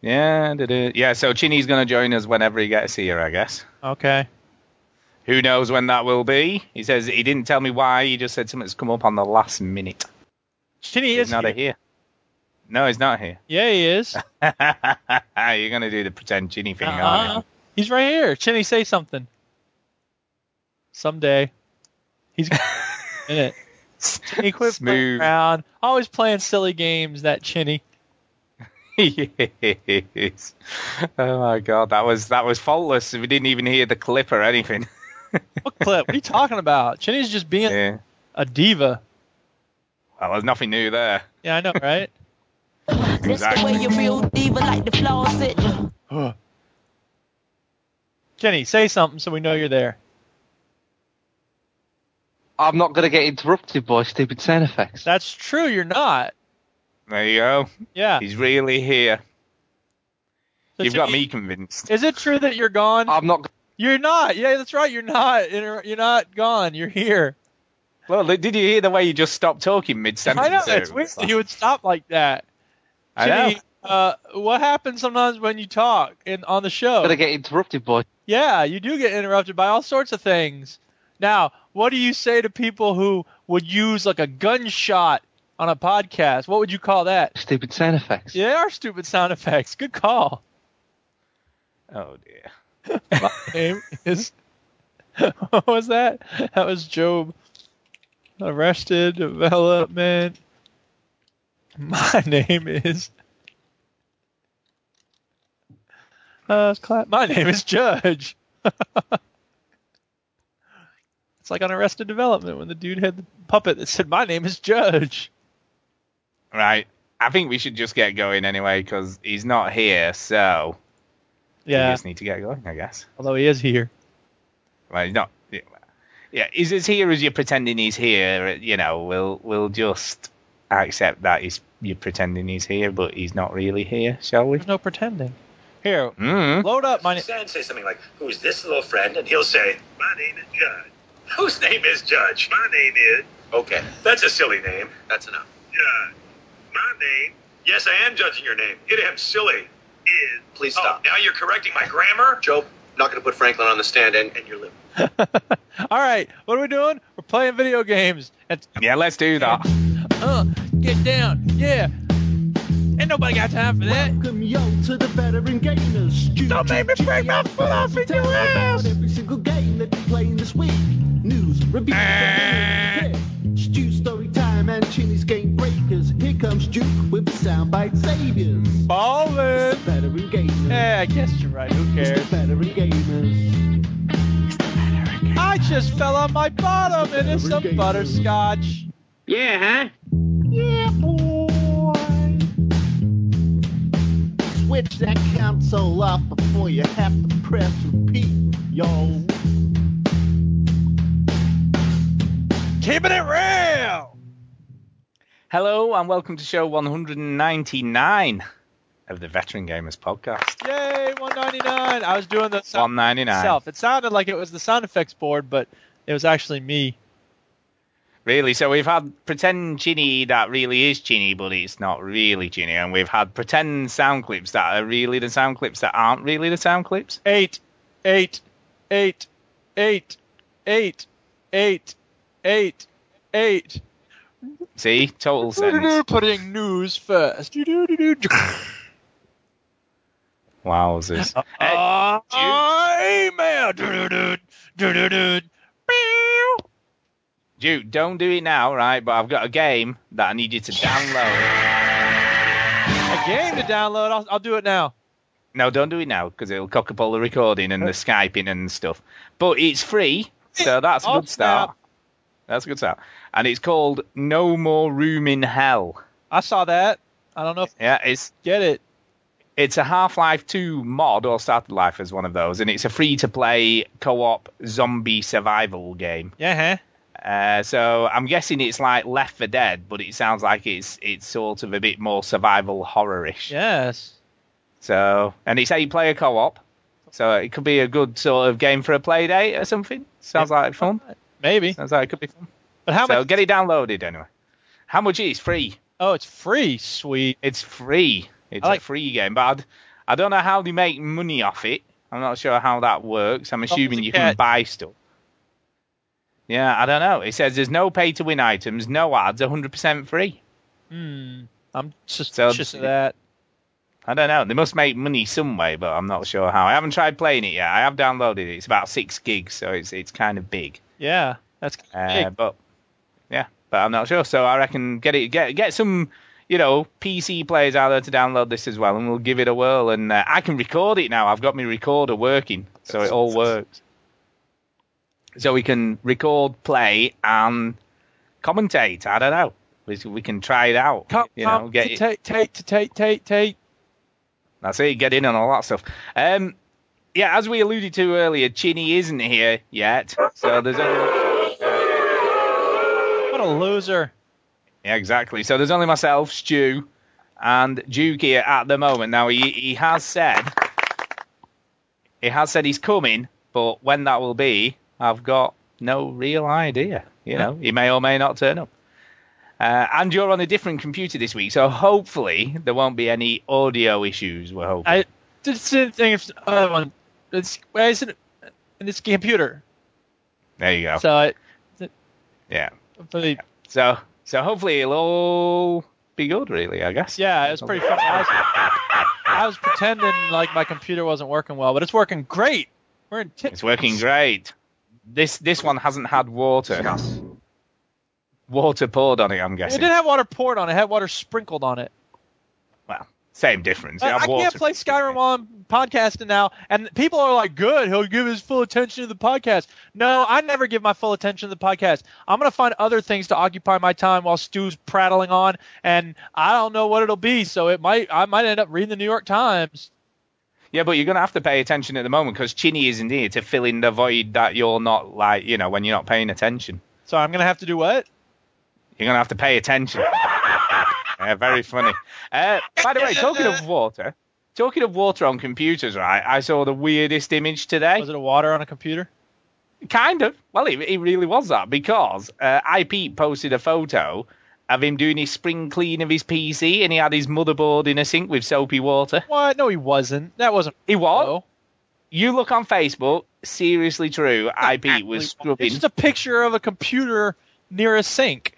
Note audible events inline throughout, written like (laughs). Yeah, da-da. yeah. So Chinny's going to join us whenever he gets here, I guess. Okay. Who knows when that will be? He says he didn't tell me why. He just said something's come up on the last minute. Shinny He's is not here. here. No, he's not here. (laughs) Yeah, he is. You're going to do the pretend Chinny thing, aren't Uh-uh. He's right here. Chinny, say something. Someday. He's (laughs) in it. Uh-huh. Chinny, quit playing (laughs) Smooth. around. Always playing silly games, that Chinny. you? (laughs) yes. Oh my god, that was that was faultless. We didn't even hear the clip or anything. (laughs) What clip? What are you talking about? Chinny's just being yeah. a diva. Well, there's nothing new there. Yeah, I know, (laughs) right? (sighs) This the way you real diva like the flaws it. Chinny, say something so we know you're there. I'm not going to get interrupted by stupid sound effects. That's true, you're not. There you go. Yeah. He's really here. So You've got Chinny, me Uh, convinced. Is it true that you're gone? I'm not. You're not. Yeah, that's right. You're not. Inter- You're not gone. You're here. Well, li- did you hear the way you just stopped talking mid sentence? I know. It's weird that you would stop like that. I know. Jimmy, Uh, what happens sometimes when you talk in on the show? going to get interrupted by. yeah, you do get interrupted by all sorts of things. Now, what do you say to people who would use like a gunshot on a podcast? What would you call that? Stupid sound effects. Yeah, they are stupid sound effects. Good call. Oh dear. My name is. (laughs) what was that? That was Job. Arrested Development. My (laughs) name is. Uh, clap. My name is Judge. (laughs) it's like on Arrested Development when the dude had the puppet that said, "My name is Judge." Right. I think we should just get going anyway because he's not here, so we Yeah, just need to get going, I guess. although he is here. Well, he's not. yeah, well, Yeah, he's as here as you're pretending he's here. You know, we'll we'll just accept that he's you're pretending he's here, but he's not really here, shall we? There's no pretending. Here, Mm. load up my name. Son say something like, "Who's this little friend?" And he'll say, "My name is Judge." (laughs) Whose name is Judge? My name is. Okay, that's a silly name. That's enough. Judge. My name. Yes, I am judging your name. It am silly. Is. Please stop. now you're correcting my grammar. Joe, not going to put Franklin on the stand and, and your lip. (laughs) All right, what are we doing? We're playing video games. And Yeah, let's do that. uh, get down, yeah. Ain't nobody got time for that. Welcome yo to the veteran gamers. Don't make me break my foot off in your ass. Every single game that we're playing this week. News, reviews, Ah. and picks. Stu story time and Chinny's game breakers. Here comes Duke with the soundbite saviors. Ballin'. Veteran gamers. Yeah, I guess you're right. Who It's the cares? veteran gamers. I just fell on my bottom and it's some Veteran gamers. butterscotch. Yeah, boy. Switch that console off before you have to press repeat, yo. Keeping it real. Hello and welcome to show 199 of the Veteran Gamers Podcast. Yay, 199. I was doing the sound 199. myself. It sounded like it was the sound effects board, but it was actually me. Really? So we've had pretend Chinny that really is Chinny, but it's not really Chinny, and we've had pretend sound clips that are really the sound clips that aren't really the sound clips. Eight, eight, eight, eight, eight, eight, eight, eight. See, total (laughs) sense. Putting news first. Email. Wowzers. Hey, Duke, don't do it now, right? But I've got a game that I need you to download. A game to download. I'll, I'll do it now. No, don't do it now because it'll cock up all the recording and the skyping and stuff. But it's free, so that's a Oh, good start. snap. That's a good start. And it's called No More Room in Hell. I saw that. I don't know if I Yeah, it's get it. it's a Half-Life 2 mod or Started Life as one of those, and it's a free-to-play co-op zombie survival game. Yeah, huh? Uh, so I'm guessing it's like Left for Dead, but it sounds like it's it's sort of a bit more survival horror-ish. Yes. So, and it's eight-player co-op, so it could be a good sort of game for a play date or something. Sounds like fun. Maybe. Sounds like it could be fun. But how so much? get it downloaded anyway. How much is it? It's free. Oh, it's free. Sweet. It's free. It's I like- a free game, but I'd, I don't know how they make money off it. I'm not sure how that works. I'm assuming a you cat. can buy stuff. Yeah, I don't know. It says there's no pay to win items, no ads, 100% free. Hmm. I'm So- suspicious of that. I don't know. They must make money some way, but I'm not sure how. I haven't tried playing it yet. I have downloaded it. It's about six gigs, so it's it's kind of big. Yeah, that's Uh, big. But yeah, but I'm not sure. So I reckon get it, get get some, you know, PC players out there to download this as well, and we'll give it a whirl. And uh, I can record it now. I've got my recorder working, so it all works. So we can record, play, and commentate. I don't know. We, we can try it out. Come, you know, get it. take, take, take, take, take. That's it. Get in on all that stuff. Um, yeah, as we alluded to earlier, Chinny isn't here yet, so there's only. What a loser! Yeah, exactly. So there's only myself, Stu, and Duke here at the moment. Now he he has said he has said he's coming, but when that will be, I've got no real idea. You know, he may or may not turn up. Uh, and you're on a different computer this week, so hopefully there won't be any audio issues. We're hoping. I did the same thing. If the other one, it's why isn't it in this computer? there you go. So it, yeah. but So so hopefully it'll all be good, really. I guess. yeah, it was pretty fun. I was, I was pretending like my computer wasn't working well, but it's working great. We're in tip. It's working great. This this one hasn't had water water poured on it. I'm It guessing. didn't have water poured on it. It had water sprinkled on it. Well, same difference. I, It had I can't water. play Skyrim while I'm podcasting now, and people are like, "Good, he'll give his full attention to the podcast." No, I never give my full attention to the podcast. I'm gonna find other things to occupy my time while Stu's prattling on, and I don't know what it'll be. So it might, I might end up reading the New York Times. Yeah, but you're gonna have to pay attention at the moment because Chinny isn't here to fill in the void that you're not like you know when you're not paying attention. So I'm gonna have to do what? You're gonna have to pay (laughs) attention. Yeah, very funny. Uh, by the way, talking of water, talking of water on computers, right? I saw the weirdest image today. Was it a water on a computer? Kind of. Well, it, it really was that because uh, IP posted a photo of him doing his spring clean of his PC and he had his motherboard in a sink with soapy water. What? No, he wasn't. That wasn't. He was. Oh, You look on Facebook, seriously true. IP was it's scrubbing. just a picture of a computer near a sink.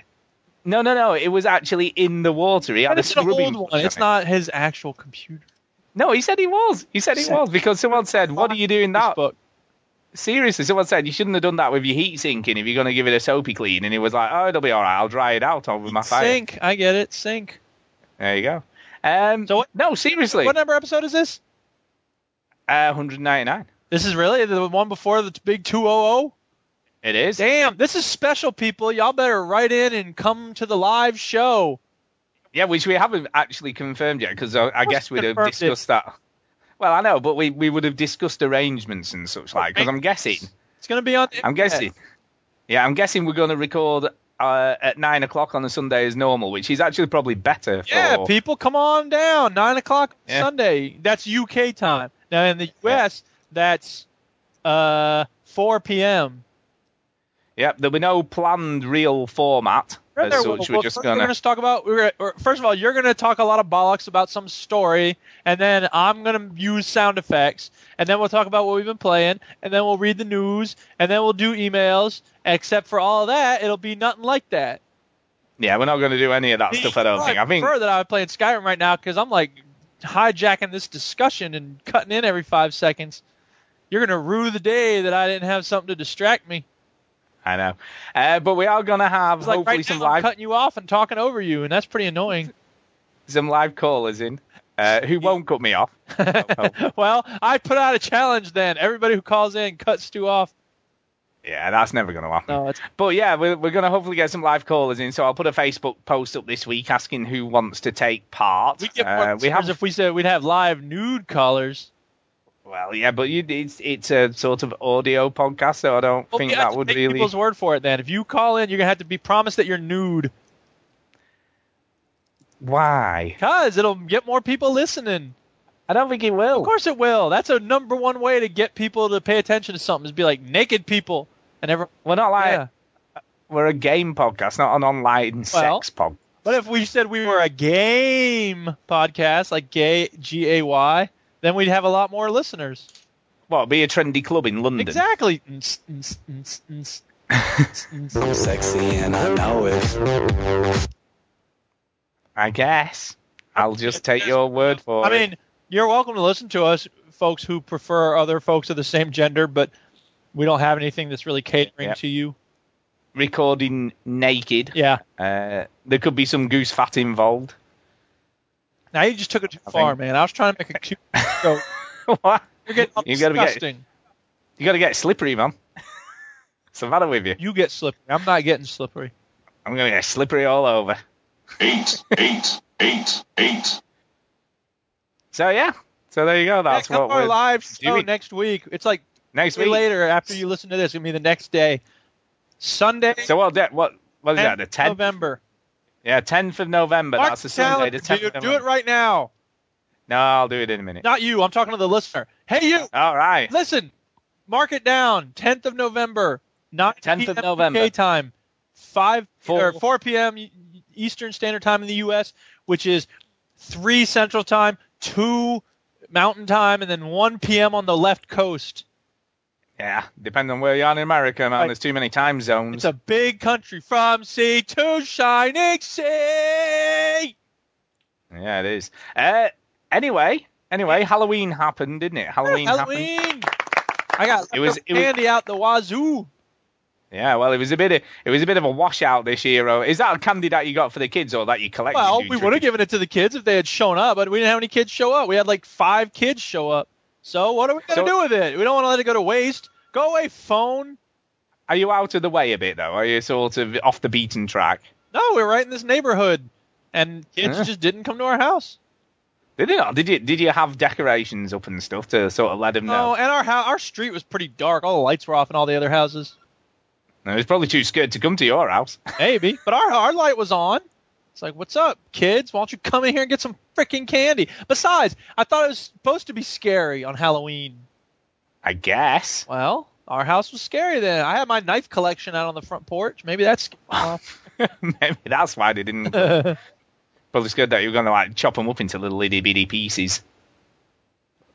No, no, no. It was actually in the water. He had But a it's an scrubbing. old one. brush It's on it. not his actual computer. No, he said he was. He said he Said- was because someone said, "What are you doing that?" book. Seriously, someone said you shouldn't have done that with your heat sinking if you're going to give it a soapy clean. And he was like, "Oh, it'll be all right. I'll dry it out over my fire." Sink. I get it. Sink. There you go. Um, So what- no, seriously, What number episode is this? uh, 199. This is really the one before the big 200. It is. Damn, this is special, people. Y'all better write in and come to the live show. Yeah, which we haven't actually confirmed yet because I, I guess we'd have confirmed it. discussed that. Well, I know, but we, we would have discussed arrangements and such like. Because I'm guessing, It's gonna be on. the I'm internet. guessing, yeah, I'm guessing we're going to record uh, at nine o'clock on a Sunday as normal, which is actually probably better. For, Yeah, people, come on down. Nine o'clock Yeah. Sunday. That's UK time. Now in the US, that's uh 4 p.m. yeah, there'll be no planned real format as There, such. well, We're well, just first going we're to. gonna talk about. We're gonna, or- first of all, you're gonna talk a lot of bollocks about some story, and then I'm gonna use sound effects, and then we'll talk about what we've been playing, and then we'll read the news, and then we'll do emails. Except for all that, it'll be nothing like that. Yeah, we're not going to do any of that The- stuff. I don't think. I think. prefer that I'm playing Skyrim right now because I'm like hijacking this discussion and cutting in every five seconds. You're gonna rue the day that I didn't have something to distract me. I know, uh, but we are going to have It's like hopefully right some now I'm live cutting you off and talking over you, and that's pretty annoying. some live callers in uh, who won't cut me off. Oh. (laughs) well, I put out a challenge then. Everybody who calls in cuts Stu off. Yeah, that's never going to happen. No, it's But yeah, we're, we're going to hopefully get some live callers in. So I'll put a Facebook post up this week asking who wants to take part. we get Uh, more we listeners have, if we said we'd have live nude callers. well, yeah, but you, it's it's a sort of audio podcast, so I don't Well, think we have that to would take really. people's word for it. Then, if you call in, you're gonna have to be promised that you're nude, Why? cause it'll get more people listening. I don't think it will. Of course, it will. That's a number one way to get people to pay attention to something is be like naked people and everyone. We're not like Yeah. we're a game podcast, not an online Well, sex podcast. What if we said we were a game podcast, like gay G A Y? Then we'd have a lot more listeners. Well, be a trendy club in London. Exactly. Ns, ns, ns, ns, ns, ns. I'm sexy and I know it. I guess. I'll just take your word for I it. mean, you're welcome to listen to us, folks who prefer other folks of the same gender, but we don't have anything that's really catering Yep. to you. recording naked. Yeah. Uh, there could be some goose fat involved. (laughs) Now you just took it too I far, think- man. I was trying to make (laughs) a cute joke. what? You're getting all You gotta be- disgusting. You got to get slippery, man. (laughs) What's the matter with you? You get slippery. I'm not getting slippery. I'm gonna get slippery all over. So yeah. So there you go. That's Hey, come what to our we're live show doing. next week. It's like next way week. later after you listen to this. It's gonna be the next day, Sunday, So what? day- What? What is 10th that? The tenth. November. Yeah, tenth of November. Mark That's a the Sunday. calendar, The tenth. dude. Do it right now. No, I'll do it in a minute. Not you. I'm talking to the listener. Hey, you. All right. Listen, mark it down. 10th of November, 9 10th of PM November. UK time, 5 Four- or 4 p.m. Eastern Standard Time in the U.S., which is 3 Central Time, 2 Mountain Time, and then 1 p.m. on the left coast. Yeah. Depending on where you are in America, man. Right. There's too many time zones. It's a big country from sea to shining sea. Yeah, it is. Uh, anyway, anyway, Halloween happened, didn't it? Halloween, happened. Halloween. I got It was- it was- candy out the wazoo. Yeah, well, it was a bit of it was a bit of a washout this year. Oh, Is that a candy that you got for the kids or that you collected? Well, you we trick- would have given it to the kids if they had shown up, but we didn't have any kids show up. We had like five kids show up. So what are we gonna So- do with it? We don't want to let it go to waste. Go away, phone. Are you out of the way a bit though? Are you sort of off the beaten track? No, we're right in this neighborhood, and kids Yeah. just didn't come to our house. Did you? Did you? Did you have decorations up and stuff to sort of let them No, know? Oh, and our house, our street was pretty dark. All the lights were off in all the other houses. No, it was probably too scared to come to your house. (laughs) Maybe, but our our light was on. It's like, what's up, kids? Why don't you come in here and get some freaking candy? Besides, I thought it was supposed to be scary on Halloween. I guess. (laughs) Well, our house was scary then. I had my knife collection out on the front porch. Maybe (sighs) that's Maybe that's why they didn't. (laughs) probably scared that you were going to like chop them up into little itty bitty pieces.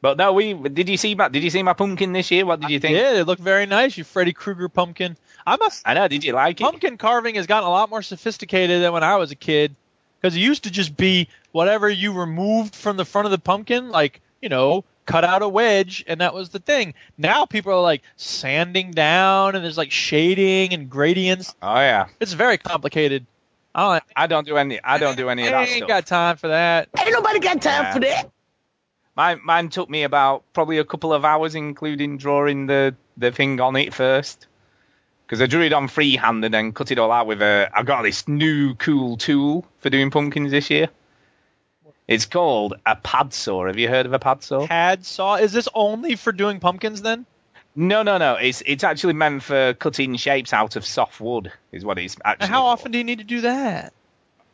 But no, we did you see my did you see my pumpkin this year? What did you think? Yeah, it looked very nice. You Freddy Krueger pumpkin. I must. I know. Did you like it? Pumpkin carving has gotten a lot more sophisticated than when I was a kid, because it used to just be whatever you removed from the front of the pumpkin, like you know, cut out a wedge, and that was the thing. Now people are like sanding down, and there's like shading and gradients. Oh yeah. It's very complicated. I don't. I don't do any. I don't do any of that I ain't stuff. got time for that. Ain't nobody got time Yeah. for that. Mine, mine took me about probably a couple of hours, including drawing the, the thing on it first. Because I drew it on freehand and then cut it all out with a. I got this new cool tool for doing pumpkins this year. It's called a pad saw. Have you heard of a pad saw? Had saw. Is this only for doing pumpkins then? No, no, no. It's it's actually meant for cutting shapes out of soft wood, is what it's actually. And how for. often do you need to do that?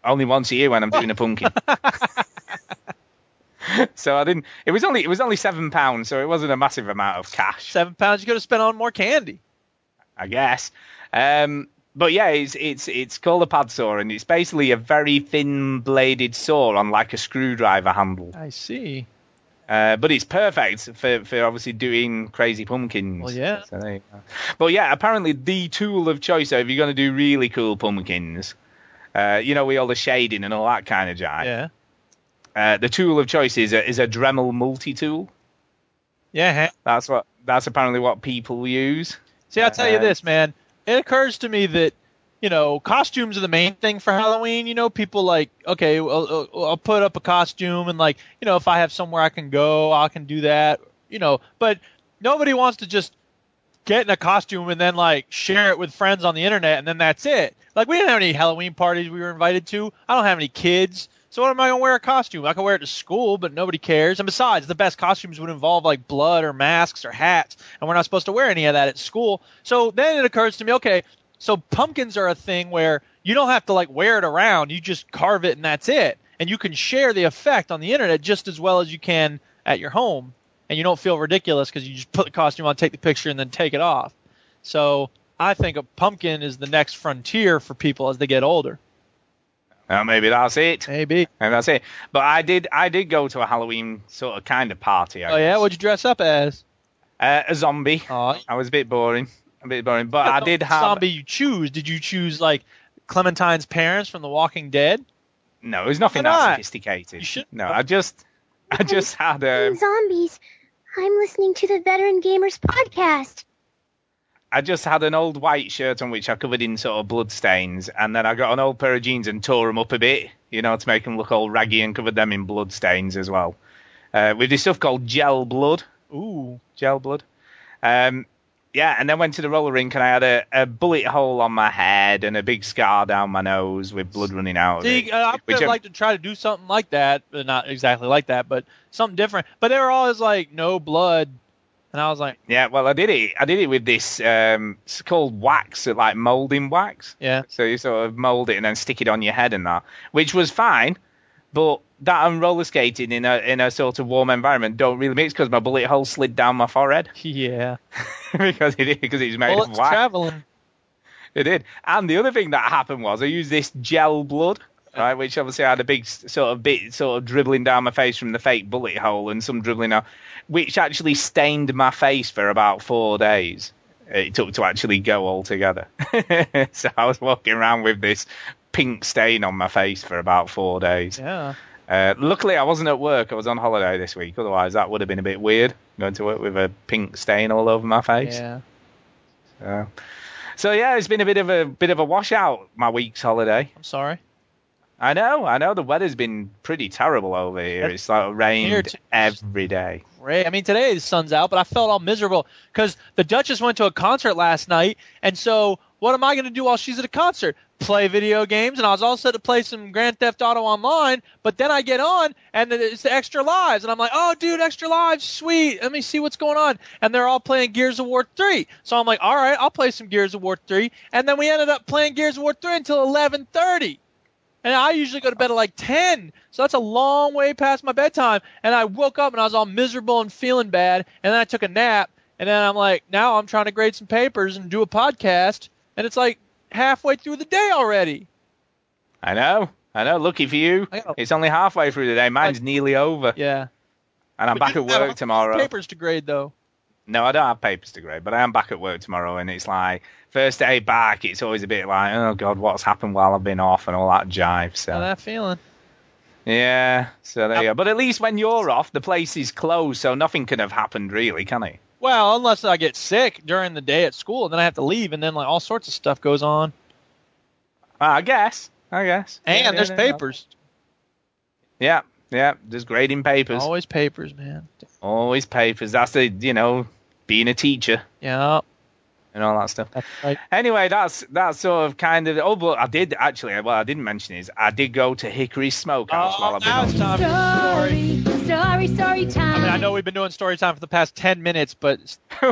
Only once a year when I'm doing a (laughs) pumpkin. (laughs) so I didn't. It was only it was only seven pounds, so it wasn't a massive amount of cash. Seven pounds you could have spent on more candy. I guess. Um, but yeah, it's it's it's called a pad saw, and it's basically a very thin bladed saw on like a screwdriver handle. I see. Uh, but it's perfect for, for obviously doing crazy pumpkins. Well, yeah. So there you go. But yeah, apparently the tool of choice. So if you're going to do really cool pumpkins, uh, you know, with all the shading and all that kind of jive, Yeah. uh, the tool of choice is a, is a Dremel multi tool. Yeah. ha- That's what that's apparently what people use. See, I'll tell you Uh, this, man. It occurs to me that, you know, costumes are the main thing for Halloween. You know, people like, okay, well, uh, I'll put up a costume and, like, you know, if I have somewhere I can go, I can do that, you know. But nobody wants to just get in a costume and then, like, share it with friends on the internet and then that's it. Like, we didn't have any Halloween parties we were invited to. I don't have any kids. So what am I gonna wear a costume? I can wear it to school, but nobody cares. And besides, the best costumes would involve like blood or masks or hats, and we're not supposed to wear any of that at school. So then it occurs to me, okay, so pumpkins are a thing where you don't have to like wear it around. You just carve it and that's it. And you can share the effect on the internet just as well as you can at your home. And you don't feel ridiculous because you just put the costume on, take the picture, and then take it off. So I think a pumpkin is the next frontier for people as they get older. Uh, maybe that's it. Maybe. Maybe that's it. But I did I did go to a Halloween sort of kind of party. I Oh yeah, guess. what'd you dress up as? Uh, a zombie. Aw. I was a bit boring. A bit boring. But (laughs) I did have zombie. You choose? Did you choose like Clementine's parents from The Walking Dead? No, it was nothing Why that not? sophisticated. You should- No, I just (laughs) I just had Hey, um, zombies. I'm listening to the Veteran Gamers podcast. I just had an old white shirt on which I covered in sort of blood stains, and then I got an old pair of jeans and tore them up a bit, you know, to make them look all raggy and covered them in blood stains as well. Uh, with this stuff called gel blood, Ooh, gel blood. Um, yeah, and then went to the roller rink and I had a, a bullet hole on my head and a big scar down my nose with blood running out. of see, it, uh, I would which, um, like to try to do something like that, but not exactly like that, but something different. But they were always like, no blood, and I was like, (laughs) Yeah, well, I did it. I did it with this. Um, it's called wax, uh, like molding wax. yeah, So you sort of mold it and then stick it on your head and that, which was fine. But that and roller skating in a in a sort of warm environment don't really mix because my bullet hole slid down my forehead (laughs) yeah. because it because it was made Bullets of wax. traveling. It did. And the other thing that happened was I used this gel blood, right, which obviously had a big s- sort of bit sort of dribbling down my face from the fake bullet hole and some dribbling out, which actually stained my face for about four days. It took to actually go altogether. (laughs) so I was walking around with this pink stain on my face for about four days. Yeah. Uh, luckily, I wasn't at work. I was on holiday this week. Otherwise, that would have been a bit weird going to work with a pink stain all over my face. Yeah. So, so yeah, it's been a bit of a bit of a washout my week's holiday. I'm sorry. I know, I know the weather's been pretty terrible over here. That's- It's like Here rained too. every day. Great. I mean, today the sun's out, but I felt all miserable because the Duchess went to a concert last night, and so what am I going to do while she's at a concert? Play video games, and I was all set to play some Grand Theft Auto Online, but then I get on, and then it's the Extra Lives, and I'm like, oh, dude, Extra Lives, sweet. Let me see what's going on. And they're all playing Gears of War 3. So I'm like, all right, I'll play some Gears of War 3. And then we ended up playing Gears of War 3 until 1130. And I usually go to bed at like 10. So that's a long way past my bedtime. And I woke up and I was all miserable and feeling bad. And then I took a nap. And then I'm like, now I'm trying to grade some papers and do a podcast. And it's like halfway through the day already. I know, I know. Lucky for you, I got- it's only halfway through the day. Mine's nearly over, Yeah. and I'm But back you at have work tomorrow. Papers to grade, though. No, I don't have papers to grade, but I am back at work tomorrow, and it's like first day back. It's always a bit like, oh god, what's happened while I've been off and all that jive. So How that feeling? yeah, so there you go. But at least when you're off, the place is closed, so nothing can have happened really, can it? Well, unless I get sick during the day at school and then I have to leave and then like all sorts of stuff goes on. Ah, I guess. I guess. And Yeah, there's yeah, yeah. papers. Yeah, yeah. There's grading papers. Always. Always papers, man. papers. That's the you know being a teacher Yeah. and all that stuff. That's right. Anyway, that's that's sort of kind of. Oh, but I did actually. Well, I didn't mention is I did go to Hickory Smokehouse while Oh, I've been now on. it's time for the story. Sorry, sorry time. I mean, I know we've been doing story time for the past 10 minutes, but (laughs)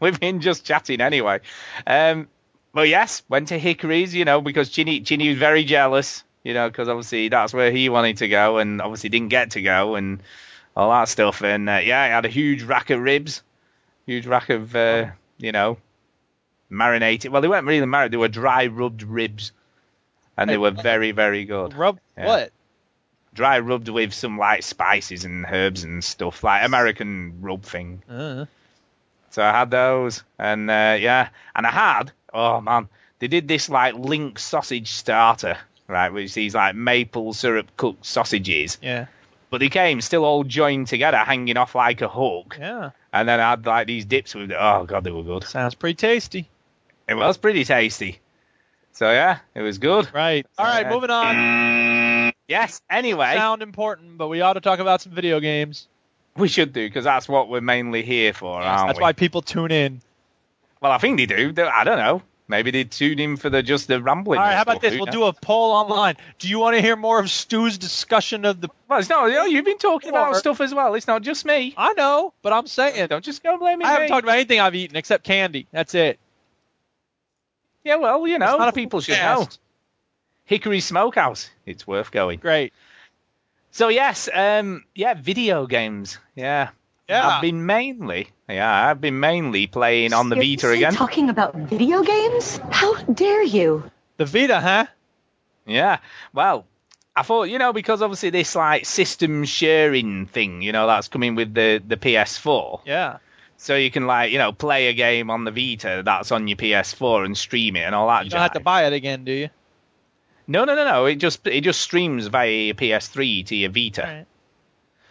We've been just chatting anyway. Um, but yes, went to Hickory's, you know, because Ginny, Ginny was very jealous, you know, because obviously that's where he wanted to go and obviously didn't get to go and all that stuff. And uh, yeah, I had a huge rack of ribs, huge rack of, uh, you know, marinated. Well, they weren't really marinated, they were dry rubbed ribs. And they were very, very good. rub Yeah. what? Dry rubbed with some like spices and herbs and stuff, like American rub thing. Uh, So I had those, and uh, yeah, and I had. Oh man, they did this like link sausage starter, right? Which these like maple syrup cooked sausages, yeah. but they came still all joined together, hanging off like a hook. Yeah. And then I had like these dips with it. Oh god, they were good. Sounds pretty tasty. It was pretty tasty. So yeah, it was good. Right. All right, Yeah. moving on. Yes. Anyway, Sound important, but we ought to talk about some video games. we should do because that's what we're mainly here for, aren't That's we? why people tune in. Well, I think they do. They- I don't know. Maybe they tuned in for the just the rambling. All right, and how about stuff, this? who We'll knows? do a poll online. Do you want to hear more of Stu's discussion of the. Well, it's not. You know, you've been talking about Or- stuff as well. It's not just me. I know, but I'm saying. Don't just go blaming I haven't me. talked about anything I've eaten except candy. That's it. yeah, well, you It's know, not a people should know. podcast. Hickory Smokehouse. It's worth going. Great. So yes, um, yeah, video games. Yeah. Yeah. I've been mainly, yeah, I've been mainly playing on the Vita Seriously again. Talking about video games? How dare you? The Vita, huh? Yeah. Well, I thought, you know, because obviously this like system sharing thing, you know, that's coming with the the PS4. Yeah. So you can like, you know, play a game on the Vita that's on your PS4 and stream it and all that. You don't have to jive. buy it again, do you? No, no, no, no. It just it just streams via your PS3 to your Vita. Right.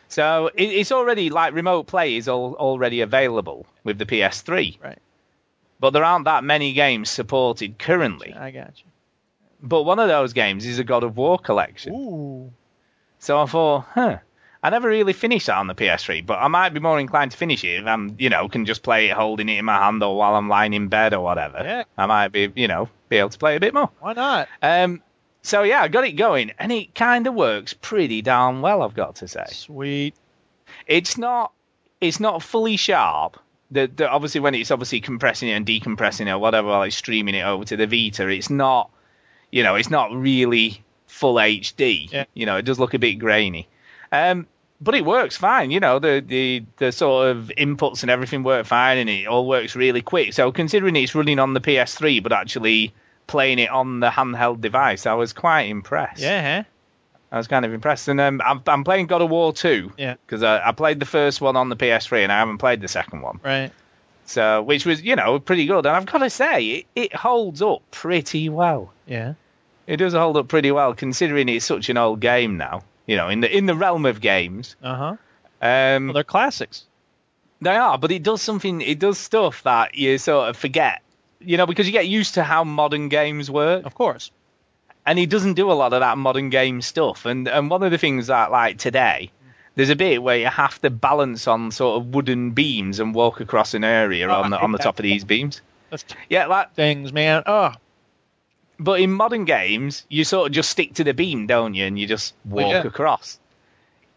So it, it's already like remote play is all, already available with the PS3. Right. But there aren't that many games supported currently. I got you. But one of those games is a God of War collection. Ooh. So I thought, huh. I never really finished that on the PS3, but I might be more inclined to finish it if I'm, you know, can just play it holding it in my hand or while I'm lying in bed or whatever. Yeah. I might be, you know, be able to play a bit more. Why not? Um, so yeah, I got it going, and it kind of works pretty darn well. I've got to say, Sweet. it's not it's not fully sharp. The, the, obviously, when it's obviously compressing it and decompressing it or whatever, while it's streaming it over to the Vita, it's not you know it's not really full HD. Yeah. You know, it does look a bit grainy. Um, but it works fine, you know. The, the the sort of inputs and everything work fine, and it all works really quick. So considering it's running on the PS3, but actually playing it on the handheld device, I was quite impressed. Yeah. I was kind of impressed. And um, I'm, I'm playing God of War 2. Yeah. Because I, I played the first one on the PS3 and I haven't played the second one. Right. So, which was, you know, pretty good. And I've got to say, it, it holds up pretty well. Yeah. It does hold up pretty well considering it's such an old game now. You know, in the in the realm of games, Uh huh. um, Well, they're classics. they are. But it does something. It does stuff that you sort of forget. You know, because you get used to how modern games work. Of course. and he doesn't do a lot of that modern game stuff. And and one of the things that like today, there's a bit where you have to balance on sort of wooden beams and walk across an area Oh, I on the hate on the that. top of these beams. That's t- Yeah, like things, man. Oh, but in modern games, you sort of just stick to the beam, don't you? And you just walk yeah. across.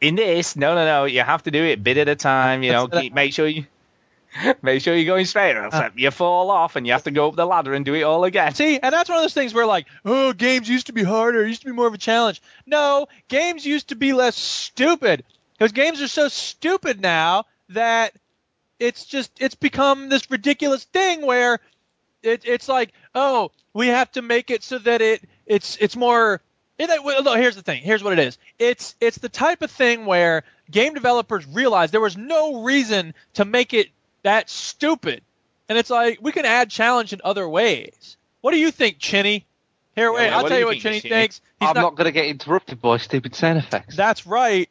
In this, no, no, no, you have to do it a bit at a time. You know, That's- keep, make sure you (laughs) make sure you're going straight, or else Uh. you fall off and you have to go up the ladder and do it all again. (laughs) see, and that's one of those things where like, oh, games used to be harder. It used to be more of a challenge. No, games used to be less stupid because games are so stupid now that it's just it's become this ridiculous thing where it, it's like, oh, we have to make it so that it it's it's more. It, it- well, no, here's the thing. Here's what it is. It's it's the type of thing where game developers realized there was no reason to make it that stupid, and it's like we can add challenge in other ways. What do you think, Chinny? Here, wait. wait, I'll what tell do you you what think, Chinny Chinny? thinks. He's I'm not, not. going to get interrupted by stupid sound effects. That's right.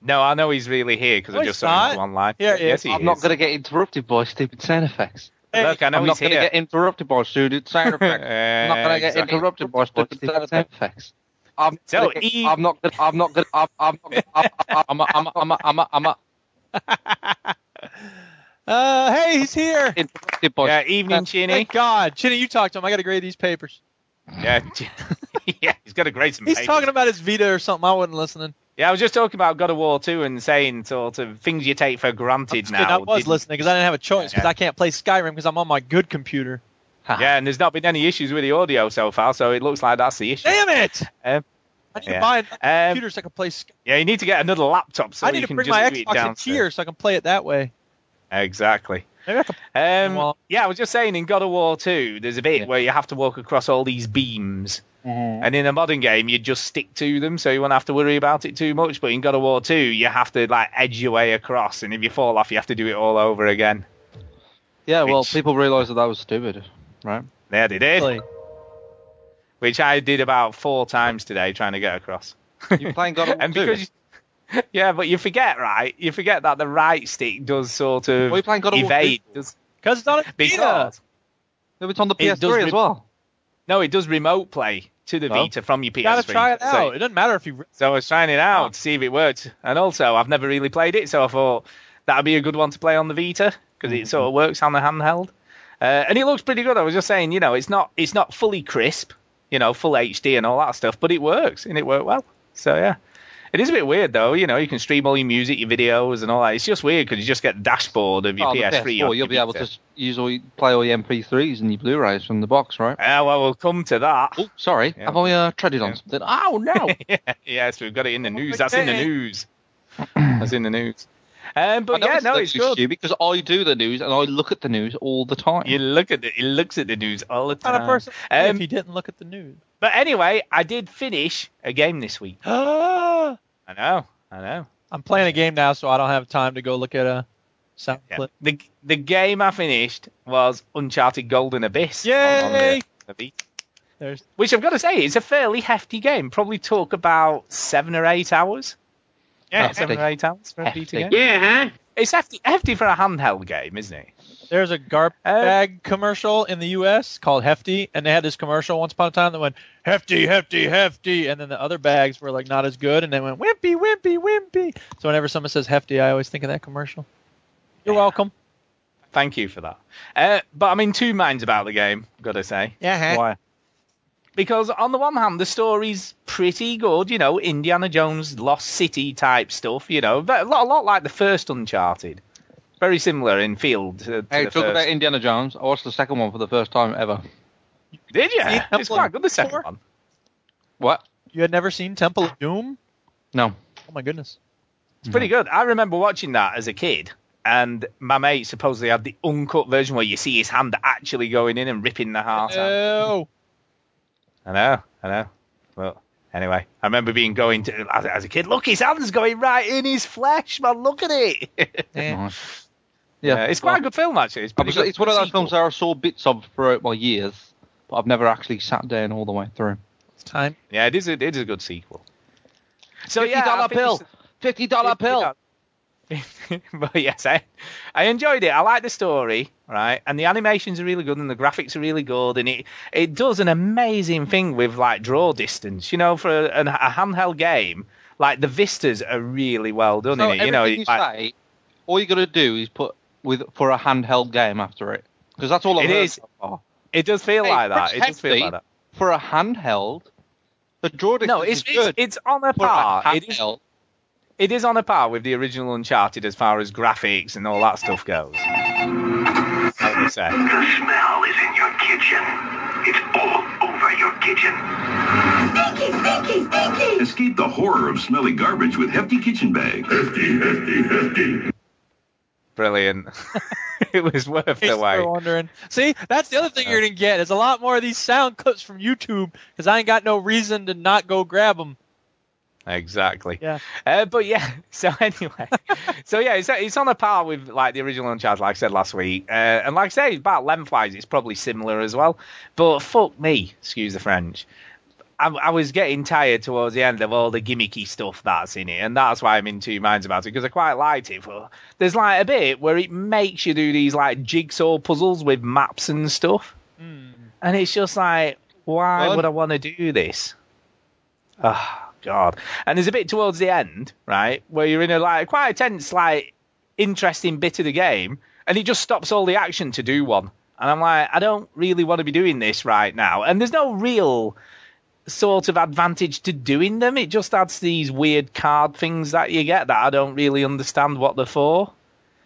No, I know he's really here because No, I he's just saw not. him online. Yeah, he yes, is. he I'm is. not going to get interrupted by stupid sound effects. Hey, Look, I know I'm not he's going to here. get interrupted by (laughs) stupid sound effects. I'm not going to get Exactly. interrupted by stupid sound effects. I'm So, not gonna get- E- I'm not gonna- I'm not gonna- I'm I'm I'm I'm I'm I'm I'm I'm I'm uh, hey, he's here. interrupted by Yeah, evening, Chinny. Thank God, Chinny, you talk to him. I got to grade these papers. Yeah, (laughs) yeah, he's got a great. some He's papers. talking about his Vita or something. I wasn't listening. Yeah, I was just talking about God of War 2 and saying sort of things you take for I'm granted just now. kidding. I was didn't- listening because I didn't have a choice because Yeah. I can't play Skyrim because I'm on my good computer. Yeah, and there's not been any issues with the audio so far, so it looks like that's the issue. Damn it! Um, I need yeah. to buy another Um, computer so I can play. Sky- Yeah, you need to get another laptop so I need you to can bring just my do it Xbox in downstairs. here so I can play it that way. Exactly. Maybe I can. Um, Well- yeah, I was just saying in God of War 2, there's a bit Yeah. where you have to walk across all these beams. And in a modern game, you just stick to them, so you won't have to worry about it too much. But in God of War 2, you have to like edge your way across, and if you fall off, you have to do it all over again. Yeah, well, Which- people realised that that was stupid, right? There they did, Really. which I did about four times today trying to get across. You playing (laughs) God of War and 2? because, yeah, but you forget, right? You forget that the right stick does sort of Were you playing God of War 2? evade. does- Because it's not a Vita. because No, it's on the It does PS3 re- as well. no, it does remote play to the Oh. Vita from your PS3. You gotta try it So- out. It doesn't matter if you. re- So I was trying it out to see if it worked. And also, I've never really played it, so I thought that'd be a good one to play on the Vita because Mm-hmm. it sort of works on the handheld. Uh, and it looks pretty good. I was just saying, you know, it's not it's not fully crisp, you know, full HD and all that stuff, but it works and it worked well. So yeah, it is a bit weird though. You know, you can stream all your music, your videos, and all that. It's just weird because you just get the dashboard of your Oh, the PS3. PS4, on your you'll be able to Vita. s- use all, your- play all your MP3s and your Blu-rays from the box, right? Ah, well, we'll come to that. Oh, sorry, Yeah. have I uh, treaded on Yeah. something? Oh no! (laughs) yes, we've got it in the Oh, news. That's in the Okay. news. That's in the news. Um, but I know yeah, it's no, not it's too good. stupid because I do the news and I look at the news all the time. You look at the, he looks at the news all the Kind time. of person. Um, if you didn't look at the news. (gasps) But anyway, I did finish a game this week. (gasps) I'm I know, I know. playing a game now, so I don't have time to go look at a sound Yeah. clip. The the game I finished was Uncharted Golden Abyss. on- on the- Yay! the Vita, There's which I've got to say is a fairly hefty game. Probably talk about seven or eight hours. Oh, Yeah, seven or eight hours for a Hefty. Vita game. Yeah, huh? It's hefty, hefty for a handheld game, isn't it? There's a Garp Uh, bag commercial in the U.S. called Hefty, and they had this commercial once upon a time that went Hefty, Hefty, Hefty, and then the other bags were like not as good, and they went Wimpy, Wimpy, Wimpy. So whenever someone says Hefty, I always think of that commercial. You're Yeah. welcome. Thank you for that. Uh, but I'm in two minds about the game, gotta say. Yeah. Why? Because on the one hand, the story's pretty good, you know, Indiana Jones, Lost City type stuff, you know, but a lot, a lot like the first Uncharted. Very similar in field. To, to Hey, the talk about first. Indiana Jones. I watched the second one for the first time ever. Did you? Yeah, It's quite good, the second four. one. What? You had never seen Temple of Doom? No. Oh my goodness. It's pretty good. I remember watching that as a kid, and my mate supposedly had the uncut version where you see his hand actually going in and ripping the heart out. Oh, I know, I know. Well, anyway, I remember being going to as, as a kid. Look, his hand's going right in his flesh, man. Look at it. eh. Nice. yeah, Yeah, it's quite a good film actually. It's, I pretty was- good. it's one of those Sequel. films that I saw bits of throughout my years, but I've never actually sat down all the way through. it's time. Yeah, it is. A, it is a good sequel. So Fifty yeah, I dollar finished- pill. Fifty (laughs) dollar pill. but yes, I, I enjoyed it. I like the story, right? And the animations are really good, and the graphics are really good, and it it does an amazing thing with like draw distance. You know, for a, an- a handheld game, like the vistas are really well done So in it. You know, Oh, everything you like- say, all you got to do is put with for a handheld game after it, because that's all I've It heard is. so far. It does feel Hey, like that. Prince It does feel Hefty. like that. For a handheld, the draw distance No, it's is it's, good. it's on a for a par. It is, handheld. it is on a par with the original Uncharted as far as graphics and all that stuff goes. I would say. The smell is in your kitchen. It's all over your kitchen. Escape the horror of smelly garbage with hefty kitchen bags. Hefty, hefty, hefty. Brilliant. (laughs) it was worth In case the you wait. were wondering. See, that's the other Oh. thing you're gonna get is a lot more of these sound clips from YouTube because I ain't got no reason to not go grab them. Exactly. Yeah. Uh, but yeah. (laughs) So anyway. so yeah, it's it's on a par with like the original Uncharted, like I said last week. Uh, and like I say, about length wise, it's probably similar as well. But fuck me, excuse the French. I, I was getting tired towards the end of all the gimmicky stuff that's in it, and that's why I'm in two minds about it because I quite liked it. But there's like a bit where it makes you do these like jigsaw puzzles with maps and stuff, and it's just like, why Fun. would I want to do this? Oh God! And there's a bit towards the end, right, where you're in a like quite a tense, like interesting bit of the game, and it just stops all the action to do one. And I'm like, I don't really want to be doing this right now. And there's no real sort of advantage to doing them. It just adds these weird card things that you get that I don't really understand what they're for.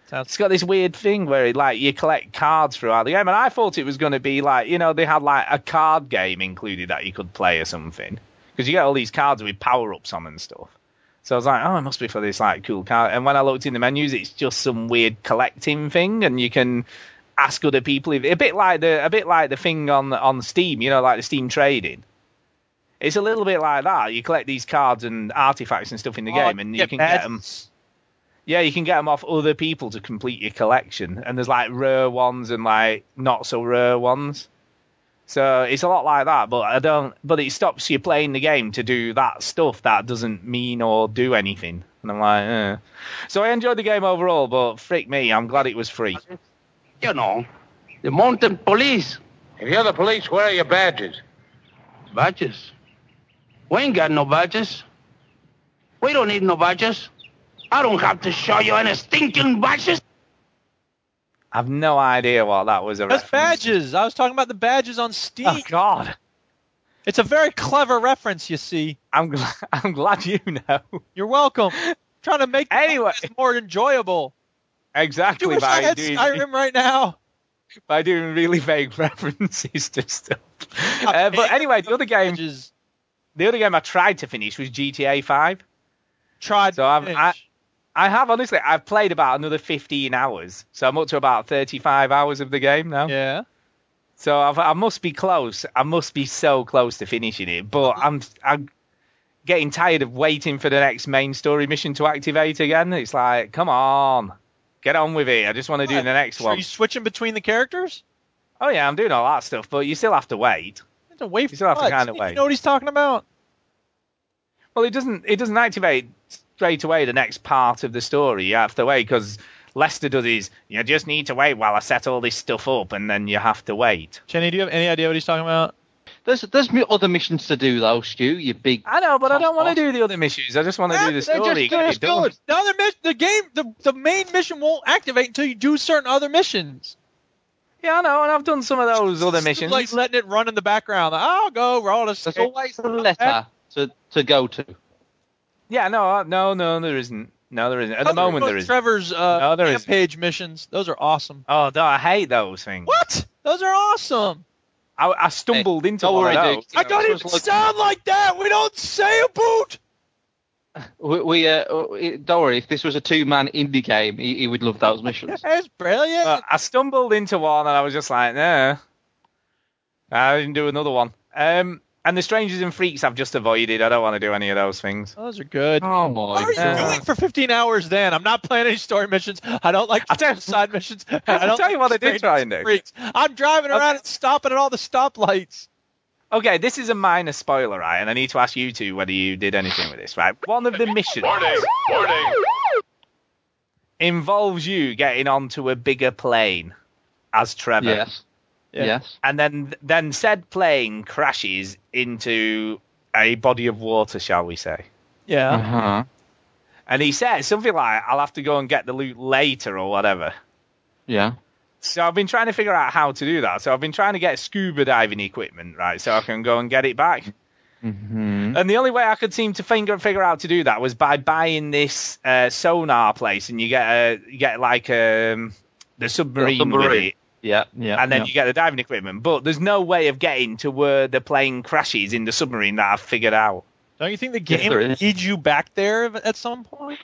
Sounds It's got this weird thing where it, like you collect cards throughout the game, and I thought it was going to be like you know they had like a card game included that you could play or something because you get all these cards with power ups on and stuff. So I was like, oh, it must be for this like cool card. And when I looked in the menus, it's just some weird collecting thing, and you can ask other people if, a bit like the a bit like the thing on on Steam, you know, like the Steam trading. It's a little bit like that. You collect these cards and artifacts and stuff Oh, in the game, and you can get them. Yeah, you can get them off other people to complete your collection, and there's like rare ones and like not so rare ones. So it's a lot like that, but I don't. But it stops you playing the game to do that stuff that doesn't mean or do anything. And I'm like, eh. so I enjoyed the game overall, but frick me, I'm glad it was free. You know, the mountain police. If you're the police, where are your badges? Badges. We ain't got no badges. We don't need no badges. I don't have to show you any stinking badges. I've no idea what that was. A That's reference to. badges. I was talking about the badges on Steam. Oh God, It's a very clever reference, you see. I'm glad. (laughs) I'm glad you know (laughs) You're welcome. trying to make the Anyway. podcast more enjoyable. Do you exactly wish I by had doing Skyrim right now? by doing really vague (laughs) references to stuff. Uh, but anyway, the other game Badges. the other game I tried to finish was GTA 5. tried. So to I've- finish. I- I have honestly, I've played about another 15 hours, so I'm up to about 35 hours of the game now. yeah. So I've, I must be close. I must be so close to finishing it, but I'm I'm getting tired of waiting for the next main story mission to activate again. It's like, come on, get on with it. I just want to do the next Are one. you switching between the characters? Oh yeah, I'm doing all that stuff, but you still have to wait. You have to wait You still have to what? kinda You wait. know what he's talking about? Well, it doesn't it doesn't activate straight away the next part of the story. You have to wait because Lester does his. You just need to wait while I set all this stuff up, and then you have to wait. Chenny, do you have any idea what he's talking about? There's there's mi- other missions to do though, Stu. You big. I know, but I don't want to do the other missions. I Ah, just want Ah, to do the story. get it done. The other mis- the game, the, the main mission won't activate until you do certain other missions. Yeah, I know, and I've done some of those other It's missions. like letting it run in the background. Like, I'll go roll a There's escape. always a letter to, to go to. Yeah, no, I- no, no, there isn't. No, there isn't. At the moment, there isn't. Trevor's uh, No, there isn't. page missions. Those are awesome. Oh, no, I hate those things. What? Those are awesome. I, I stumbled into Don't one worry, of Duke. those. You I know, don't it's even just like- sound like that. We don't say a boot. We, we uh, we- don't worry. If this was a two-man indie game, he, he would love (laughs) those missions. That's brilliant. But I stumbled into one, and I was just like, nah. I didn't do another one. Um, and the strangers and freaks, I've just avoided. I don't want to do any of those things. those are good. Oh What my are you God. doing for 15 hours then? I'm not playing any story missions. I don't like tell- side missions. I I'll don't tell like you what I did strangers try and and do. freaks. I'm driving around Okay. and stopping at all the stoplights. Okay, this is a minor spoiler, right? And I need to ask you two whether you did anything with this, right? One of the missions Warning! Warning! involves you getting onto a bigger plane as Trevor. Yes. Yeah. Yes. and then then said plane crashes into a body of water, shall we say? Yeah. huh. And he says something like, "I'll have to go and get the loot later or whatever." Yeah. So I've been trying to figure out how to do that. So I've been trying to get scuba diving equipment, right, so I can go and get it back. Mm-hmm. And the only way I could seem to finger figure out to do that was by buying this uh, sonar place, and you get a you get like um, the submarine, With submarine. it, Yeah. Yeah. and then yeah. you get the diving equipment. But there's no way of getting to where the plane crashes in the submarine that I've figured out. Don't you think the Yes, game there leads is. you back there ev- at some point?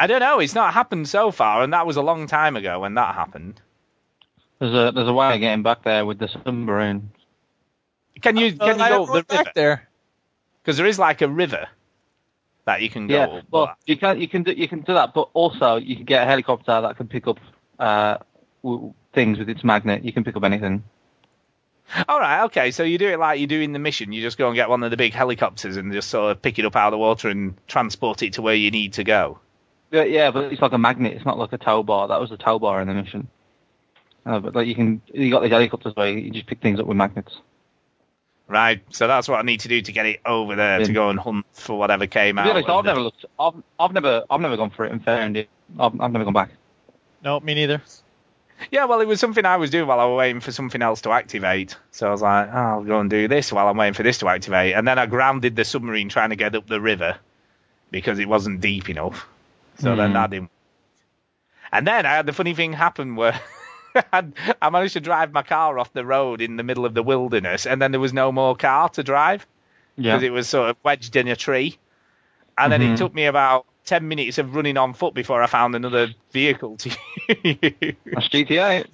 I don't know. It's not happened so far, and that was a long time ago when that happened. There's a there's a way of getting back there with the submarine. Can you Uh, can you I go don't go up the river? back there. Because there is like a river that you can go Yeah. up. Well, you can you can do you can do that, but also you can get a helicopter that can pick up uh w- things with its magnet. You can pick up anything. all right, okay. So you do it like you do in the mission. You just go and get one of the big helicopters and just sort of pick it up out of the water and transport it to where you need to go. Yeah, yeah, but it's like a magnet. It's not like a tow bar. That was a tow bar in the mission. Uh, but like you can, you got these helicopters where you just pick things up with magnets. Right. So that's what I need to do to get it over there to Yeah. go and hunt for whatever came To out. be honest, of I've the- never looked. I've, I've never, I've never gone for it and found it. I've, I've never gone back. No, me neither. Yeah, well, it was something I was doing while I was waiting for something else to activate. So I was like, oh, I'll go and do this while I'm waiting for this to activate. And then I grounded the submarine trying to get up the river because it wasn't deep enough. So then Hmm. that didn't. And then I had the funny thing happen where (laughs) I'd- I managed to drive my car off the road in the middle of the wilderness, and then there was no more car to drive Yeah. because it was sort of wedged in a tree. And then it Mhm. took me about 10 minutes of running on foot before I found another vehicle to (laughs) use. That's GTA.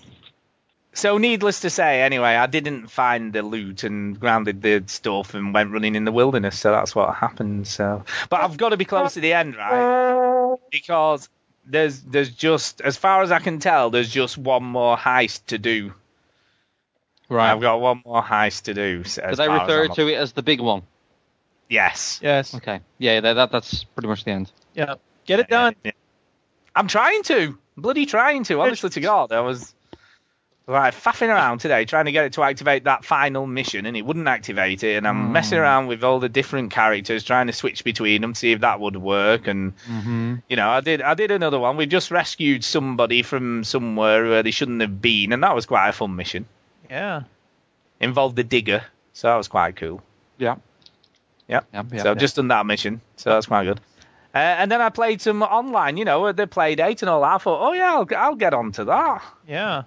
So, needless to say, anyway, I didn't find the loot and grounded the stuff and went running in the wilderness. So that's what happened. So, but I've got to be close to the end, right? Because there's there's just, as far as I can tell, there's just one more heist to do. I've got one more heist to do. s- Did as they far as refer I'm- to it as the big one? Yes. Yes. Okay. Yeah, that, that that's pretty much the end. Yeah. Get it done. Yeah. I'm trying to, bloody trying to. Honestly to God, I was like faffing around today trying to get it to activate that final mission, and it wouldn't activate it. And I'm messing around with all the different characters, trying to switch between them, see if that would work. And Mm-hmm. you know, I did, I did another one. We just rescued somebody from somewhere where they shouldn't have been, and that was quite a fun mission. Yeah. Involved the digger, so that was quite cool. Yeah. Yep. Yeah, yeah, so I've yeah. just done that mission. So that's quite good. Uh, and then I played some online, you know, the play date and all that. I thought, oh yeah, I'll, I'll get on to that. Yeah.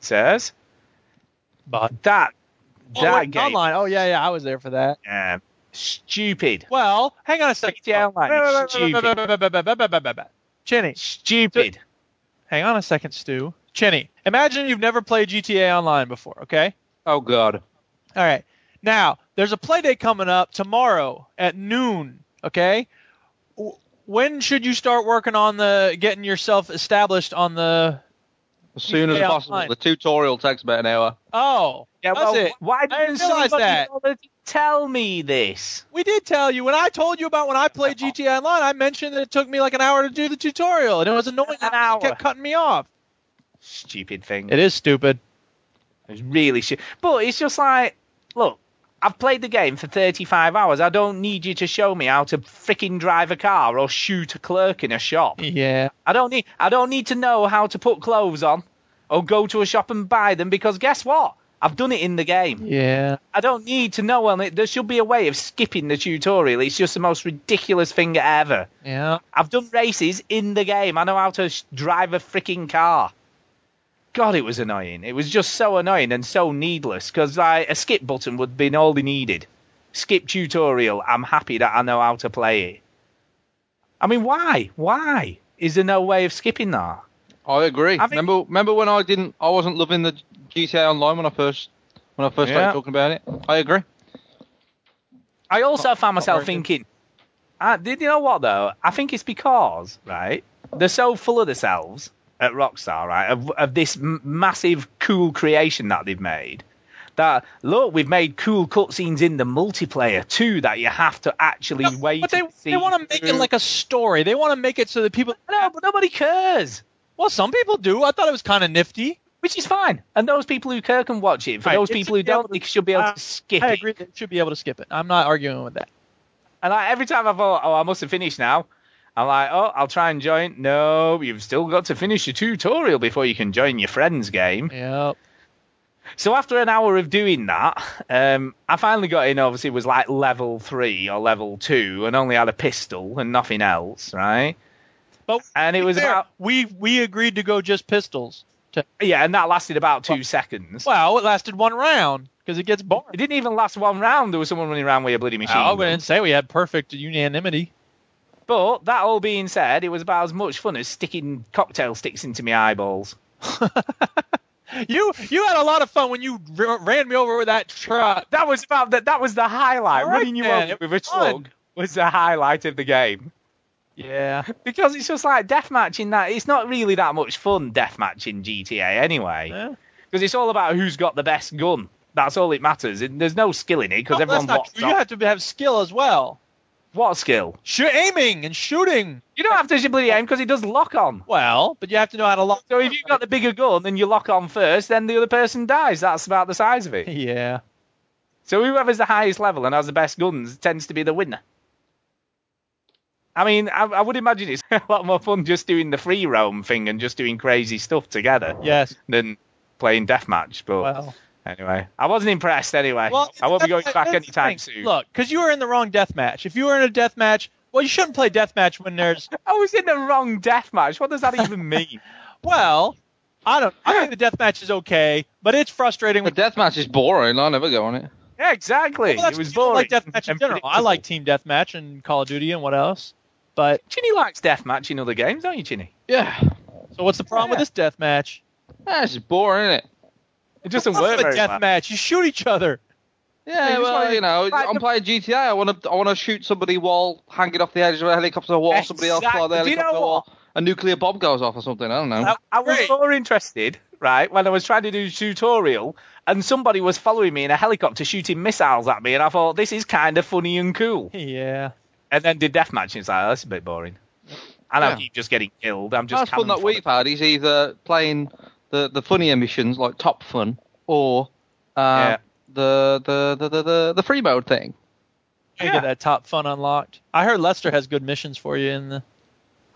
Says But that Oh, that wait, game online. Oh yeah, yeah. I was there for that. uh, stupid, Well, hang on a second. GTA Online is Wait, wait, wait, wait, wait, wait, wait, wait, wait, wait, wait, wait, wait, wait. Chinny, stupid. hang on a second, Stu. Chinny, imagine you've never played GTA Online before, okay? Oh God. All right. Now, there's a play day coming up tomorrow at noon, okay? W- When should you start working on the getting yourself established on the As soon as Yeah, possible. fine. The tutorial takes about an hour. Oh, Yeah, does well, it? why didn't I didn't realize somebody that. bother to tell me this? We did tell you when I told you about when I played GTA Online. I mentioned that it took me like an hour to do the tutorial, and it was annoying. An that you hour. kept cutting me off. Stupid thing. It is stupid. It's really shit. But it's just like, look, I've played the game for 35 hours. I don't need you to show me how to freaking drive a car or shoot a clerk in a shop. Yeah. I don't need I don't need to know how to put clothes on or go to a shop and buy them because guess what? I've done it in the game. Yeah. I don't need to know on it. There should be a way of skipping the tutorial. It's just the most ridiculous thing ever. Yeah. I've done races in the game. I know how to sh- drive a freaking car. God, it was annoying. It was just so annoying and so needless because like, a skip button would have been all they needed. Skip tutorial. I'm happy that I know how to play it. I mean, why? Why is there no way of skipping that? I agree. I think- remember, remember when I didn't, I wasn't loving the GTA Online when I first, when I first Yeah. started talking about it. I agree. I also found myself very good. thinking, uh, did you know what though? I think it's because right, they're so full of themselves at Rockstar, right, of, of this m- massive cool creation that they've made. That look, we've made cool cutscenes in the multiplayer too that you have to actually wait. But they and see they want to make it through. like a story. They want to make it so that people. no, but nobody cares, Well, some people do. I thought it was kind of nifty. which is fine. And those people who care can watch it. For Right, those it's- people who yeah, don't, they but- should be able I- to skip I it. agree. That you should be able to skip it. I'm not arguing with that. And like every time I thought, oh, I must have finished now. I'm like, oh, I'll try and join. No, you've still got to finish your tutorial before you can join your friend's game. Yeah. So after an hour of doing that, um, I finally got in. Obviously, it was like level three or level two, and only had a pistol and nothing else, right? But And it was there, about we we agreed to go just pistols. To, yeah, and that lasted about two seconds. well, it lasted one round because it gets boring. It didn't even last one round. There was someone running around with a bloody machine. Oh, we gun. didn't say we had perfect unanimity. But that all being said, it was about as much fun as sticking cocktail sticks into my eyeballs. You you had a lot of fun when you r- ran me over with that truck. That was about that. That was the highlight. All right, Running you then. over It with a was fun. truck was the highlight of the game Yeah. because it's just like deathmatch in that. It's not really that much fun deathmatch in GTA anyway Yeah. because it's all about who's got the best gun. That's all it matters. And there's no skill in it because No, everyone Oh, that's not walks true. You off. have to have skill as well. What skill? Shoot, aiming and shooting. You don't have to shoot bloody aim because it does lock on. Well, but you have to know how to lock. So if you've got the bigger gun and you lock on first, then the other person dies. That's about the size of it. Yeah. So whoever's the highest level and has the best guns tends to be the winner. I mean, I, I would imagine it's (laughs) a lot more fun just doing the free roam thing and just doing crazy stuff together Yes. than playing deathmatch. But Well. anyway, I wasn't impressed anyway. Well, I won't be going that's- back that's the anytime thing. soon. Look, because you were in the wrong death match. If you were in a death match, well, you shouldn't play death match (laughs) when there's. I was in the wrong deathmatch. What does that (laughs) even mean? Well, I don't. I think the death match is okay, but it's frustrating The when. deathmatch is boring. I never go on it. yeah, exactly. Well, that's it was because you don't boring. like death match in and general. I like predictable. team death match and Call of Duty and what else. But Chinny likes deathmatch in other games, don't you, Chinny? Yeah. so what's the problem with Yeah. this death match? That's boring, isn't it? It doesn't What's work the very death well. match? You shoot (laughs) each other. Yeah, just well, wanna- you know, like I'm the- playing GTA. I want to, I want to shoot somebody while hanging off the edge of a helicopter wall. Somebody else fly the Exactly. Do you know helicopter what? wall. A nuclear bomb goes off or something. I don't know. I, I was Great. more interested, right, when I was trying to do a tutorial and somebody was following me in a helicopter shooting missiles at me, and I thought, this is kind of funny and cool. Yeah. And then did deathmatch, and it's like, oh, that's a bit boring. And I Yeah. keep just getting killed. I'm just Most fun cannon that we've fodder. had is either playing the, the funny emissions like Top Fun or uh, Yeah. the, the, the, the, the the free mode thing. I Yeah. get that top fun unlocked. I heard Lester has good missions for you in the.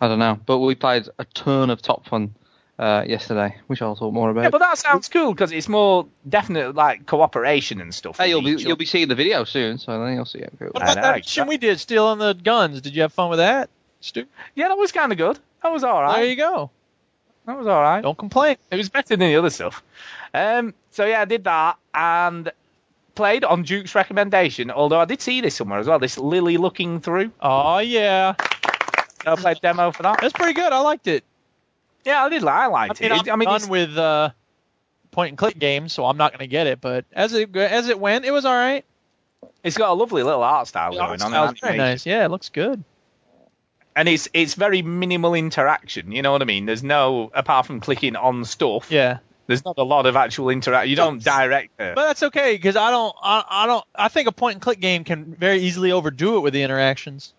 I don't know, but we played a ton of Top Fun uh, yesterday, which I'll talk more about. Yeah, but that sounds cool because it's more definite, like cooperation and stuff. with hey, you'll be each other. you'll be seeing the video soon, so then you'll see it. What I about know, that mission we did stealing the guns? Did you have fun with that, Stu? Yeah, that was kind of good. That was all There right. you go. That was all right. Don't complain. It was better than the other stuff. Um, so yeah, I did that and played on Duke's recommendation. Although I did see this somewhere as well. This Lily looking through. Oh yeah, So I played demo for that. that's pretty good. I liked it. Yeah, I did. I liked I mean, it. I'm I mean, it's- done with uh, point and click games, so I'm not going to get it. But as it as it went, it was all right. it's got a lovely little art style going on. Sounds and very animation. nice. Yeah, it looks good. and it's it's very minimal interaction. You know what I mean? There's no apart from clicking on stuff. Yeah, There's not a lot of actual interaction. You don't direct her. but that's okay because I don't I, I don't I think a point and click game can very easily overdo it with the interactions.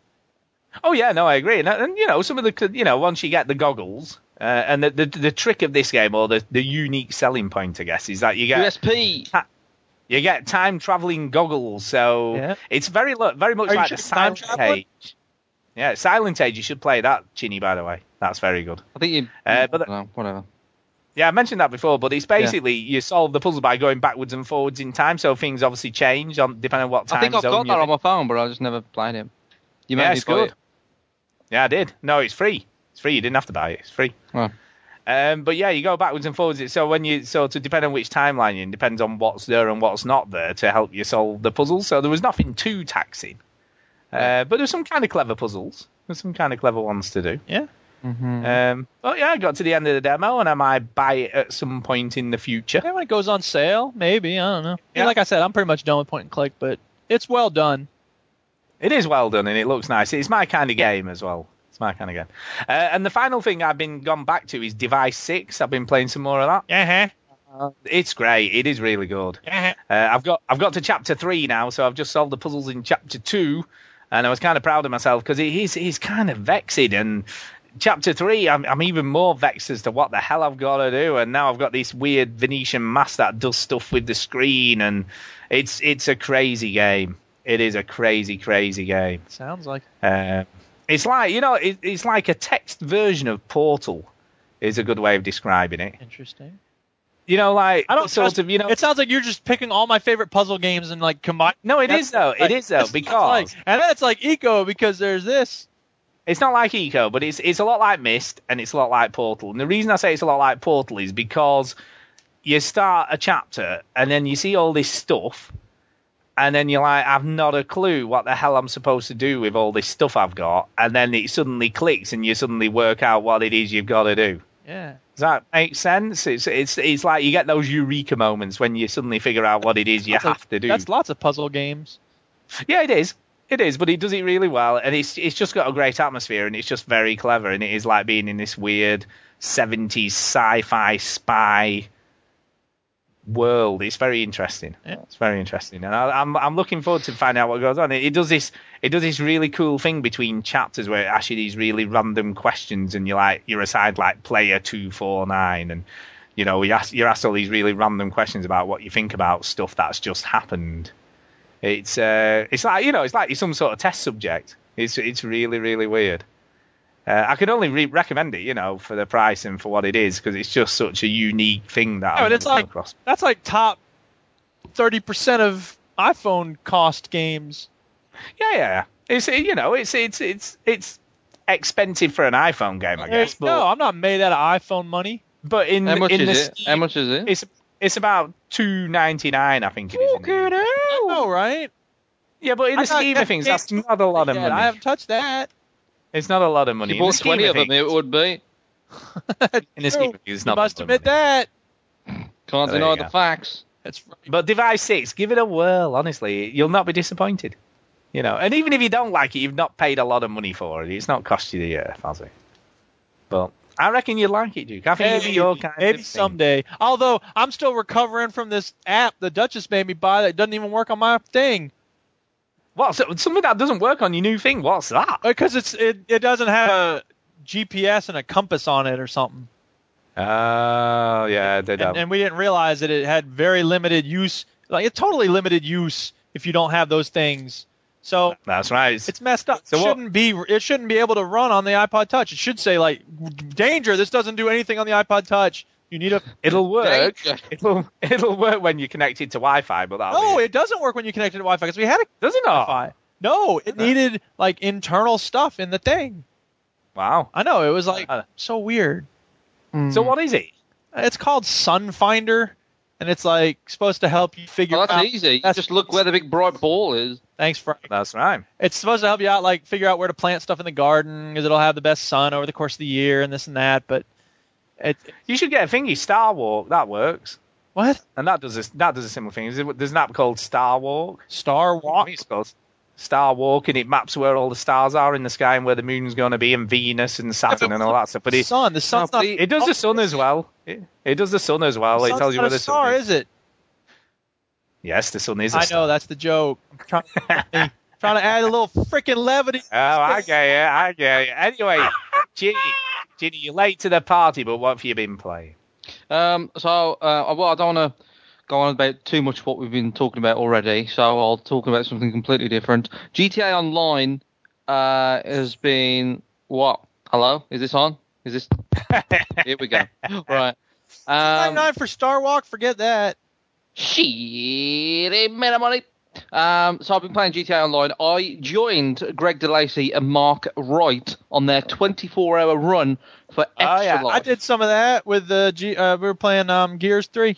oh yeah, no, I agree. And, and you know, some of the you know once you get the goggles. Uh, and the, the the trick of this game, or the, the unique selling point, I guess, is that you get USP. you get time traveling goggles. So Yeah. it's very lo- very much Are you like sure the it's time Silent traveling? Age. Yeah, Silent Age. You should play that, Chinny. By the way, that's very good. I think you. Uh, but- but whatever. Yeah, I mentioned that before, but it's basically you solve the puzzle by going backwards and forwards in time, so things obviously change on depending on what time I think I've zone got that you're on in. my phone, but I just never played it. You made Yeah, me it's buy good. it. Yeah, I did. No, it's free. It's free. You didn't have to buy it. It's free. Oh. Um, but yeah, you go backwards and forwards. So when you so to depend on which timeline you're in, depends on what's there and what's not there to help you solve the puzzle. So there was nothing too taxing, uh, but there's some kind of clever puzzles. There's some kind of clever ones to do. Yeah. Mhm. Um, but yeah, I got to the end of the demo, and I might buy it at some point in the future. Yeah, when it goes on sale, maybe I don't know. Yeah, Yeah. Like I said, I'm pretty much done with point and click, but it's well done. It is well done and it looks nice. It's my kind of game as well. It's my kind of game. Uh, and the final thing I've been gone back to is Device Six. I've been playing some more of that. Yeah, It's great. It is really good. yeah. Uh, I've got I've got to chapter three now, so I've just solved the puzzles in chapter two, and I was kind of proud of myself because he's he's kind of vexed and. Chapter three, I'm, I'm even more vexed as to what the hell I've got to do, and now I've got this weird Venetian mask that does stuff with the screen, and it's it's a crazy game. It is a crazy, crazy game. Sounds like Um, it's like you know, it, it's like a text version of Portal. Is a good way of describing it. interesting. You know, like I don't sort trust- of you know. It sounds like you're just picking all my favorite puzzle games and like combine. no, it is though. It is though That's- that's because like- and that's like eco because there's this. it's not like Eco, but it's it's a lot like Mist and it's a lot like Portal. And the reason I say it's a lot like Portal is because you start a chapter and then you see all this stuff, and then you're like, I've not a clue what the hell I'm supposed to do with all this stuff I've got, and then it suddenly clicks and you suddenly work out what it is you've got to do. Yeah. Does that make sense? It's it's it's like you get those eureka moments when you suddenly figure out what it is you That's a- have to do. That's lots of puzzle games. Yeah, it is. It is, but he does it really well, and it's it's just got a great atmosphere, and it's just very clever, and it is like being in this weird '70s sci-fi spy world. It's very interesting. Yeah. It's very interesting, and I, I'm I'm looking forward to finding out what goes on. It, it does this it does this really cool thing between chapters where it asks you these really random questions, and you're like you're assigned like player two four nine, and you know you ask, you're asked all these really random questions about what you think about stuff that's just happened. It's uh, it's like you know, it's like you're some sort of test subject. It's it's really really weird. Uh, I can only re- recommend it, you know, for the price and for what it is, because it's just such a unique thing that Yeah, I've but it's never come like- across. That's like top thirty percent of iPhone cost games. Yeah, yeah, yeah. It's it- you know, it's it's it's it's expensive for an iPhone game, I guess. But, no, I'm not made out of iPhone money. but in How much Mm, in is the it? scheme, How much is it? It's it's about two ninety nine, I think it is. in the UK. I know, right? Yeah, but in the I'm not- scheme of things, that's not a lot of Yeah, money. I haven't touched that. It's not a lot of money. you In the bought scheme twenty of of them, things, it would be. (laughs) in the scheme of things, it's not you must a lot of admit money. that. Can't There deny you the go. facts. That's right. But Device 6, give it a whirl, honestly. You'll not be disappointed. You know, and even if you don't like it, you've not paid a lot of money for it. It's not cost you the earth, has it? But I reckon you'd like it, Duke. I think it'd be Maybe, your kind maybe of thing. someday. Although I'm still recovering from this app the Duchess made me buy that doesn't even work on my thing What's something that doesn't work on your new thing? What's that? because Oh, it's it, it doesn't have a GPS and a compass on it or something. Oh, yeah, they and, don't. and we didn't realize that it had very limited use like it's totally limited use if you don't have those things so That's right. it's messed up So it what- shouldn't be it shouldn't be able to run on the ipod touch it should say like danger this doesn't do anything on the ipod touch you need a It'll work. Danger. It'll it'll work when you're connected to Wi-Fi, but that'll no be it doesn't work when you connect it to wi-fi because we had a does it not? Oh, wi-fi no it needed like internal stuff in the thing Wow. i know it was like Uh. so weird So what is it? it's called sunfinder and it's like supposed to help you figure Oh, that's out easy. You that's- just look where the big bright ball is. thanks frank That's right. it's supposed to help you out like figure out where to plant stuff in the garden because it'll have the best sun over the course of the year and this and that but It, You should get a thingy, Star Walk. That works. what? And that does a, that does a similar thing. There's a- There's an app called Star Walk. Star Walk? It's called Star Walk, and it maps where all the stars are in the sky and where the moon's going to be, and Venus and Saturn and all that stuff. But The it, sun. The sun's No, not. Oh, but it- it does the sun as well. It, it does the sun as well. It sun's tells you not where a the sun star, is. is it? Yes, the sun is. a I star. know that's the joke. I'm trying, (laughs) trying to add a little freaking levity. Oh, I get you. (laughs) I get you. Anyway, Ginny, Ginny, you're late to the party, but what have you been playing? Um, so, uh, well, I don't want to go on about too much what we've been talking about already, so I'll talk about something completely different. GTA Online uh, has been. What? Hello? Is this on? Is this. Here we go. right. Nine Um, nine for Star Walk. Forget that. shit, amen, I'm on it. Um, so I've been playing GTA Online. I joined Greg DeLacy and Mark Wright on their 24-hour run for Extra Oh, yeah, Life. I did some of that with the G, uh, we were playing um, Gears Three.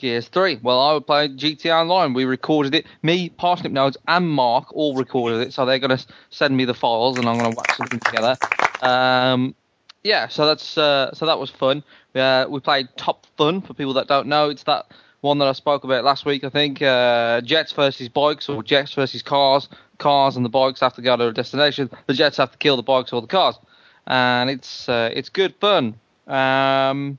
GS3. Well, I would play GTA Online. We recorded it. Me, Parsnip Nodes, and Mark all recorded it. So they're going to send me the files, and I'm going to whack something together. Um, yeah. So that's uh, so that was fun. Uh, we played Top Fun for people that don't know. It's that one that I spoke about last week. I think uh, jets versus bikes, or jets versus cars. Cars and the bikes have to go to a destination. The jets have to kill the bikes or the cars, and it's uh, it's good fun. Um,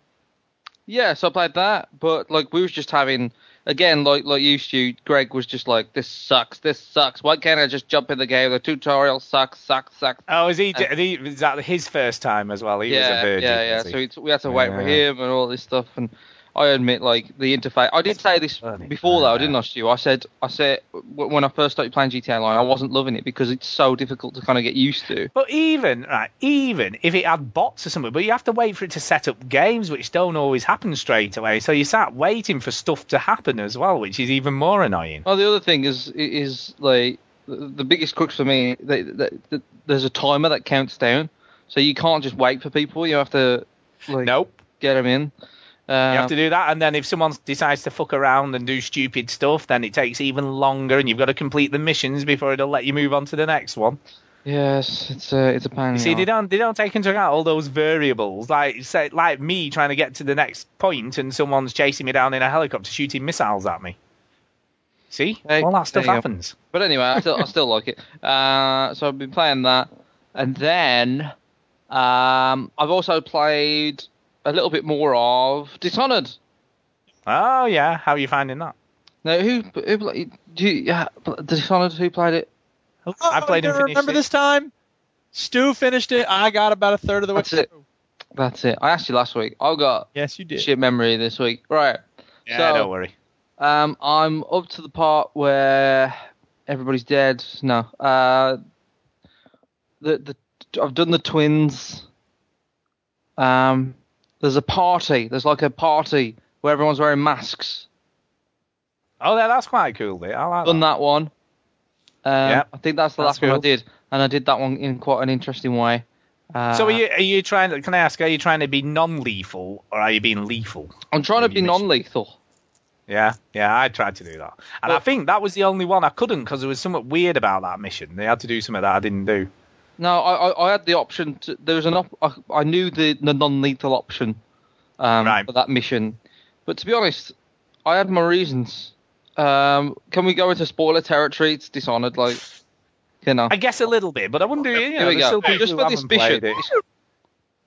yeah, so I played that, but like we was just having again, like like you, Stu, Greg was just like, "This sucks, this sucks. Why can't I just jump in the game? The tutorial sucks, sucks, sucks." Oh, is he? Uh, he is that his first time as well? He was a yeah, virgin. yeah, yeah. was So he? it's, we had to wait for Yeah. him and all this stuff. And I admit, like the interface. I did say this Bloody before, though, hell. didn't I, Stu? I said, I said w- when I first started playing GTA Online, I wasn't loving it because it's so difficult to kind of get used to. But even right, even if it had bots or something, but you have to wait for it to set up games, which don't always happen straight away. So you sat waiting for stuff to happen as well, which is even more annoying. Well, the other thing is is like the- the biggest crux for me. That, that, that there's a timer that counts down, so you can't just wait for people. You have to like Nope, get them in. Uh, you have to do that, and then if someone decides to fuck around and do stupid stuff, then it takes even longer, and you've got to complete the missions before it'll let you move on to the next one. Yes, it's a it's a pain. in You the see, they arse. don't they don't take into account all those variables, like say, like me trying to get to the next point, and someone's chasing me down in a helicopter shooting missiles at me. See, Hey, all that there stuff you go. happens. But anyway, I still I still like it. Uh, so I've been playing that, and then um, I've also played a little bit more of Dishonored. Oh yeah, how are you finding that? Now, who who pla- do you, yeah, Dishonored? Who played it? I Oh, played you and finished Remember it. this time? Stu finished it. I got about a third of the way. That's it. through. That's it. I asked you last week. I got Yes, you did. shit memory this week. Right. Yeah, So- don't worry. Um, I'm up to the part where everybody's dead. No. Uh, the the I've done the twins. Um, there's a party. There's like a party where everyone's wearing masks. Oh, yeah, that's quite cool. Bit. I like Done that. that one. Um, Yeah, I think that's the that's last one I cool. did, and I did that one in quite an interesting way. Uh, So are you are you trying? To, can I ask? Are you trying to be non-lethal or are you being lethal? Uh, I'm trying to you be missed- non-lethal. Yeah, yeah, I tried to do that, and I Well- think that was the only one I couldn't because there was something weird about that mission. They had to do something that I didn't do. No, I, I, I had the option. To, there was an op- I, I knew the, the non-lethal option um, Right. for that mission, but to be honest, I had my reasons. Um, can we go into spoiler territory? It's Dishonored, like you know. I guess a little bit, but I wouldn't do it. You Here know, we there's go. still people Just who for haven't this mission, played (laughs) it. this,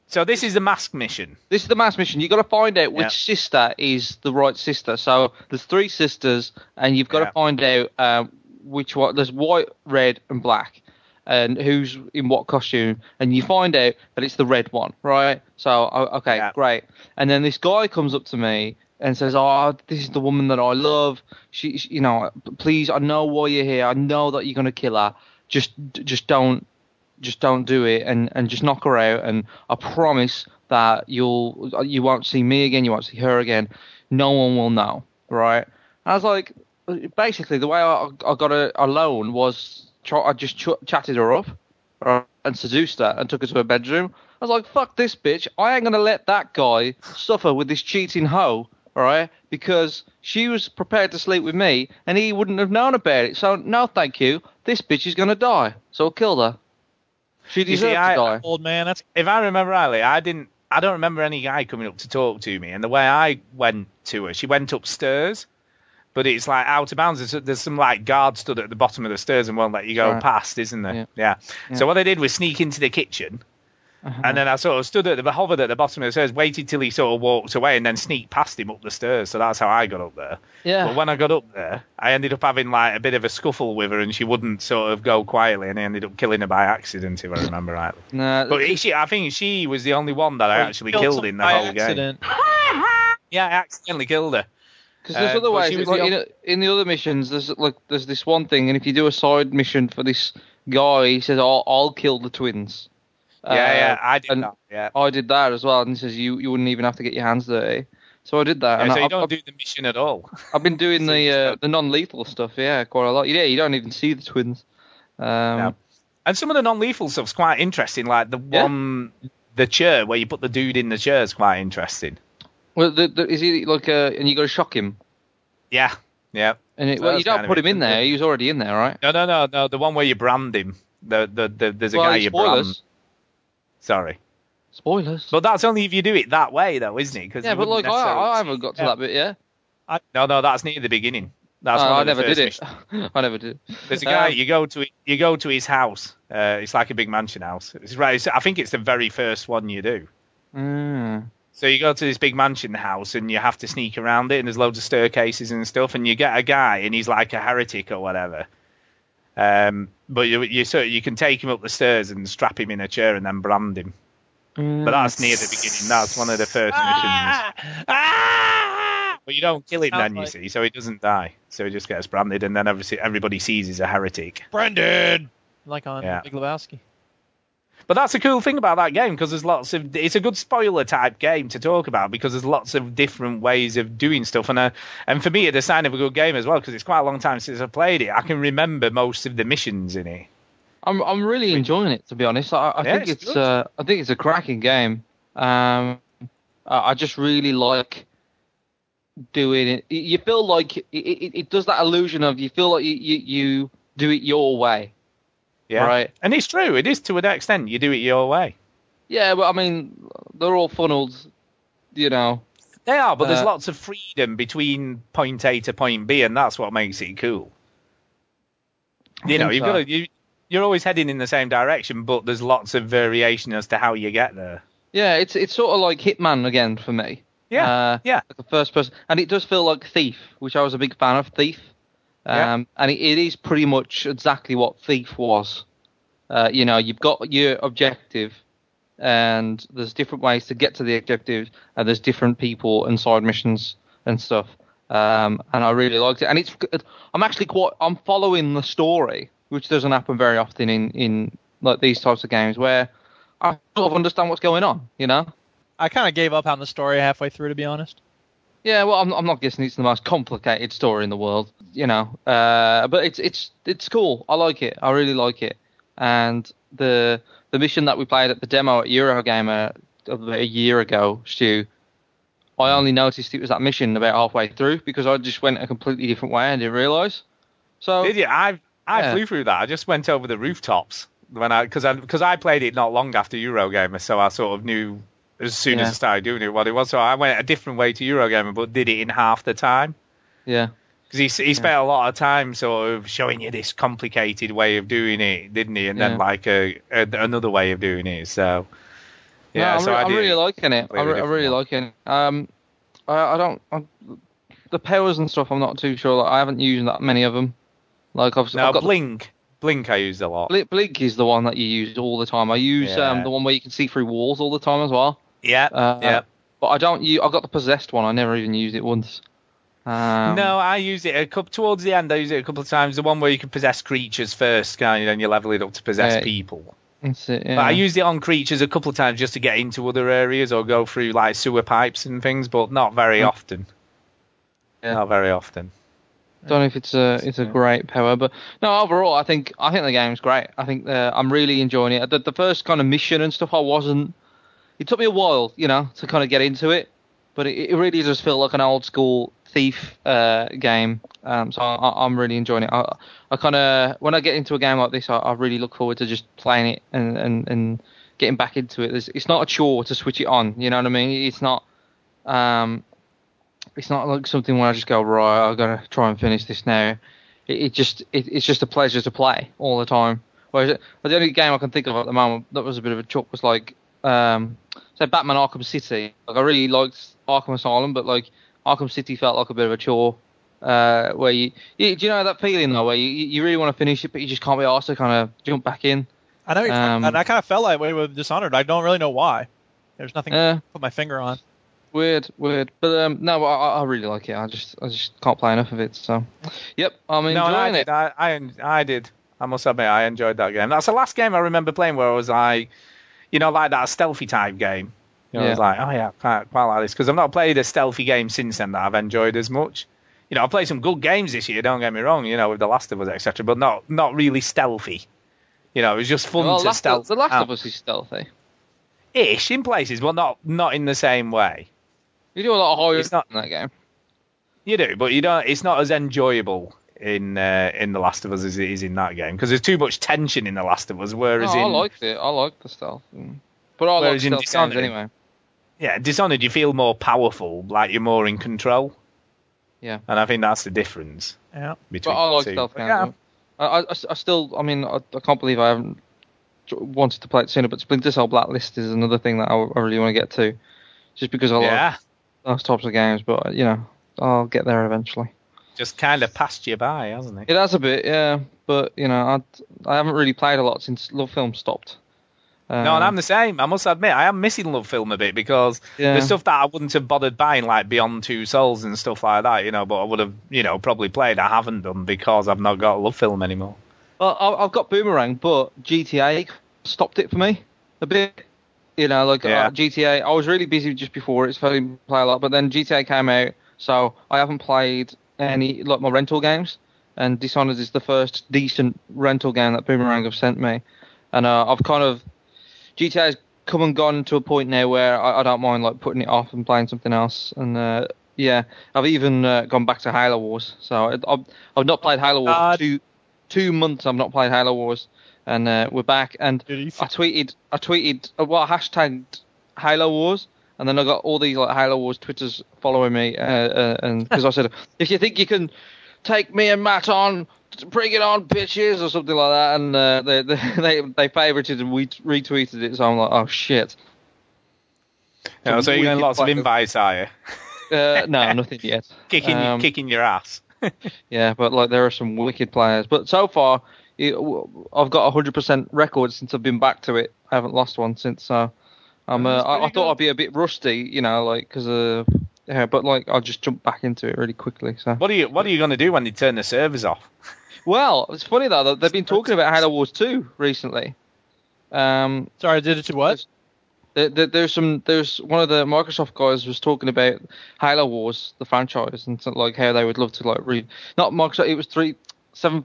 So this is the mask mission. this is the mass mission. You've got to find out which Yeah. sister is the right sister. So there's three sisters, and you've got Yeah. to find out um, which one. There's white, red, and black, and who's in what costume. And you find out that it's the red one, right? So o- okay, Yeah. great. And then this guy comes up to me and says, "Oh, this is the woman that I love. She, she- you know, please, I know why you're here. I know that you're gonna kill her. Just, just don't." just don't do it and, and just knock her out and I promise that you'll you won't see me again, you won't see her again. No one will know, right? I was like, basically the way I, I got a, a loan was tr- I just ch- chatted her up right, and seduced her and took her to her bedroom. I was like, fuck this bitch, I ain't gonna let that guy suffer with this cheating hoe, right? Because she was prepared to sleep with me and he wouldn't have known about it. So no, thank you. This bitch is gonna die, so I killed her. She You see, deserved to I- die. Old man, that's If I remember rightly, I didn't. I don't remember any guy coming up to talk to me. And the way I went to her, she went upstairs, but it's like out of bounds. There's, there's some like guard stood at the bottom of the stairs and won't let you go Right. past, isn't there? Yeah. Yeah. Yeah. Uh-huh. So what I did was sneak into the kitchen. And then I sort of stood at the hovered at the bottom of the stairs, waited till he sort of walked away, and then sneaked past him up the stairs. So that's how I got up there. Yeah. But when I got up there, I ended up having like a bit of a scuffle with her, and she wouldn't sort of go quietly, and I ended up killing her by accident, if I remember rightly. Nah, But she, I think she was the only one that I Oh, Or you actually Ah, killed in the by whole game. accident. Yeah, I accidentally killed her. Because there's Uh, other but ways. she was Like, the in, op- in the other missions, there's like there's this one thing, and if you do a side mission for this guy, he says, "I'll, I'll kill the twins." Yeah, yeah, I did Uh, and that. Yeah. Oh, I did that as well, and he says, "You you wouldn't even have to get your hands dirty." So I did that, Yeah, and so I, you have don't do the mission at all. I've been doing so you the just uh, don't- the non-lethal stuff, yeah, quite a lot. Yeah, you don't even see the twins. Um, No. And some of the non-lethal stuff's quite interesting. Like the Yeah. one, the chair where you put the dude in the chair is quite interesting. Well, the, the, is he like, uh, and you got to shock him, Yeah, yeah. and it, So well, that's you don't kind of put him in there. interesting. He was already in there, right? No, no, no, no. The one where you brand him. The, the, the, there's a well, guy you brand. spoilers, Sorry, spoilers. but that's only if you do it that way, though, isn't it? 'Cause yeah, you but wouldn't like, I, I necessarily- haven't got to Yeah. that bit yet. No, no, that's near the beginning. That's Oh, one I of the never first did it. missions. (laughs) I never did. There's a guy. Um, you go to you go to his house. Uh, it's like a big mansion house. It's right. It's, I think it's the very first one you do. mm, So you go to this big mansion house and you have to sneak around it, and there's loads of staircases and stuff, and you get a guy and he's like a heretic or whatever. Um, but you you sort you can take him up the stairs and strap him in a chair and then brand him. But that's near the beginning. That's one of the first missions. Ah! But you don't kill him Sounds then, you like- see, so he doesn't die. So he just gets branded, and then obviously everybody sees he's a heretic. Brendan. Like on Yeah. Big Lebowski. But that's the cool thing about that game because there's lots of it's a good spoiler type game to talk about because there's lots of different ways of doing stuff and uh, and for me it's a sign of a good game as well because it's quite a long time since I played it. I can remember most of the missions in it. I'm I'm really enjoying it to be honest. I, I Yeah, think it's it's, good. uh, I think it's a cracking game. Um, I I just really like doing it. Y- You feel like it, it, it does that illusion of you feel like you, you, you do it your way. Yeah, Right. And it's true. It is to an extent. You do it your way. Yeah, but I mean they're all funneled, you know. They are, but there's Uh, lots of freedom between point A to point B, and that's what makes it cool. You know, think you've so. got to, you you're always heading in the same direction, but there's lots of variation as to how you get there. Yeah, it's it's sort of like Hitman again for me. Yeah, Uh, yeah. Like a first person, and it does feel like Thief, which I was a big fan of Thief. Um, Yeah. And it, it is pretty much exactly what Thief was. Uh, you know, you've got your objective, and there's different ways to get to the objective, and there's different people and side missions and stuff. Um, and I really liked it. And it's I'm actually quite I'm following the story, which doesn't happen very often in in like these types of games where I sort of understand what's going on. You know. I kind of gave up on the story halfway through, to be honest. Yeah, well, I'm, I'm not guessing it's the most complicated story in the world, you know. Uh, but it's it's it's cool. I like it. I really like it. And the the mission that we played at the demo at Eurogamer of a year ago, Stu, I only noticed it was that mission about halfway through because I just went a completely different way and didn't realise. So Did you? I I Oh. Yeah. flew through that. I just went over the rooftops when I because I because I played it not long after Eurogamer, so I sort of knew as soon as I Yeah. started doing it what it was. So I went a different way to Eurogamer, but did it in half the time yeah, because he s- he spent a lot of time sort of showing you this complicated way of doing it, didn't he? And Yeah. then like a, a another way of doing it. So yeah, No, I'm, so re- I I'm did really it. liking it. I, completely re- I different really one. like it. Um, I, I don't i the powers and stuff. I'm not too sure. Like, I haven't used that many of them. Like I've, Now I've got the blink blink I used a lot. Blink, Blink is the one that you use all the time. I use Yeah. um, the one where you can see through walls all the time as well. Yeah, Uh, yeah. But I don't. u- I got the possessed one. I never even used it once. Um, no, I used it a couple towards the end. I used it a couple of times. The one where you can possess creatures first, can you? Then you level it up to possess Yeah. people. that's it, yeah. But I used it on creatures a couple of times just to get into other areas or go through like sewer pipes and things, but not very Hmm. often. Yeah. Not very often. don't know if it's a it's a great power, but no. Overall, I think I think the game's great. I think uh, I'm really enjoying it. The, the first kind of mission and stuff, I wasn't. It took me a while, you know, to kind of get into it, but it, it really does feel like an old school thief uh, game. Um, so I, I'm really enjoying it. I, I kind of when I get into a game like this, I, I really look forward to just playing it and and, and getting back into it. There's, it's not a chore to switch it on. You know what I mean? It's not. Um, it's not like something where I just go right. I'm gonna try and finish this now. It, it just it, it's just a pleasure to play all the time. Whereas uh, the only game I can think of at the moment that was a bit of a chuck was like um, so Batman Arkham City. Like I really liked Arkham Asylum, but like Arkham City felt like a bit of a chore. Uh, where you, you do you know that feeling though, where you, you really want to finish it, but you just can't be asked to kind of jump back in. I know, what you're talking Um, about, and I kind of felt that way with Dishonored. I don't really know why. There's nothing Yeah. to put my finger on. Weird, weird, but um, no, I, I- I really like it. I just, I just can't play enough of it. So, yep, I'm enjoying No, and I it. did. I, I, en- I did. I must admit, I enjoyed that game. That's the last game I remember playing where I was like, you know, like that stealthy type game. You know, I was Yeah. like, oh yeah, quite, quite like this because I've not played a stealthy game since then that I've enjoyed as much. You know, I played some good games this year. Don't get me wrong. You know, with The Last of Us, etc., but not not really stealthy. You know, it was just fun Well, to Last of- stealth. the Last out. of Us is stealthy. ish in places, but not not in the same way. You do a lot of horror It's not- in that game. You do, but you don't. It's not as enjoyable in uh, in The Last of Us as it is in that game because there's too much tension in The Last of Us. No, Whereas Oh, I in liked it. I liked the stealth, Mm. but I like Whereas in stealth games Dishonored- anyway. yeah, Dishonored, you feel more powerful, like you're more in control, Yeah, and I think that's the difference Yeah. between. but I like the two. stealth games. Yeah, I, I- I s- I still, I mean, I, I can't believe I haven't j- wanted to play it sooner. But Splinter Cell Blacklist is another thing that I, I really want to get to, just because I like yeah, those types of games. But you know, I'll get there eventually. just kind of passed you by, hasn't it? It has a bit, yeah. But you know, I I haven't really played a lot since Love Film stopped. Um, No, and I'm the same. I must admit, I am missing Love Film a bit because Yeah. there's stuff that I wouldn't have bothered buying, like Beyond Two Souls and stuff like that, you know, but I would have, you know, probably played. I haven't done because I've not got Love Film anymore. Well, I- I've got Boomerang, but GTA stopped it for me a bit. You know, like Yeah. uh, GTA, I was really busy just before it, so I didn't play a lot. But then GTA came out, so I haven't played any like my rental games. And Dishonored is the first decent rental game that Boomerang have sent me, and uh, I've kind of GTA's come and gone to a point now where I, I don't mind like putting it off and playing something else. And uh, yeah, I've even uh, gone back to Halo Wars. So I- I've, I've not played Halo Wars for God. two two months. I've not played Halo Wars, and uh, we're back. And Good Ethan. I tweeted, I tweeted, uh, well, I hashtagged Halo Wars, and then I got all these like Halo Wars twitters following me, uh, uh, and because I said, (laughs) if you think you can take me and Matt on. Bring it on, bitches, or something like that, and uh, they (laughs) they they, they favorited and we retweeted it. So I'm like, oh shit. You know, so you're we getting could lots of play- invites, are you? (laughs) Uh, no, nothing yet. Kicking, Um, kicking your ass. Yeah, but like there are some wicked players. But so far, it, w- I've got a hundred percent record since I've been back to it. I haven't lost one since. So I'm. Uh, That's I, I pretty thought good. I'd be a bit rusty, you know, like because uh, yeah, but like I just jumped back into it really quickly. So What are you What are you going to do when they turn the servers off? well, it's funny though that they've been talking about Halo Wars two recently. Um, Sorry, I did it to what? There, there, there's some. There's one of the Microsoft guys was talking about Halo Wars, the franchise, and so, like how they would love to like re. Not Microsoft. It was three seven.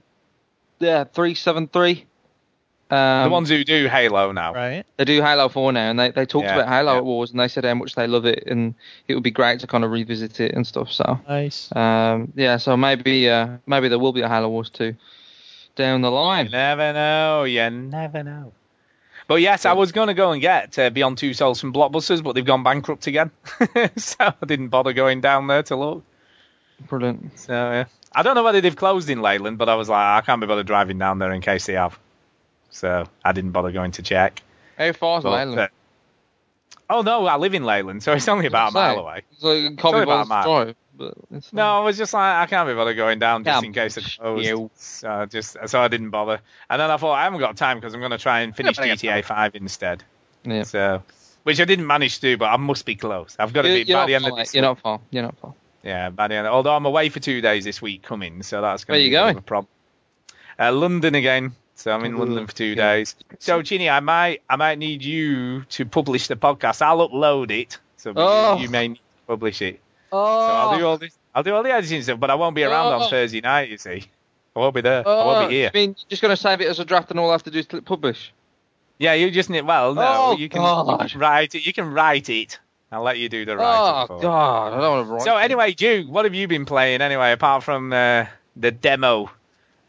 Yeah, three seven three. Um, the ones who do Halo now. Right. they do Halo Four now, and they, they talked Yeah, about Halo yeah. Wars, and they said how much they love it, and it would be great to kind of revisit it and stuff. So, Nice. um, yeah, so maybe uh, maybe there will be a Halo Wars two down the You line. never know. You never know. But yes, I was going to go and get uh, Beyond Two Souls from Blockbusters, but they've gone bankrupt again, (laughs) so I didn't bother going down there to look. Brilliant. So yeah, I don't know whether they've closed in Leyland, but I was like, "Ah, I can't be bothered driving down there in case they have. So I didn't bother going to check. How far is But, Leyland? uh, oh no, I live in Leyland, so it's only about a mile away. It's like can't only be about a bothered mile. to drive, but it's No, I was just like, I can't be bothered going down just Yeah, in case it psh, closed. you. So I just so I didn't bother. And then I thought I haven't got time because I'm going to try and finish but I got GTA 5 instead. Yeah. So, which I didn't manage to do, but I must be close. I've got to You're, be you're by not the end far, of this. mate. You're week. not far. You're not far. Yeah, by the end. Although I'm away for two days this week coming, so that's going Where to you be a bit going? of a problem. Uh, London again. So I'm in Ooh, London for two yeah. days. So Chini, I might I might need you to publish the podcast. I'll upload it. So Oh. you, you may need to publish it. Oh, So I'll do all this. I'll do all the editing stuff, but I won't be around Oh. on Thursday night. You see, I won't be there. I Oh, won't be here. I oh, mean, you're just going to save it as a draft and all I have to do is click publish. Yeah, you just need. Well, no, Oh, you can God. write it. You can write it. I'll let you do the oh, writing. for it. God. I don't want to write. So it. anyway, Duke, what have you been playing anyway, apart from uh, the demo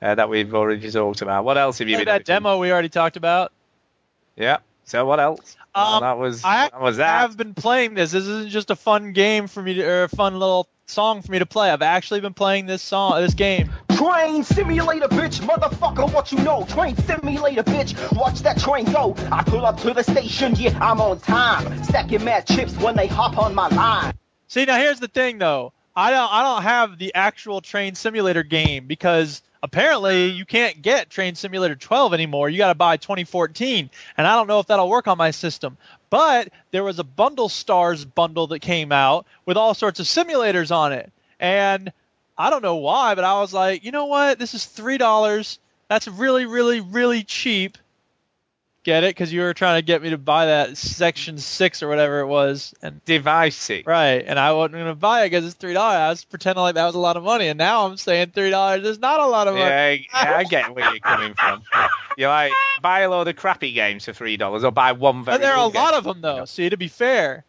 uh, that we've already talked about? What else have you been? up that to? demo we already talked about. Yeah. So what else? Um, Well, that was I that was that. have been playing this. This isn't just a fun game for me to, or a fun little song for me to play. I've actually been playing this song, this game. Train simulator, bitch, motherfucker, what you know? Train simulator, bitch, watch that train go. I pull up to the station, yeah, I'm on time. Stacking mad chips when they hop on my line. See, now here's the thing, though. I don't, I don't have the actual Train Simulator game because apparently you can't get Train Simulator 12 anymore. You got to buy 2014, and I don't know if that'll work on my system. But there was a Bundle Stars bundle that came out with all sorts of simulators on it, and I don't know why, but I was like, you know what? This is three dollars. That's really, really, really cheap. Get it? Because you were trying to get me to buy that Section Six or whatever it was, and Device Six. Right, and I wasn't gonna buy it because it's three dollars. I was pretending like that was a lot of money, and now I'm saying three dollars is not a lot of Yeah, money. I, I get where you're coming (laughs) from. You're like buy a load of crappy games for three dollars, or buy one very. But there are a good game. lot of them though. See, to be fair,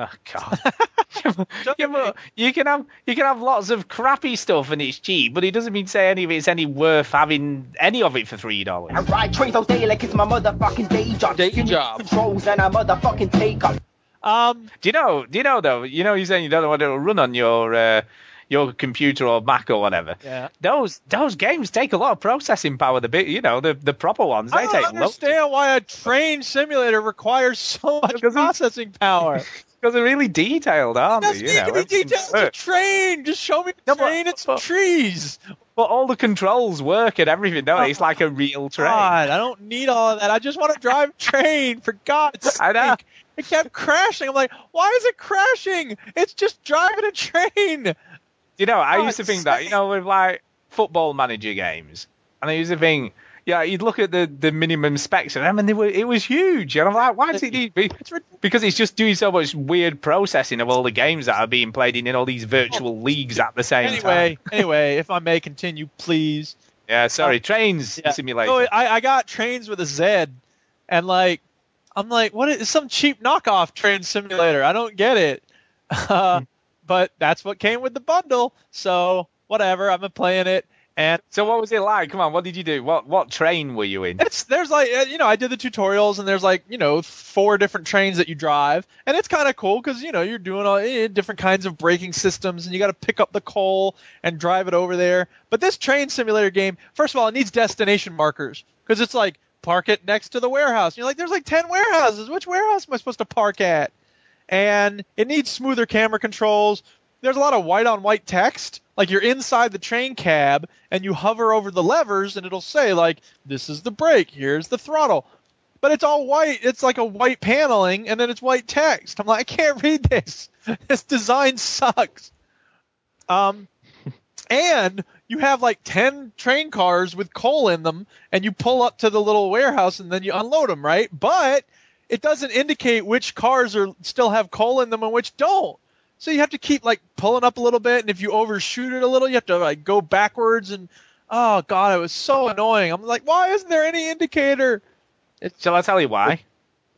Oh (laughs) God! Yeah, but you can have you can have lots of crappy stuff and it's cheap, but it doesn't mean say any of it's any worth having any of it for three dollars. I ride trains all day like it's my motherfucking day job. Day job. Controls and I motherfucking take off. Um, do you know? Do you know though? You know, you're saying you don't know what it'll run on your uh, your computer or Mac or whatever. Yeah. Those those games take a lot of processing power. The bit you know the the proper ones they Oh, I take don't loads. understand why a train simulator requires so much processing power. Because they're really detailed, aren't That's they? You know, even everything details works. of train. Just show me the train and some trees. But all the controls work and everything, don't they? It's like a real train. God, I don't need all of that. I just want to drive train for God's sake. I know. It kept crashing. I'm like, why is it crashing? It's just driving a train. You know, Oh, I used to think that, you know, with like football manager games, and I used to think, yeah, you'd look at the, the minimum specs of them, and they were it was huge, and I'm like, why does it need? (laughs) Be? Because it's just doing so much weird processing of all the games that are being played in, in all these virtual leagues at the same time. Anyway, (laughs) anyway, if I may continue, please. Yeah, sorry, trains Yeah. simulator. So I, I got trains with a Z, and like, I'm like, what is it's some cheap knockoff train simulator? I don't get it. (laughs) Uh, but that's what came with the bundle. So whatever, I've been playing it. And so what was it like? Come on, what did you do? What what train were you in? It's there's like uh, you know I did the tutorials and there's like you know four different trains that you drive and it's kind of cool because you know you're doing all eh, different kinds of braking systems and you got to pick up the coal and drive it over there. But this train simulator game, first of all, it needs destination markers because it's like park it next to the warehouse. And you're like, there's like ten warehouses. Which warehouse am I supposed to park at? and it needs smoother camera controls. There's a lot of white on white text. Like you're inside the train cab and you hover over the levers and it'll say like this is the brake, here's the throttle. But it's all white. It's like a white paneling and then it's white text. I'm like I can't read this. (laughs) This design sucks. Um and you have like 10 train cars with coal in them and you pull up to the little warehouse and then you unload them, right? But it doesn't indicate which cars are still have coal in them and which don't. So you have to keep like pulling up a little bit, and if you overshoot it a little, you have to like go backwards. And oh god, it was so annoying. I'm like, why isn't there any indicator? Shall I tell you why?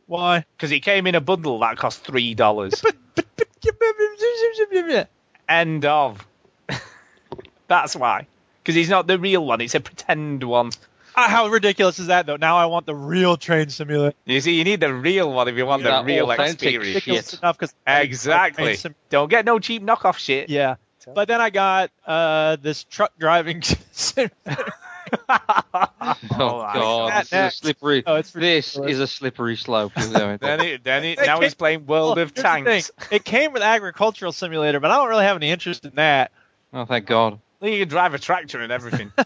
Why? Because it came in a bundle that cost three (laughs) dollars. End of. (laughs) That's why. Because it's not the real one; it's a pretend one. Ah, how ridiculous is that though? Now I want the real train simulator. You see, you need the real one if you want the That real authentic experience. ridiculous enough 'cause I- I exactly. made some- Don't get no cheap knockoff shit. Yeah. But then I got uh, this truck driving (laughs) simulator. Oh, God, That this is a next. slippery. Oh, it's this is a slippery slope. (laughs) Isn't it? Then, it, (laughs) then it, It now came- he's playing World Well, of oh, here's the thing. (laughs) Tanks. It came with agricultural simulator, but I don't really have any interest in that. Oh, thank God. You can drive a tractor and everything. (laughs)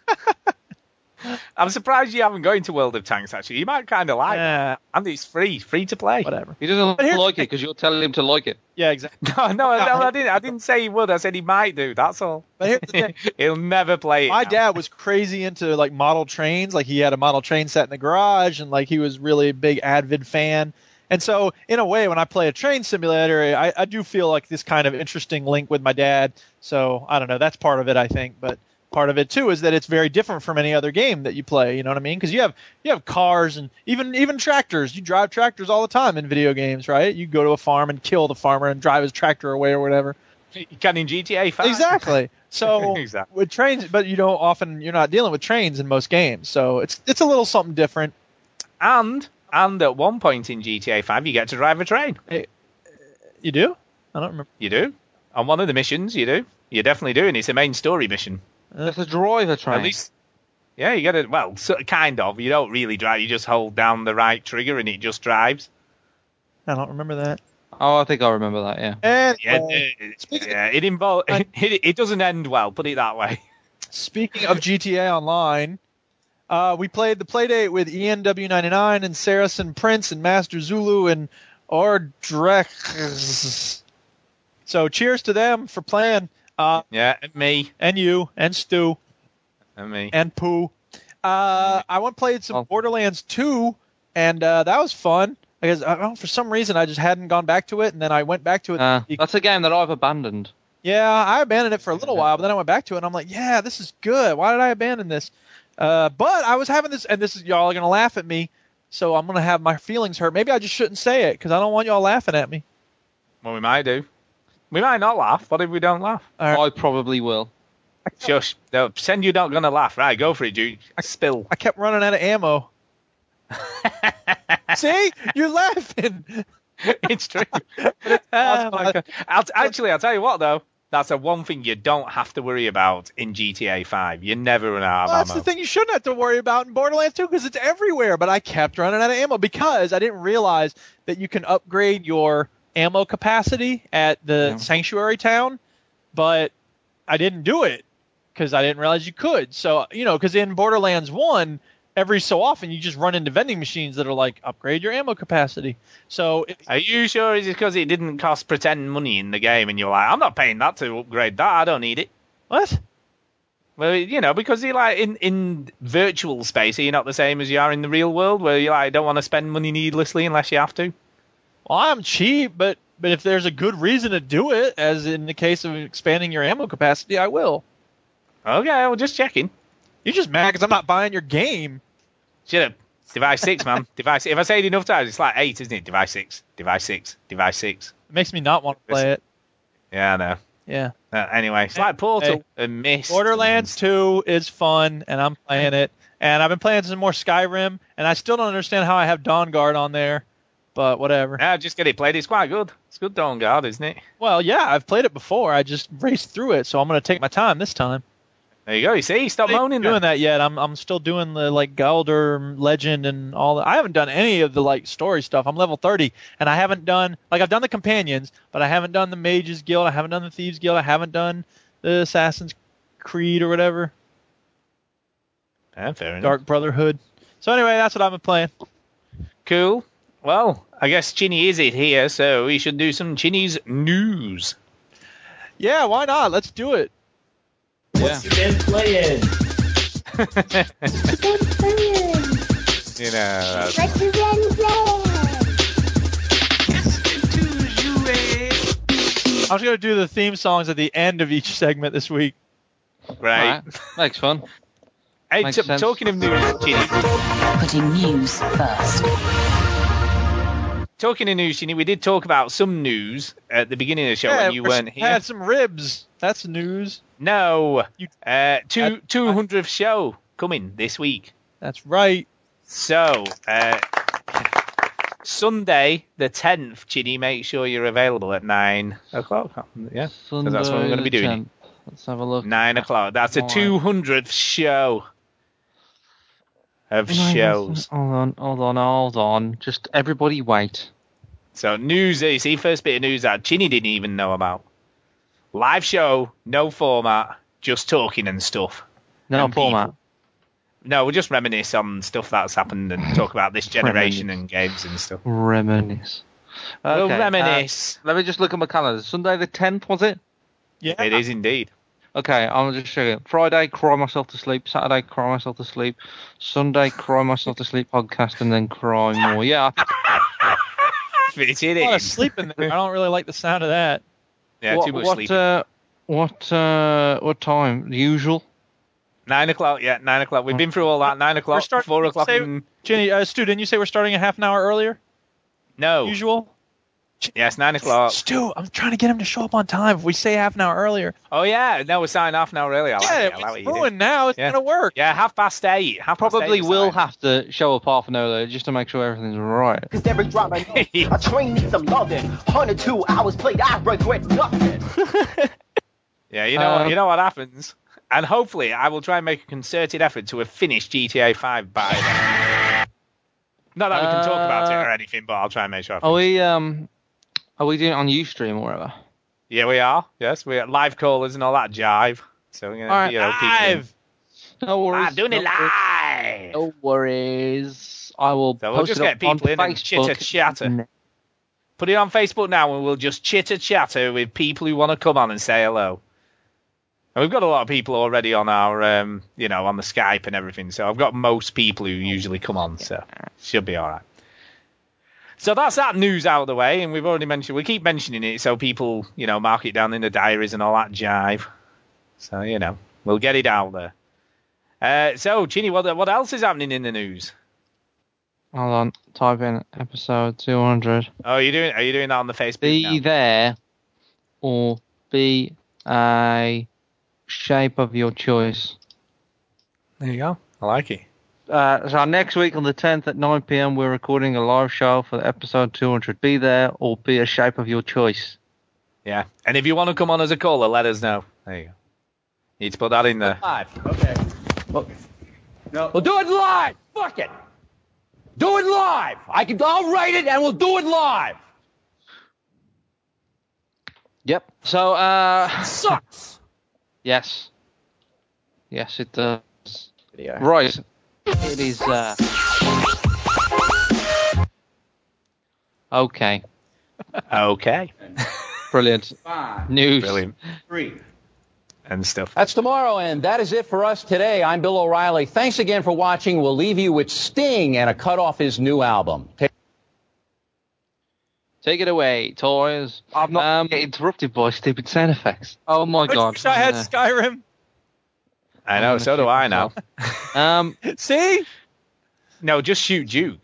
I'm surprised you haven't gone to World of Tanks. Actually, you might kind of like it, and it's free, free to play. Eh, Whatever. He doesn't like it because you're telling him to like it. Yeah, exactly. (laughs) No, no, (laughs) no, I didn't. I didn't say he would. I said he might do. That's all. But here's the thing. (laughs) He'll never play it. My now. dad was crazy into like model trains. Like he had a model train set in the garage, and like he was really a big Advid fan. And so, in a way, when I play a train simulator, I, I do feel like this kind of interesting link with my dad. So I don't know. That's part of it, I think. But part of it too is that it's very different from any other game that you play. You know what I mean? Because you have you have cars and even even tractors. You drive tractors all the time in video games, right? You go to a farm and kill the farmer and drive his tractor away or whatever. You can in GTA 5. (laughs) Exactly. So Exactly. with trains, but you don't often you're not dealing with trains in most games, so it's it's a little something different. And And at one point in GTA 5, you get to drive a train. You do? I don't remember. You do. On one of the missions, you do. You definitely do, and it's a main story mission. That's a driver train. Uh, At least, yeah, you get it. Well, so, kind of. You don't really drive. You just hold down the right trigger, and it just drives. I don't remember that. Oh, I think I remember that. Yeah. And uh, Yeah, it, yeah, it involves. It, (laughs) it, it doesn't end well. Put it that way. (laughs) Speaking of GTA Online, uh, we played the playdate with E ENW99 and Saracen Prince and Master Zulu and Ordrex. So cheers to them for playing. Uh, Yeah, and me, and you and Stu and me. and Pooh. Uh, I went and played some Borderlands 2, and uh, that was fun. I guess I don't know, for some reason I just hadn't gone back to it, and then I went back to it. Uh, that's a game that I've abandoned. Yeah, I abandoned it for a little while, but then I went back to it and I'm like, yeah, this is good. Why did I abandon this? Uh, but I was having this, and this is y'all are gonna laugh at me, so I'm gonna have my feelings hurt. Maybe I just shouldn't say it because I don't want y'all laughing at me. Well, we might do. We might not laugh. What if we don't laugh? All right. I probably will. Shush. No, pretend you're not going to laugh. Right, go for it, dude. Spill. I kept running out of (laughs) ammo. See, you're laughing. (laughs) it's true. Oh, my God. I'll, actually, I'll tell you what, though. That's the one thing you don't have to worry about in GTA 5. You never run out of Well, ammo. that's the thing you shouldn't have to worry about in Borderlands 2 because it's everywhere. But I kept running out of ammo because I didn't realize that you can upgrade your ammo capacity at the Yeah. sanctuary town, but I didn't do it because I didn't realize you could. So you know, because in Borderlands 1, every so often you just run into vending machines that are like upgrade your ammo capacity. So it, Are you sure it's because it didn't cost pretend money in the game and you're like, I'm not paying that to upgrade that. I don't need it. what? Well, you know, because you're like in, in virtual space, are you not the same as you are in the real world where you like don't want to spend money needlessly unless you have to? Well, I'm cheap, but but if there's a good reason to do it, as in the case of expanding your ammo capacity, I will. Okay, well, just checking. You're just mad because I'm not buying your game. Shut up. Device six, man. Device. If I say it enough times, it's like eight, isn't it? Device six. Device six. Device six. It makes me not want to play it. Yeah, I know. Yeah. Uh, anyway, it's like Portal and Mist. Mm. Borderlands 2 is fun, and I'm playing it. And I've been playing some more Skyrim, and I still don't understand how I have Dawn Guard on there, but whatever. Yeah, just get it played. It's quite good. It's good Dawn Guard, isn't it? Well, yeah, I've played it before. I just raced through it, so I'm going to take my time this time. There you go. You see, stop I'm moaning. doing then. that yet. I'm, I'm still doing the, like, Galder Legend and all that. I haven't done any of the, like, story stuff. I'm level 30, and I haven't done, like, I've done the Companions, but I haven't done the Mages Guild. I haven't done the Thieves Guild. I haven't done the Assassin's Creed or whatever. Yeah, fair enough. Dark Brotherhood. So anyway, that's what I've been playing. Cool. Well, I guess Chinny is it here, so we should do some Chinny's news. (laughs) Yeah, why not? Let's do it. Yeah. you know, Good playing. that's- What's your been playing? I was gonna do the theme songs at the end of each segment this week. right. Alright. (laughs) Makes fun. Hey, Makes t- sense. talking of news, Chinny. Putting news first. Talking of news, Chinny, we did talk about some news at the beginning of the show when you we're- weren't here. Had some ribs. That's news. No. You- Uh, two two hundredth show coming this week. That's right. So uh, (laughs) Sunday the tenth, Chidi, make sure you're available at nine o'clock. Yeah, Sunday that's what we're going to the be doing. 10th. Let's have a look. nine o'clock. That's a Alright. two hundredth show of Nine, shows. Hold on, hold on, hold on. Just everybody wait. So news, you see, first bit of news that Chini didn't even know about. Live show, no format, just talking and stuff. No And format. No, we'll just reminisce on stuff that's happened and talk about (laughs) this generation and games and stuff. Reminisce. We'll Okay, uh, reminisce. let me just look at my calendar. Sunday the 10th, was it? uh, Yeah. It is (laughs) indeed. Okay, I'll just show you. Friday, cry myself to sleep. Saturday, cry myself to sleep. Sunday, cry myself to sleep podcast, and then cry more. Yeah, I- It's A lot of it. sleep in there. I don't really like the sound (laughs) of that. Yeah, what, too much what, sleep. Uh, what, uh, what time? The usual. Nine o'clock. Yeah, nine o'clock. We've been through all that. Nine o'clock, starting- four o'clock. say- and- Oh. Jenny, uh, Stu, didn't you say we're starting a half an hour earlier? no, Usual. Yeah, it's nine (laughs) o'clock. Stu, I'm trying to get him to show up on time. If we say half an hour earlier, Oh yeah, no, we're signing off now. Really, Oh, I like Yeah, it. I like what you did. ruined now. It's Yeah. gonna work. Yeah, half past eight. Half past Probably eight we're will signing. have to show up half an hour later just to make sure everything's right. Cause every drop I (laughs) know, a train needs some loving. 102 hours played, I regret nothing. (laughs) Yeah, you know what, Um, you know what happens, and hopefully I will try and make a concerted effort to have finished GTA Five by then. Not that we can talk about it Uh, or anything, but I'll try and make sure. I Are we um, are we doing it on UStream or whatever? Yeah, we are. Yes, we are live callers and all that jive. So we're gonna uh, All right, you know, keep Live. No worries. Ah, doing it no worries. live. No worries. I will So post we'll just it get up on people in and Facebook. chitter chatter. Put it on Facebook now, and we'll just chitter chatter with people who want to come on and say hello. And we've got a lot of people already on our, um, you know, on the Skype and everything. So I've got most people who usually come on. So should be all right. So that's that news out of the way, and we've already mentioned. We keep mentioning it, so people, you know, mark it down in the diaries and all that jive. So you know, we'll get it out there. Uh, so, Chini, what what else is happening in the news? Hold on. Type in episode 200. Oh, you doing? Are you doing that on the Facebook? Be now? there or be a shape of your choice. There you go. I like it. Uh, so next week on the 10th at 9 p.m. we're recording a live show for episode 200. Be there or be a shape of your choice. Yeah. And if you want to come on as a caller, let us know. There you go. Need to put that in there. Live. Okay. No. We'll do it live. Fuck it. Do it live. I can. I'll write it and we'll do it live. Yep. So uh, (laughs) sucks. yes, yes it does. Right. It is. Uh... Okay. Okay. Brilliant. Five. News. Brilliant. Three. And stuff. That's tomorrow, and that is it for us today. I'm Bill O'Reilly. Thanks again for watching. We'll leave you with Sting and a cut off his new album. Take- Take it away, toys. I'm not um, interrupted by stupid sound effects. Oh my I god. wish I had Yeah. Skyrim. I know. So do I now. (laughs) Um, See, No, just shoot Duke.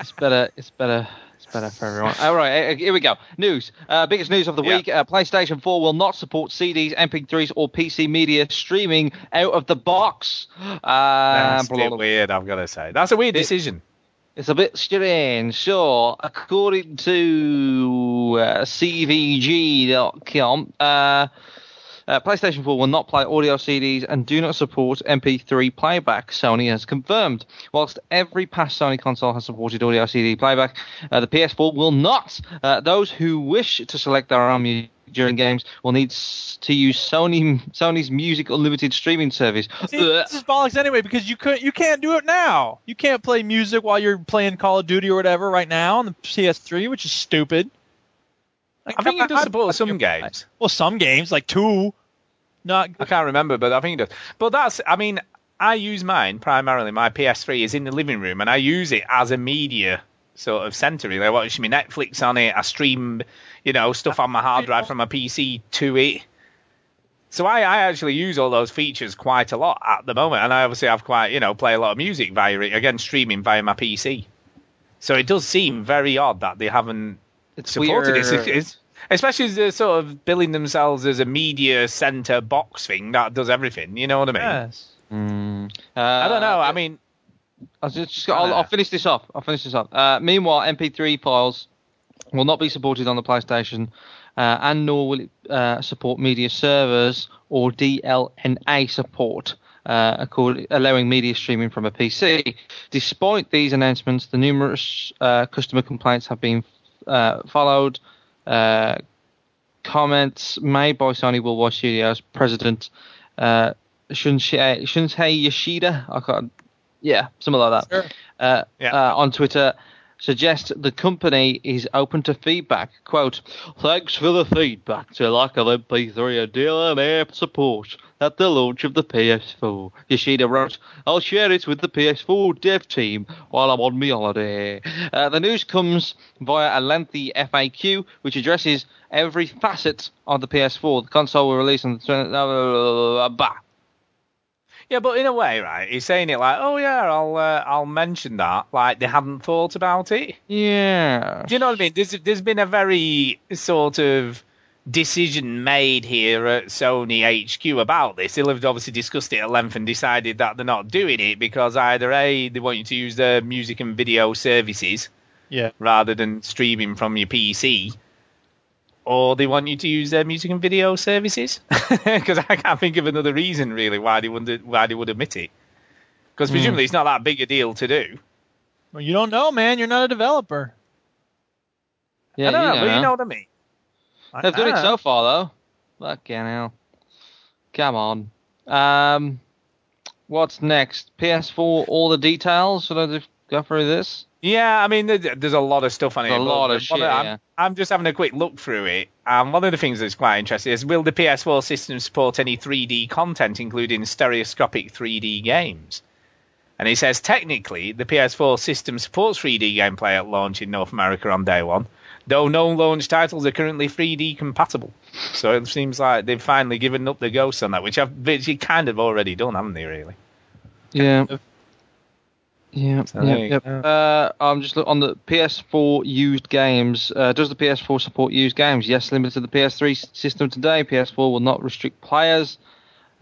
it's better. It's better. It's better for everyone. All right, uh, here we go. News. Uh, biggest news of the Yeah. week: uh, PlayStation 4 will not support CDs, MP3s, or PC media streaming out of the box. Um, That's a blah, blah, bit blah. weird. I've got to say. That's a weird decision. It's a bit strange. So, according to uh, CVG.com, uh, uh, PlayStation 4 will not play audio CDs and do not support MP3 playback, Sony has confirmed. Whilst every past Sony console has supported audio CD playback, uh, the PS4 will not. Uh, those who wish to select their own music during games will need s- to use Sony Sony's Music Unlimited streaming service. See, this is bollocks anyway because you couldn't, you can't do it now. You can't play music while you're playing Call of Duty or whatever right now on the PS3, which is stupid. Like, I think come it on, does support some games. Well, some games like two. Not. I can't remember, but I think it does. But that's. I mean, I use mine primarily. My PS3 is in the living room, and I use it as a media sort of center. Really, I watch my Netflix on it. I stream, you know, stuff on my hard drive from my PC to it. So I, I actually use all those features quite a lot at the moment, and I obviously have quite, you know, play a lot of music via it again, streaming via my PC. So it does seem very odd that they haven't supported it. weird. It's, it's- especially as they're sort of billing themselves as a media center box thing that does everything. You know what I mean? Yes. Uh, I don't know. I mean, I'll just, just- I'll, I'll finish this off. I'll finish this off. Uh, meanwhile, MP3 files will not be supported on the PlayStation, uh, and nor will it uh, support media servers or DLNA support. Uh, accord- allowing media streaming from a PC. Despite these announcements, the numerous uh, customer complaints have been uh, followed. Uh, comments made by Sony Worldwide Studios president uh, Shunhei, Shunhei Yoshida. I can't. Yeah, something like that. Uh, uh, on Twitter, suggest the company is open to feedback. Quote: Thanks for the feedback to lack of MP3 and DLNA support at the launch of the PS4. Yoshida wrote, "I'll share it with the PS4 dev team while I'm on my holiday." Uh, the news comes via a lengthy FAQ which addresses every facet of the PS4. The console will release on the 20th. blah, blah, blah, blah, blah, blah. Yeah, but in a way, right? He's saying it like, "Oh yeah, I'll uh, I'll mention that." Like they haven't thought about it. Yeah. Do you know what I mean? There's there's been a very sort of decision made here at Sony HQ about this. They'll have obviously discussed it at length and decided that they're not doing it because either a they want you to use their music and video services Yeah. rather than streaming from your PC, or they want you to use their music and video services. (laughs) Because I can't think of another reason really why they would why they would admit it. Because Hmm. presumably it's not that big a deal to do. Well, you don't know, man. You're not a developer. I don't know, but you know what I mean. They've done I know. it so far though. Fucking hell. Come on. Um, what's next? PS4. All the details. Should I just go through this? Yeah, I mean, there- there's a lot of stuff on it. There's a but lot of one shit, I'm, yeah. I'm just having a quick look through it, and one of the things that's quite interesting is will the PS4 system support any 3D content, including stereoscopic 3D games? And he says technically, the PS4 system supports 3D gameplay at launch in North America on day one, though no launch titles are currently 3D compatible. So it seems like they've finally given up the ghost on that, which I've which you kind of already done, haven't they? Really? Yeah. Yeah, So there you yeah, yeah. Uh, I'm just look on the PS4 used games. Uh, does the PS4 support used games? Yes, limited to the PS3 s- system today. PS4 will not restrict players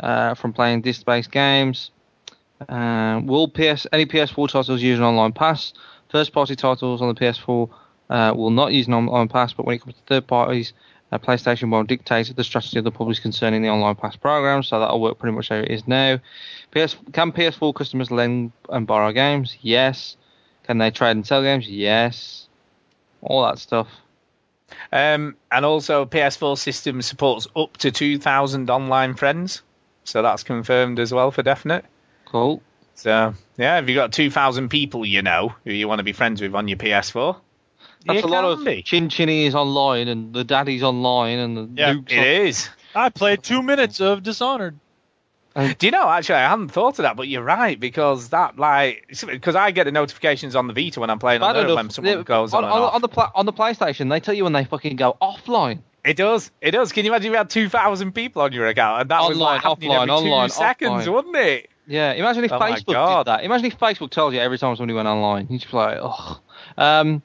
uh, from playing disc-based games. Um, will PS any PS4 titles use an online pass? First-party titles on the PS4 uh, will not use an online pass, but when it comes to third parties, uh, PlayStation will dictate the strategy of the publishers concerning the online pass program. So that'll work pretty much how it is now. PS can PS4 customers lend and borrow games? Yes. Can they trade and sell games? Yes. All that stuff. Um, and also, PS4 system supports up to 2,000 online friends. So that's confirmed as well for definite. Cool. So, yeah, if you've got 2,000 people you know who you want to be friends with on your PS4, That's you a lot can of be. chin chinnies online and the daddies online and the Yeah, nukes It on- is. I played two minutes of Dishonored. Do you know, actually, I hadn't thought of that, but you're right, because that, like, because I get the notifications on the Vita when I'm playing Bad on there enough. when someone Yeah, goes on, on, and off. on the pla- on the PlayStation, they tell you when they fucking go offline. It does. It does. Can you imagine if you had 2,000 people on your account? And that was Online, like happening offline, every online, two seconds, offline. wouldn't it? Yeah, imagine if Oh my Facebook God. did that. Imagine if Facebook tells you every time somebody went online. You're just like, ugh. Um,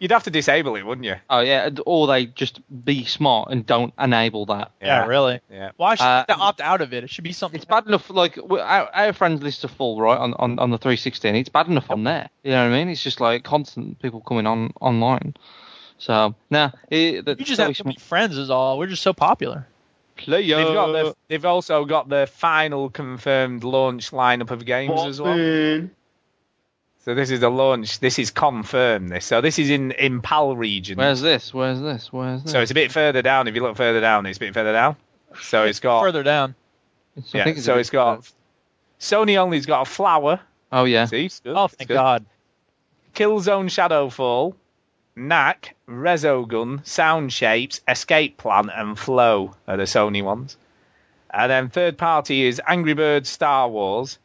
You'd have to disable it, wouldn't you? oh yeah, and- or they just be smart and don't enable that. Yeah, really. Yeah. Why should Uh, they opt out of it? It should be something. It's bad enough, like we- our, our friends list are full, right? On, on on the 316, it's bad enough on there. You know what I mean? It's just like constant people coming on online. So now it, You just have to be friends, is all. We're just so popular. player. They've got their, they've also got their final confirmed launch lineup of games as well. So this is the launch. This is confirmed. This so this is in in PAL region. Where's this? Where's this? Where's this? so it's a bit further down. If you look further down, it's a bit further down. So it's got Further down. It's- I yeah. think it's a So bit- it's got Sony only's got a flower. Oh yeah. See, it's good, Oh, it's thank good. God. Killzone Shadowfall, Knack, Rezogun, Sound Shapes, Escape Plan, and Flow are the Sony ones. And then third party is Angry Birds, Star Wars,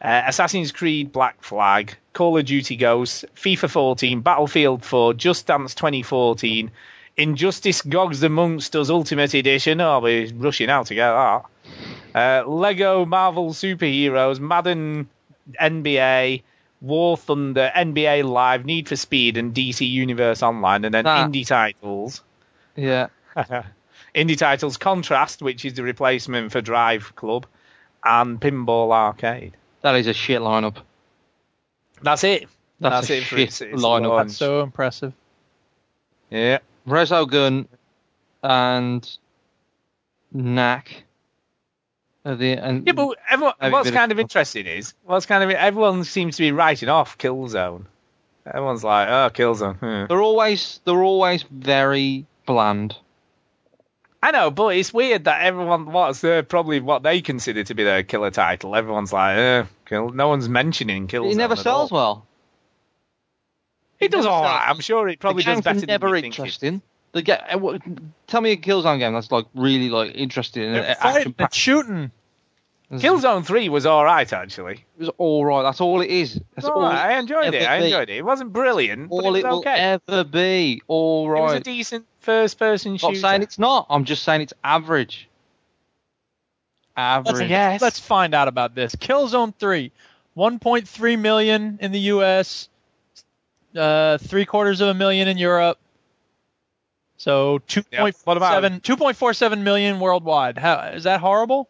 uh, Assassin's Creed, Black Flag, Call of Duty Ghosts, FIFA 14, Battlefield 4, Just Dance 2014, Injustice Gogs Amongst Us Ultimate Edition. Oh, we're rushing out to get that. Uh, Lego Marvel Superheroes, Madden NBA, War Thunder, NBA Live, Need for Speed, and DC Universe Online, and then That- indie titles. Yeah. indie titles Contrast, which is the replacement for Drive Club, and Pinball Arcade. That is a shit lineup. That's it. That's, That's a it for shit its- its lineup. launch. That's so impressive. Yeah. Resogun and Knack. Are the and Yeah, but everyone, Maybe a what's bit of- kind of interesting is what's kind of everyone seems to be writing off Killzone. Everyone's like, oh, Killzone. hmm. they're always they're always very bland. I know, but it's weird that everyone what's their probably what they consider to be their killer title. Everyone's like, eh, kill. No one's mentioning Killzone. It never at sells all. well. It does never all right. sells. I'm sure it probably the does games better are never than you think it- interesting. The ga- uh, what- tell me a Killzone game that's like really like interesting and They're action fighting and packed. shooting. Killzone Three was all right actually. It was all right. That's all it is. That's It's all all. right. I enjoyed it. ever I be. enjoyed it. It wasn't brilliant, All but it was will okay. ever be. All It was a right. decent first-person I'm shooter. not saying it's not. I'm just saying it's average. Average. Let's, let's find out about this. Killzone 3, 1.3 million in the U.S., uh, three quarters of a million in Europe. So 2.47 2.47 million worldwide. How is that horrible?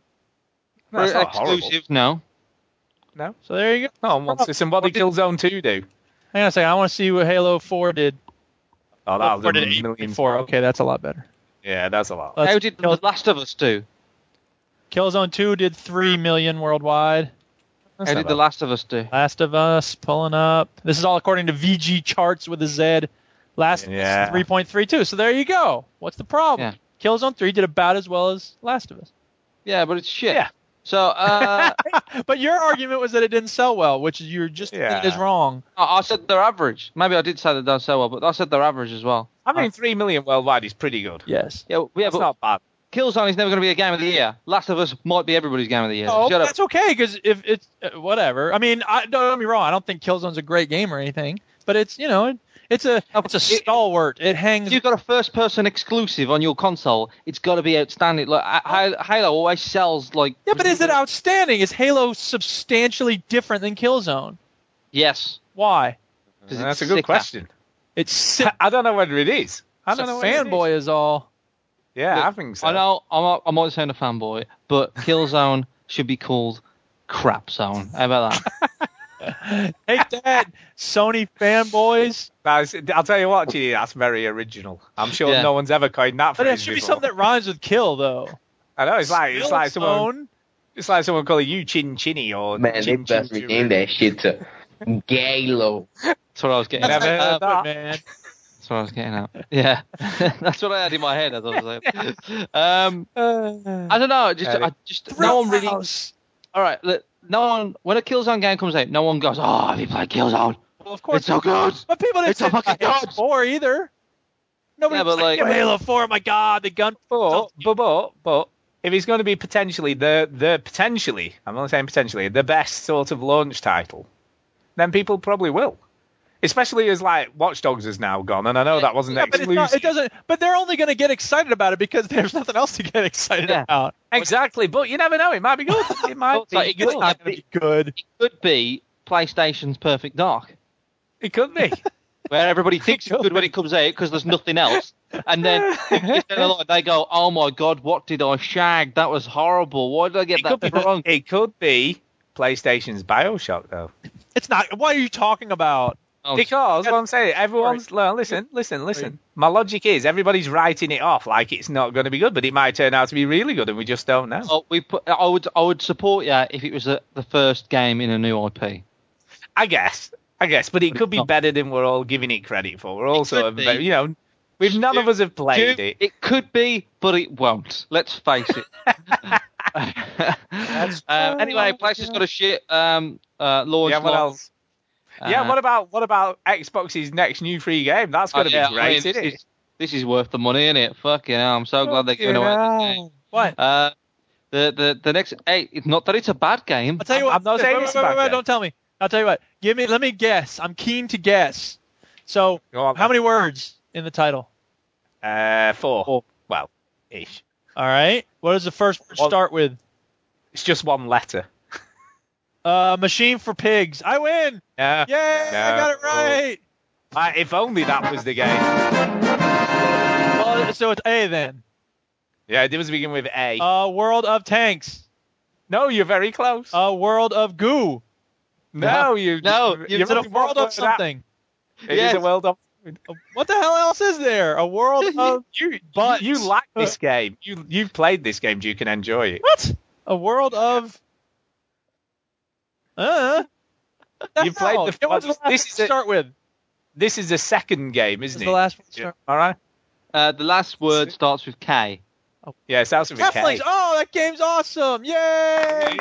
No, it's not exclusive, horrible. no. No. So there you go. No, what's this? And what did Killzone 2 do? Hang on a second. I want to see what Halo 4 did. Oh, that was Or a did it eight million. Four. Okay, that's a lot better. Yeah, that's a lot. Let's- How did The Last of Us do? Killzone 2 did 3 million worldwide. How did The Last of Us do? Last of Us pulling up. This is all according to VG charts with a Z. Last Yeah. 3.32. So there you go. What's the problem? Killzone 3 did about as well as Last of Us. Yeah, but it's shit. Yeah. (laughs) So uh, But your argument was that it didn't sell well, which you're just Yeah. is wrong. I I said they're average. Maybe I did say they don't sell well, but I said they're average as well. I mean, 3 million worldwide is pretty good. Yes. Yeah, well, yeah That's but not bad. Killzone is never going to be a game of the year. Last of Us might be everybody's game of the year. Oh, Shut up. that's okay because if it's uh, whatever. I mean, I, don't get me wrong. I don't think Killzone's a great game or anything, but it's you know, it, it's a Oh, it's a stalwart. It hangs. If you've got a first-person exclusive on your console, it's got to be outstanding. Like I- I- Halo always sells like yeah, but is it outstanding? Is Halo substantially different than Killzone? yes. Why? 'cause Uh, That's it's a good sicker. question. It's si- I- I don't know whether it is. I it's a don't know. whether it is. fanboy is. all. Yeah, I Look, think so. I know I'm, a- I might sound a fanboy, (laughs) but Killzone should be called Crap Zone. How about that? Take that, Sony (laughs) fanboys. That's, I'll tell you what, G, that's very original. I'm sure Yeah. no one's ever coined that But phrase it should be before. something that rhymes with kill, though. I know it's like it's like someone Killzone? it's like someone calling you Chin Chinny or Man, they Chin best Chin rename that shit to Galo. That's what I was getting. Never heard At. Uh, of that. man. That's what I was getting at. Yeah, (laughs) that's what I had in my head. As I was (laughs) like, um, Uh, I don't know. Just, I just no one really. Roadhouse. All right, look, no one. When a Killzone game comes out, no one goes, "Oh, have you played Killzone? Well, of course. It's so good." But people didn't It's a say fucking Halo god. 4 either. Nobody Yeah, but like, like- Halo 4, my god, the gun. But, but but but if it's going to be potentially the the potentially I'm only saying potentially the best sort of launch title, then people probably will. Especially as like Watch Dogs has now gone, and I know that wasn't Yeah, but it's exclusive. not, it doesn't. But they're only going to get excited about it because (laughs) there's nothing else to get excited Yeah. about. exactly, but you never know. It might be (laughs) good. It might It's like, be it could- good. like, That'd be good. it could be PlayStation's Perfect Dark, It could (laughs) be. where everybody thinks it's good when it comes out because there's nothing else, and then two years down the line, they go, "Oh my god, what did I shag? That was horrible. Why did I get It could be. that wrong?" It could be PlayStation's BioShock though. It's not. What are you talking about? Oh, Because what I'm saying, everyone's no, listen, listen, listen. My logic is everybody's writing it off like it's not going to be good, but it might turn out to be really good, and we just don't know. Oh, we put, I would I would support you if it was the the first game in a new IP. I guess, I guess, but it could be not. better than we're all giving it credit for. We're also, could be. you know, we've none of us have played it. It could be, but it won't. Let's face (laughs) it. um, anyway, PlayStation's got a shit um, uh, launch. Yeah, what lot. else? yeah, Uh, what about what about Xbox's next new free game? That's going oh, to yeah, be I great, mean, this isn't it? is- This is worth the money, isn't it? Fucking hell, I'm so glad they're giving Fucking away. this hell. game. What? Uh, the the the next. Hey, it's not that it's a bad game. I'll tell you what. I'm not wait, saying wait, it's wait, wait, about wait, that. Don't tell me. I'll tell you what. Give me. Let me guess. I'm keen to guess. So, Go on, how many words in the title? Uh, four. Four. Well, ish. All right. What does the first word Well- start with? It's just one letter. Uh, machine for pigs. I win. Yeah. Yay! I got it right. if only that was the game. Well, so it's A then. Yeah, it was begin with A. Uh, world of tanks. no, you're very close. A world of goo. No, you no, you- you- you're Is it a only world one of word out. something? It is Yes. a world (laughs) of. What the hell else is there? (laughs) A world of Um, You, But- you like (laughs) this game. You you've played this game. You can enjoy it. what? A world of. Uh. You played hell? the- Get what the this last is one to a- start with. This is the second game, isn't This is it? the last one to Yeah. start. All right. Uh, the last word starts with K. Yeah, it starts with a K. Half-Life, Oh, that game's awesome! Yay!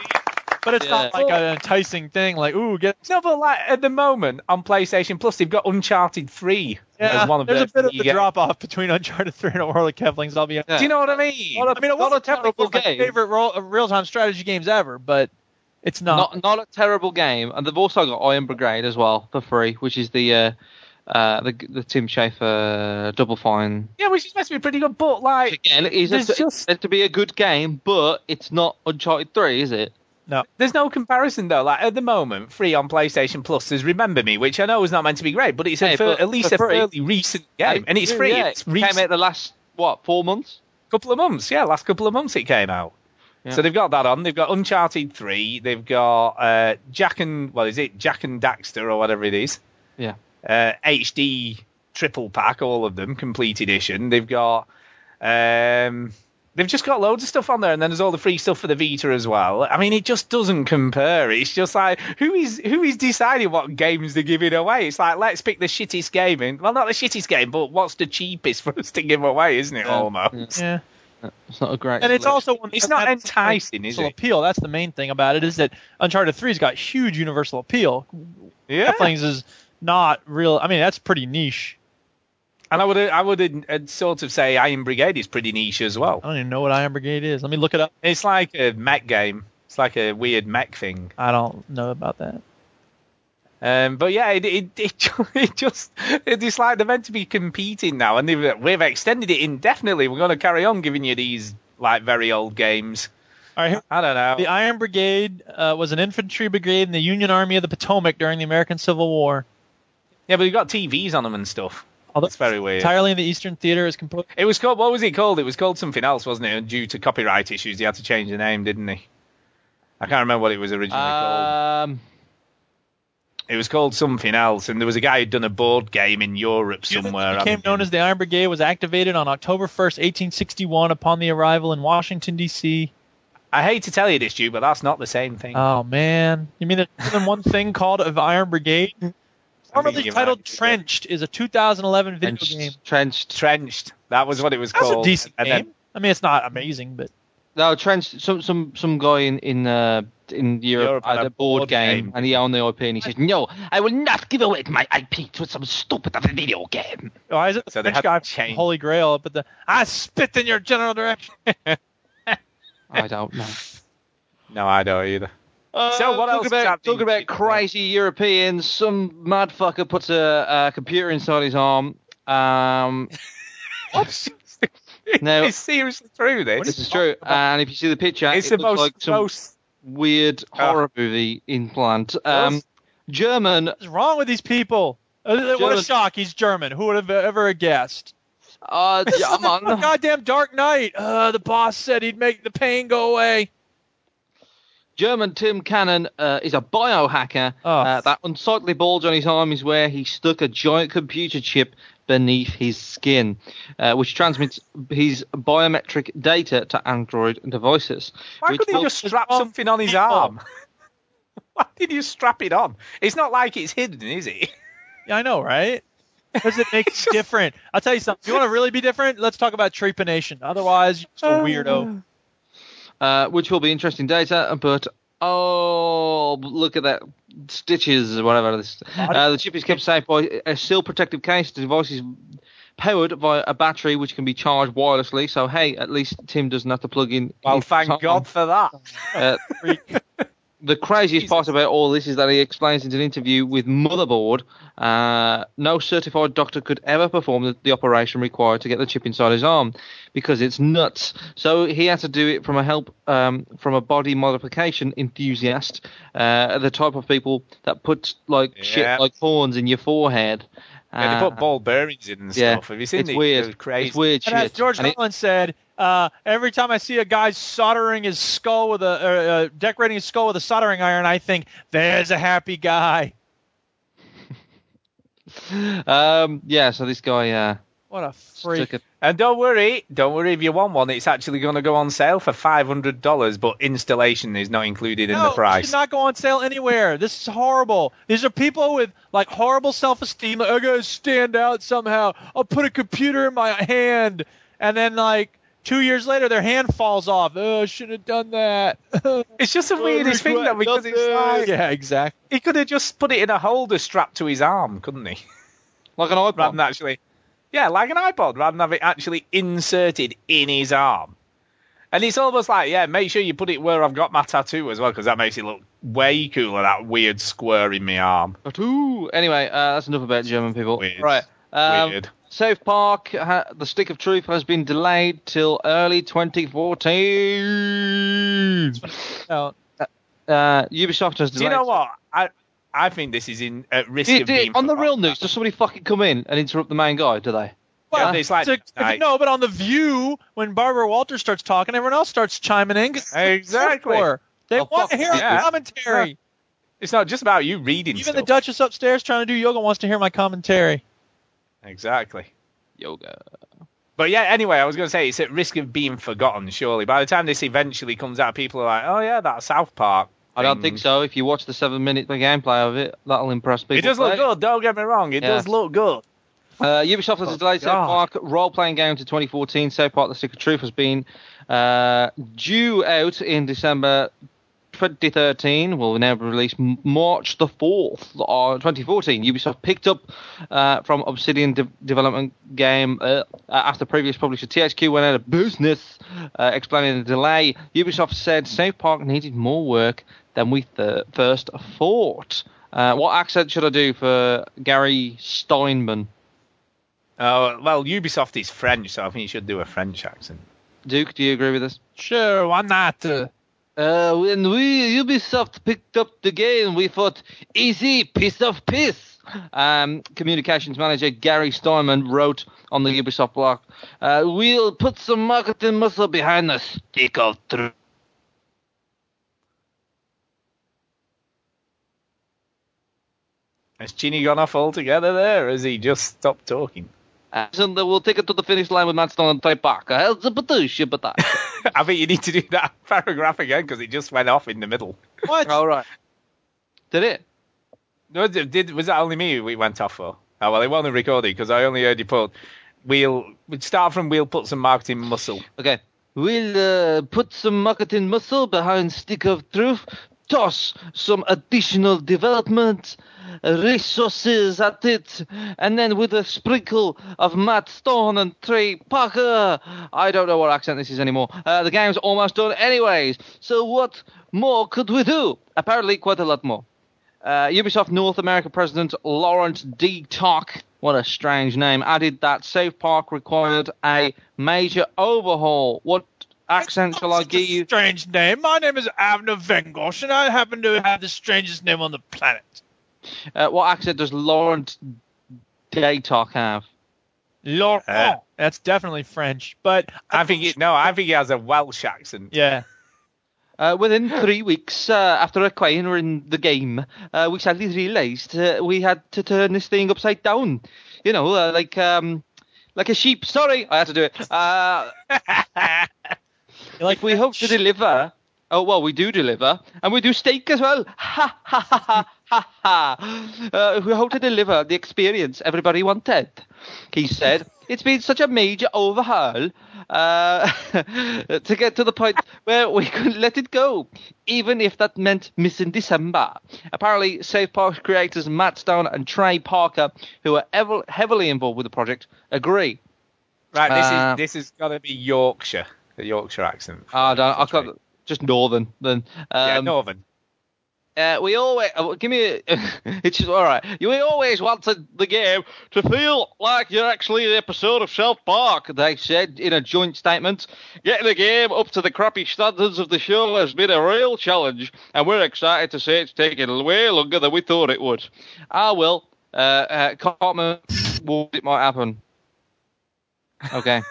But it's not Yeah. like an enticing thing. Like, ooh, get No, but like at the moment on PlayStation Plus, they've got Uncharted Three yeah. as one of There's their a bit of free a games. drop off between Uncharted 3 and A World of Kevlings. I'll be honest. Yeah. Do you know what I mean? I mean, it not wasn't a terrible technically my game. favorite real time strategy games ever, but it's not. Not not a terrible game, and they've also got Iron Brigade as well for free, which is the uh, uh, the the Tim Schafer uh, Double Fine. Yeah, which is supposed to be pretty good, but like again, it's there's a, just it's to be a good game, but it's not Uncharted Three, is it? No, there's no comparison though. Like at the moment, free on PlayStation Plus there's Remember Me, which I know is not meant to be great, but it's a Hey, fir- but at least for a free- fairly recent game, and it's free. Yeah, it's it came out recent. the last what four months. couple of months, yeah, last couple of months it came out. Yeah. So they've got that on. They've got Uncharted Three. They've got uh, Jack and well, is it Jack and Daxter or whatever it is? Yeah. uh, HD triple pack, all of them, complete edition. They've got, um, they've just got loads of stuff on there, and then there's all the free stuff for the Vita as well. I mean, it just doesn't compare. It's just like who is who is deciding what games they're giving away? It's like let's pick the shittiest game, and well, not the shittiest game, but what's the cheapest (laughs) for us to give away, isn't it? Almost. Yeah. It's not a great. And it's also one It's that not has enticing, is universal it? appeal. That's the main thing about it is that Uncharted Three's got huge universal appeal. Yeah. Things is not real. I mean, that's pretty niche. And I would I would uh, sort of say Iron Brigade is pretty niche as well. I don't even know what Iron Brigade is. Let me look it up. It's like a mech game. It's like a weird mech thing. I don't know about that. Um, but yeah, it it, it, (laughs) ju- it just it's like they're meant to be competing now, and they've, we've extended it indefinitely. We're going to carry on giving you these like very old games. All right, here- I don't know. the Iron Brigade uh, was an infantry brigade in the Union Army of the Potomac during the American Civil War. Yeah, but they've got TVs on them and stuff. Although That's very weird. entirely in the Eastern Theater is composed. It was called what was it called? It was called something else, wasn't it? And due to copyright issues, he had to change the name, didn't he? I can't remember what it was originally Uh, called. Um, It was called something else, and there was a guy who'd done a board game in Europe somewhere. became known as the Iron Brigade was activated on October 1st, 1861, upon the arrival in Washington D.C. I hate to tell you this, Stu, but that's not the same thing. Oh man, you mean there's more than one thing called of (laughs) Iron Brigade? Formerly you're titled right. Trenched is a 2011 video game. trenched, trenched. Trenched. That was what it was That's a called. decent And then- game. I mean, it's not amazing, but No, trenched. Some some some guy in in uh, in Europe, Europe had a board, game, game. and he owned the IP, and he says, "No, I will not give away my IP to some stupid other video game." why is it the So they French had oh, guy to from change- Holy Grail? But the I spit in your general direction. I don't know. No, I don't either. Uh, what talking else is About, happening? talking about crazy Europeans, some motherfucker puts a, a computer inside his arm. Um, (laughs) What? No. it's seriously true. this This is true. And if you see the picture, It's it the looks most Ah. like some gross. weird horror movie implant. Um, German. What's wrong with these people? Uh, What a German. shock! He's German. Who would have ever guessed? (laughs) Uh, This is the (laughs) German. goddamn Dark Knight. Uh, the boss said he'd make the pain go away. German Tim Cannon uh, is a biohacker. Oh. Uh, that unsightly bulge on his arm is where he stuck a giant computer chip beneath his skin, uh, which transmits his biometric data to Android devices. Why which couldn't he will- just strap something on his arm? (laughs) Why did you strap it on? It's not like it's hidden, is it? Yeah, I know, right? Because it (laughs) makes you different. I'll tell you something. You want to really be different? Let's talk about trepanation. Otherwise, you're just a weirdo. uh, which will be interesting data, but oh, look at that stitches or whatever. This, uh, the chip is kept safe by a seal protective case. The device is powered by a battery which can be charged wirelessly. So hey, at least Tim doesn't have to plug in. (laughs) Well, (laughs) his thank time. God for that. Uh, (laughs) the craziest part about all this is that he explains in an interview with Motherboard, uh, no certified doctor could ever perform the, the operation required to get the chip inside his arm because it's nuts. So he had to do it from a help um, from a body modification enthusiast, uh, the type of people that puts like Yeah. shit like horns in your forehead. Yeah, they Uh, put ball bearings in and yeah, stuff. Have you seen it's these? weird. They're Crazy. It's weird And as shit. George And it- Carlin said, uh, every time I see a guy soldering his skull with a uh, uh, decorating his skull with a soldering iron, I think there's a happy guy. um, yeah, so this guy uh, What a freak! took a And don't worry, don't worry if you want one. It's actually going to go on sale for five hundred dollars, but installation is not included in no, the it price. should not go on sale anywhere. This is horrible. These are people with like horrible self-esteem. Like, I gotta stand out somehow. I'll put a computer in my hand, and then like two years later, their hand falls off. Oh, I shouldn't have done that. (laughs) It's just the weirdest thing though, because it's like yeah, exactly. he could have just put it in a holder strapped to his arm, couldn't he? like an iPod. rather than actually, yeah, like an iPod, rather than have it actually inserted in his arm. And it's almost like, yeah, make sure you put it where I've got my tattoo as well, because that makes it look way cooler. That weird square in my arm. Tattoo. Anyway, uh, that's enough about German people. Right. Um, Weird. South Park, ha- The Stick of Truth has been delayed till early 2014. Out. Uh, Ubisoft has delayed. Do you know what? I I think this is in at risk Did- of did- being. on the real news, does somebody fucking come in and interrupt the main guy? Do they? Well, it's like So, if you- like- no, but on the View, when Barbara Walters starts talking, everyone else starts chiming in. 'cause it's Exactly. for. They Oh, fuck want to hear yeah. our commentary. It's not just about you reading Even the stuff. Duchess upstairs trying to do yoga wants to hear my commentary. exactly. Yoga. But yeah, anyway, I was going to say it's at risk of being forgotten. Surely, by the time this eventually comes out, people are like, "Oh yeah, that's South Park." I don't think so. If you watch the seven-minute gameplay of it, that'll impress people. It does look Right? good. Don't get me wrong. It Yeah. does Oh, look good. Uh, Ubisoft has delayed South Park role-playing game to 2014. South Park: The Stick of Truth has been uh, due out in December 2013. Will now be released M- March the 4th, or 2014. Ubisoft picked up uh, from Obsidian de- development game uh, after previous publisher THQ went out of business, uh, explaining the delay. Ubisoft said South Park needed more work than we th- first thought. Uh, what accent should I do for Gary Steinman? Oh well, Ubisoft is French, so I think you should do a French accent. Duke, do you agree with us? Sure, why not? Uh, Uh, when we Ubisoft picked up the game, we thought easy piece of piss. Um, communications manager Gary Steinman wrote on the Ubisoft blog, uh, "We'll put some marketing muscle behind the stick of truth." Has Chini gone off altogether there? or Has he just stopped talking? (laughs) Uh, And we'll take it to the finish line with Matt Stone and Trey Parker. How's the producer, but that? I think you need to do that (laughs) paragraph again because it just went off in the middle. What? All right. Did it? No, did, did- was that only me we went off for? Oh, well, it wasn't recorded because I only heard you put, we'll we'd start from we'll put some marketing muscle. Okay. We'll uh, put some marketing muscle behind Stick of Truth, toss some additional development uh, resources at it, and then with a sprinkle of Matt Stone and Trey Parker. I don't know what accent this is anymore. Uh, the game's almost done, anyways. So, what more could we do? Apparently, quite a lot more. Uh, Ubisoft North America president Lawrence D. Tuck, what a strange name, added that South Park required a major overhaul. What accent shall I give you? Strange name. My name is Avner Vengosh, and I happen to have the strangest name on the planet. Uh, what accent does Lawrence D. Tuck have? Laurent. Uh, That's definitely French, but I think it, no, I think he has a Welsh accent. yeah. Uh, within three weeks uh, after acquiring the game, uh, we sadly realised uh, we had to turn this thing upside down. You know, uh, like um, like a sheep. Sorry, I had to do it. Uh, like we hope to deliver. Oh well, we do deliver, and we do steak as well. Ha ha ha ha ha ha. Uh, we hope to deliver the experience everybody wanted. He said, "It's been such a major overhaul uh, (laughs) to get to the point where we could let it go, even if that meant missing December." Apparently, Safe Park creators Matt Stone and Trey Parker, who are ev- heavily involved with the project, agree. Right, this Uh, um, is this has got to be Yorkshire, the Yorkshire accent. Ah, I don't. I can't, just northern. Then um, yeah, Northern. Uh, we always uh, give me. (laughs) it's just, all right. You we always wanted the game to feel like you're actually an episode of South Park. They said in a joint statement, getting the game up to the crappy standards of the show has been a real challenge, and we're excited to say it's taken way longer than we thought it would. I will. Uh, uh, Cartman, warned it might happen. Okay.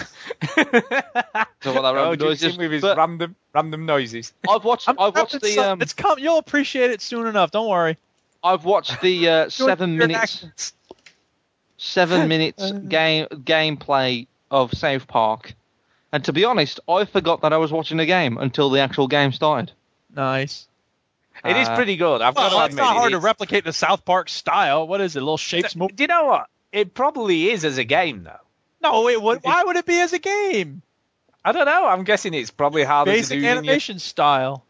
so what that Oh, random noise just is- with his but random random (laughs) noises. I've watched. I've watched It's, the. uh, Um, it's come. You'll appreciate it soon enough. Don't worry. I've watched (laughs) the uh, seven Your minutes accents. seven minutes Uh-huh. game gameplay of South Park, and to be honest, I forgot that I was watching a game until the actual game started. Nice. It is Uh, pretty good. I've got Well, to it's admit, not hard it to is. replicate the South Park style. What is it? Little shapes. mo- Do you know what? It probably is as a game though. No, it would. Why would it be as a game? I don't know. I'm guessing it's probably harder to Basic do. than you- animation style.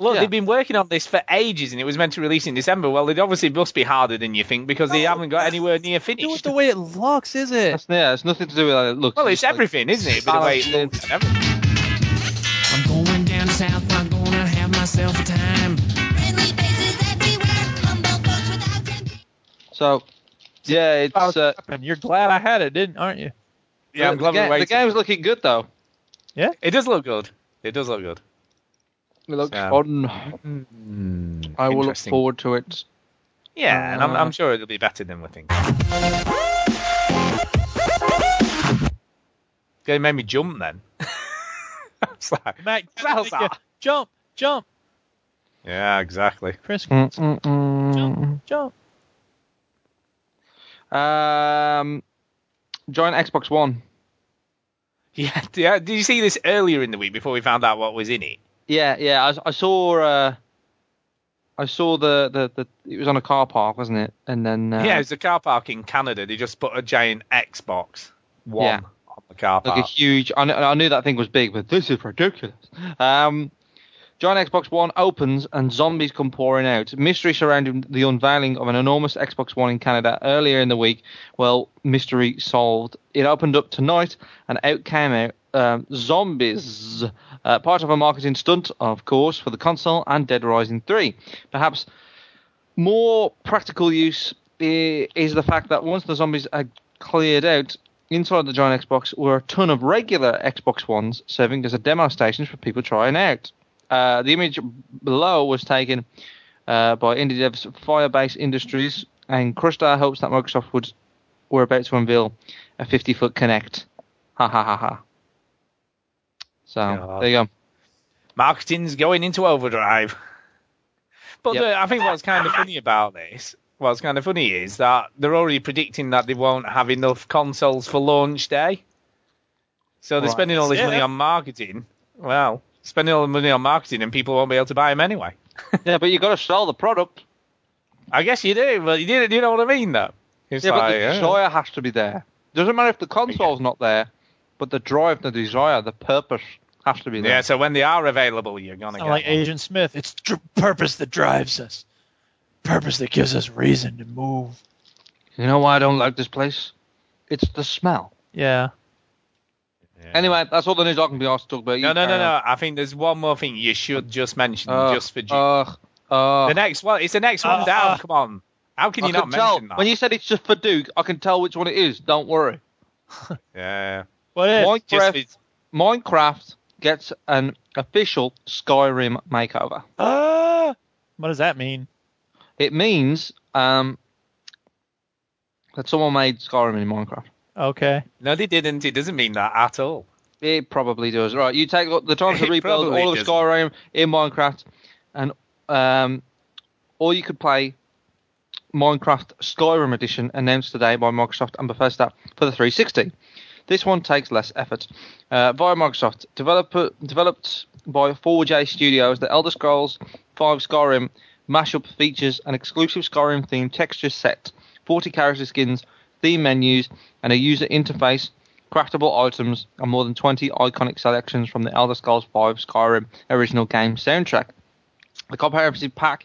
Look, Yeah. they've been working on this for ages, and it was meant to release in December. Well, it obviously must be harder than you think because they No, haven't got anywhere near Do it finished. the way it looks, is it? That's, yeah, it's nothing to do with how it looks. Well, it's It's just like everything, isn't it? With the way it balancing- looks and everything. down south, I'm gonna have myself a time. Friendly faces everywhere, tumble folks without So, yeah, it's. Uh, You're glad I had it, didn't aren't you? Oh, Yeah, I'm the, glad we ga- the waited. game's looking good though. Yeah, it does look good. It does look good. It looks So- fun. I will look interesting. forward to it. Yeah, and I'm, Uh, I'm sure it'll be better than we (laughs) think. They made me jump then. (laughs) It's like, Matt, Wowza. uh, jump, jump, yeah, exactly. Chris, Mm-mm-mm. jump. Um, join Xbox One. (laughs) Yeah, d- yeah. Did you see this earlier in the week before we found out what was in it? Yeah, yeah. I, s- I saw. Uh, I saw the, the the it was on a car park, wasn't it? And then uh, yeah, it was a car park in Canada. They just put a giant Xbox One Yeah. on the car park. like a huge. I, kn- I knew that thing was big, but this is ridiculous. Um, giant Xbox One opens and zombies come pouring out. Mystery surrounding the unveiling of an enormous Xbox One in Canada earlier in the week. Well, mystery solved. It opened up tonight and out came out. Um, zombies, uh, part of a marketing stunt, of course, for the console and Dead Rising 3. Perhaps more practical use i- is the fact that once the zombies are cleared out, inside the giant Xbox were a ton of regular Xbox Ones serving as a demo station for people trying out. Uh, the image below was taken uh, by indie devs Firebase Industries and crushed our hopes that Microsoft would were about to unveil a 50 foot Connect. Ha ha ha ha. So God. there you go. Marketing's going into overdrive. (laughs) But Yep. the- I think what's kind of funny about this, what's kind of funny is that they're already predicting that they won't have enough consoles for launch day. So they're Right. spending all this Yeah. money on marketing. Well, spending all the money on marketing and people won't be able to buy them anyway. yeah, but you got to sell the product. I guess you do, but you, do, you know what I mean, though. It's yeah, like, uh, but the yeah. desire has to be there. Doesn't matter if the console's not there, but the drive, the desire, the purpose has to be there. Yeah, so when they are available, you're gonna I get. like one. Agent Smith. It's dr- purpose that drives us. Purpose that gives us reason to move. You know why I don't like this place? It's the smell. Yeah. Anyway, that's all the news I can be asked to talk about. You No, no, no, carry no. I think there's one more thing you should just mention, on. Ugh, just for G- ugh, ugh. the next one. It's the next one Uh, down. uh. Come on. How can Oh, I you not could tell. mention that? When you said it's just for Duke, I can tell which one it is. Don't worry. Yeah. What is? Minecraft, Just it's- Minecraft gets an official Skyrim makeover. Ah! what does that mean? It means um, that someone made Skyrim in Minecraft. Okay. No, they didn't. It doesn't mean that at all. It probably does. Right, you take the time to It rebuild probably all of doesn't. Skyrim in Minecraft, and um, or you could play Minecraft Skyrim Edition announced today by Microsoft and Bethesda for the 360. This one takes less effort. Uh, via Microsoft, developer, developed by 4J Studios, the Elder Scrolls 5 Skyrim mashup features an exclusive Skyrim themed texture set, 40 character skins, theme menus, and a user interface, craftable items, and more than 20 iconic selections from the Elder Scrolls 5 Skyrim original game soundtrack. The comprehensive pack,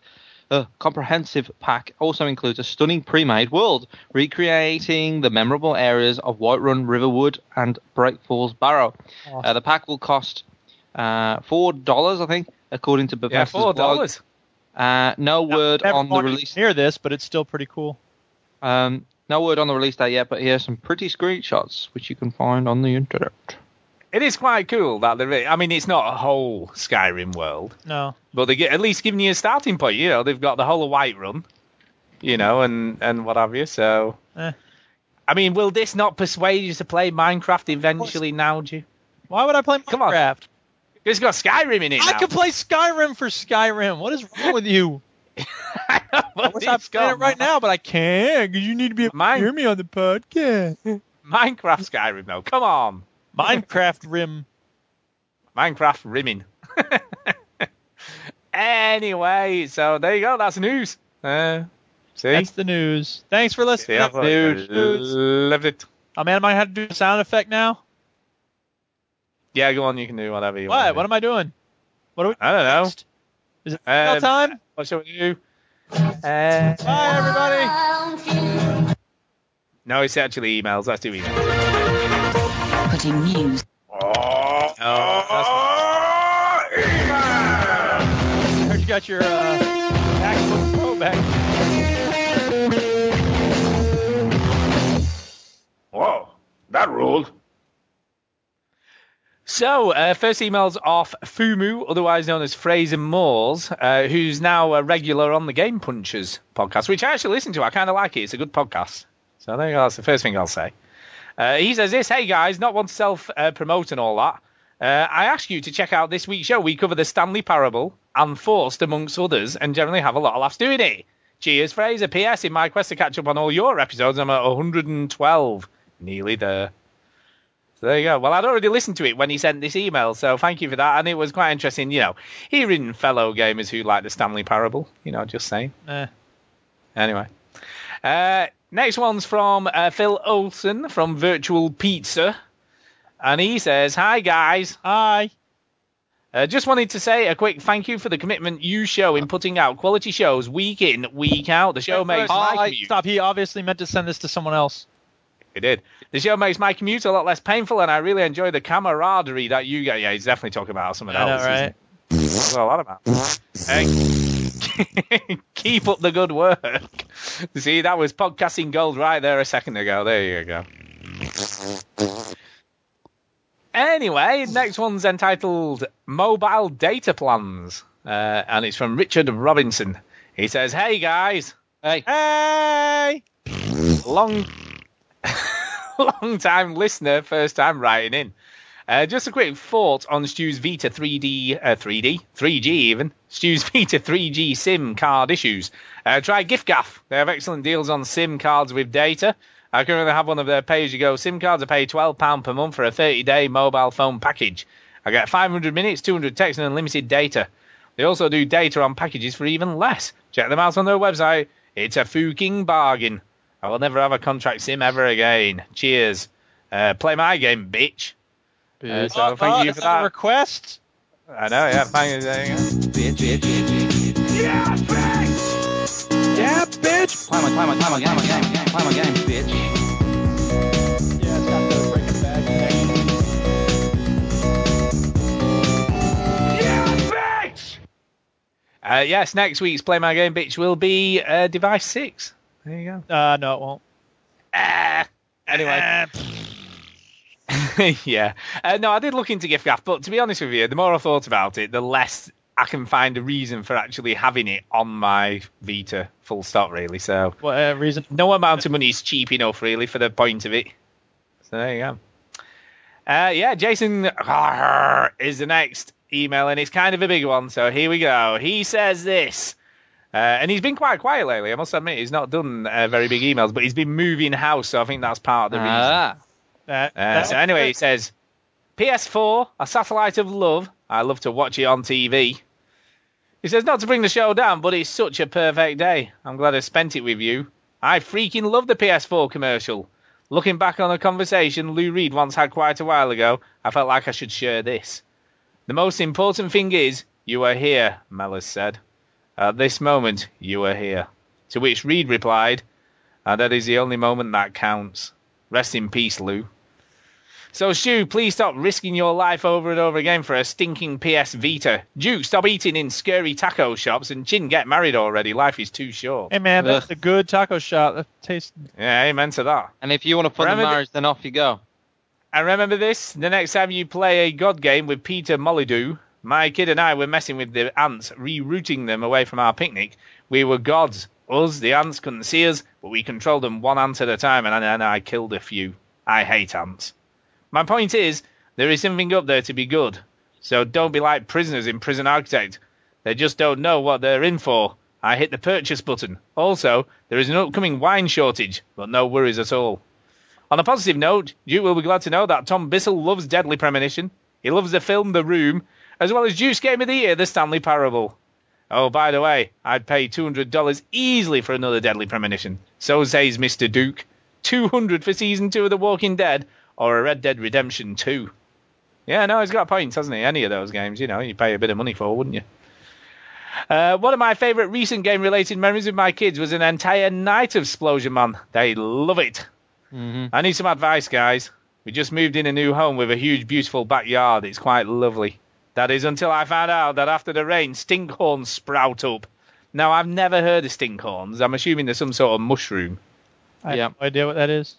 uh, comprehensive pack also includes a stunning pre-made world, recreating the memorable areas of Whiterun, Riverwood, and Bright Falls Barrow. Uh, the pack will cost uh, four dollars, I think, according to Yeah, Bethesda's four blog. dollars. Uh, no word Never on the wanted to release. Hear this, but it's still pretty cool. Um, no word on the release date yet, but here's some pretty screenshots which you can find on the internet. It is quite cool that they're. I mean, it's not a whole Skyrim world, No. but they get at least giving you a starting point. You know, they've got the whole of Whiterun, you know, and and what have you. So, Eh. I mean, will this not persuade you to play Minecraft eventually? Now, do you? Why would I play on. Minecraft? It's got Skyrim in it. I now. (laughs) could play Skyrim for Skyrim. What is wrong with you? I wish I It's played it got right now, but I can't because you need to be able to Mine- hear me on the podcast. Minecraft Skyrim though. Come on. Minecraft Rim. Minecraft rimming. (laughs) anyway, so there you go. That's news. Uh, see, That's the news. Thanks for see listening. I've loved it. Oh man, am I have to do a sound effect now? Yeah, go on. You can do whatever you What? want. What am I doing? What are we? I don't know. Next? Is it final Um, time? What shall we do? Uh, Bye everybody. No, it's actually emails. Let's do emails. Putting news. Oh, that's not- got your uh, MacBook Pro back. Whoa, that ruled. So, uh, first emails off Fumu, otherwise known as Fraser Moores, uh, who's now a regular on the Game Punchers podcast, which I actually listen to. I kind of like it. It's a good podcast. So, there you go. That's the first thing I'll say. Uh, he says this Hey, guys, not one to self uh, promote and all that. Uh, I ask you to check out this week's show. We cover the Stanley Parable and Forced, amongst others, and generally have a lot of laughs doing it. Cheers, Fraser. P.S. In my quest to catch up on all your episodes, I'm at 112. Nearly there. So there you go. Well, I'd already listened to it when he sent this email, so thank you for that. And it was quite interesting, you know, hearing fellow gamers who like the Stanley Parable, you know, just saying. Eh. Anyway. Uh, next one's from uh, Phil Olson from Virtual Pizza. And he says, Hi, guys. Hi. Uh, just wanted to say a quick thank you for the commitment you show in putting out quality shows week in, week out. The show makes Hi. my commute. Stop. He obviously meant to send this to someone else. It did. The show makes my commute a lot less painful, and I really enjoy the camaraderie that you get. Yeah, he's definitely talking about something I know, else. isn't right? he? That's what a lot about. Uh, (laughs) keep up the good work. See, that was podcasting gold right there a second ago. There you go. Anyway, next one's entitled Mobile Data Plans, uh, and it's from Richard Robinson. He says, Hey guys. Hey. Hey. Long, (laughs) long time listener, first time writing in. Uh, just a quick thought on Stu's Vita 3D, uh, 3D, 3G even. Stu's (laughs) Vita 3G SIM card issues. Uh, try GiftGaff. They have excellent deals on SIM cards with data. I currently have one of their pay-as-you-go SIM cards. I pay £12 per month for a 30-day mobile phone package. I get 500 minutes, 200 texts, and unlimited data. They also do data on packages for even less. Check them out on their website. It's a fucking bargain. I will never have a contract sim ever again. Cheers. Uh, play my game, bitch. Uh, so Oh, thank oh, you is for that a that. request. I know, yeah. Thank you. There you go. Bitch, bitch, bitch, bitch, bitch. Yeah, Yeah, bitch. Play my, play my, play my game, my game, game, play my game, bitch. Uh, yes, next week's Play My Game, bitch, will be uh, Device 6. There you go. Uh, no, it won't. Ah. Anyway. (laughs) yeah. Uh, no, I did look into GIFGAF, but to be honest with you, the more I thought about it, the less I can find a reason for actually having it on my Vita, full stop, really. So What uh, reason? no amount of money is cheap enough, really, for the point of it. So there you go. Uh, yeah, Jason is the next email, and it's kind of a big one. So here we go. He says this. Uh, and he's been quite quiet lately, I must admit. He's not done uh, very big emails, but he's been moving house, so I think that's part of the reason. Ah. That, Uh, so anyway, he says, PS4, a satellite of love. I love to watch it on TV. He says, not to bring the show down, but it's such a perfect day. I'm glad I spent it with you. I freaking love the PS4 commercial. Looking back on a conversation Lou Reed once had quite a while ago, I felt like I should share this. The most important thing is, you are here, Mellors said. At this moment, you are here. To which Reed replied, and that is the only moment that counts. Rest in peace, Lou. So, Stu, please stop risking your life over and over again for a stinking PS Vita. Duke, stop eating in scurry taco shops and Chin, get married already. Life is too short. Hey man, that's Ugh. a good taco shop. That tastes. Yeah, amen to that. And if you want to fund the Remember- marriage, then off you go. And remember this the next time you play a God game with Peter Molyneux, my kid and I were messing with the ants, rerouting them away from our picnic. We were gods. Us, the ants couldn't see us, but we controlled them one ant at a time, and then I killed a few. I hate ants. My point is, there is something up there to be good. So don't be like prisoners in Prison Architect. They just don't know what they're in for. I hit the purchase button. Also, there is an upcoming wine shortage, but no worries at all. On a positive note, you will be glad to know that Tom Bissell loves Deadly Premonition. He loves the film The Room, as well as Juice Game of the Year, The Stanley Parable. Oh, by the way, I'd pay $200 easily for another Deadly Premonition. So says Mr. Duke. 200 for season 2 of The Walking Dead or a Red Dead Redemption 2. Yeah, no, he's got points, hasn't he? Any of those games, you know, you pay a bit of money for, wouldn't you? Uh, one of my favourite recent game related memories with my kids was an entire night of Splosion Man. They love it. I need some advice, guys. We just moved in a new home with a huge, beautiful backyard. It's quite lovely. That is until I found out that after the rain, stinkhorns sprout up. Now, I've never heard of stinkhorns. I'm assuming they're some sort of mushroom. I have no idea what that is.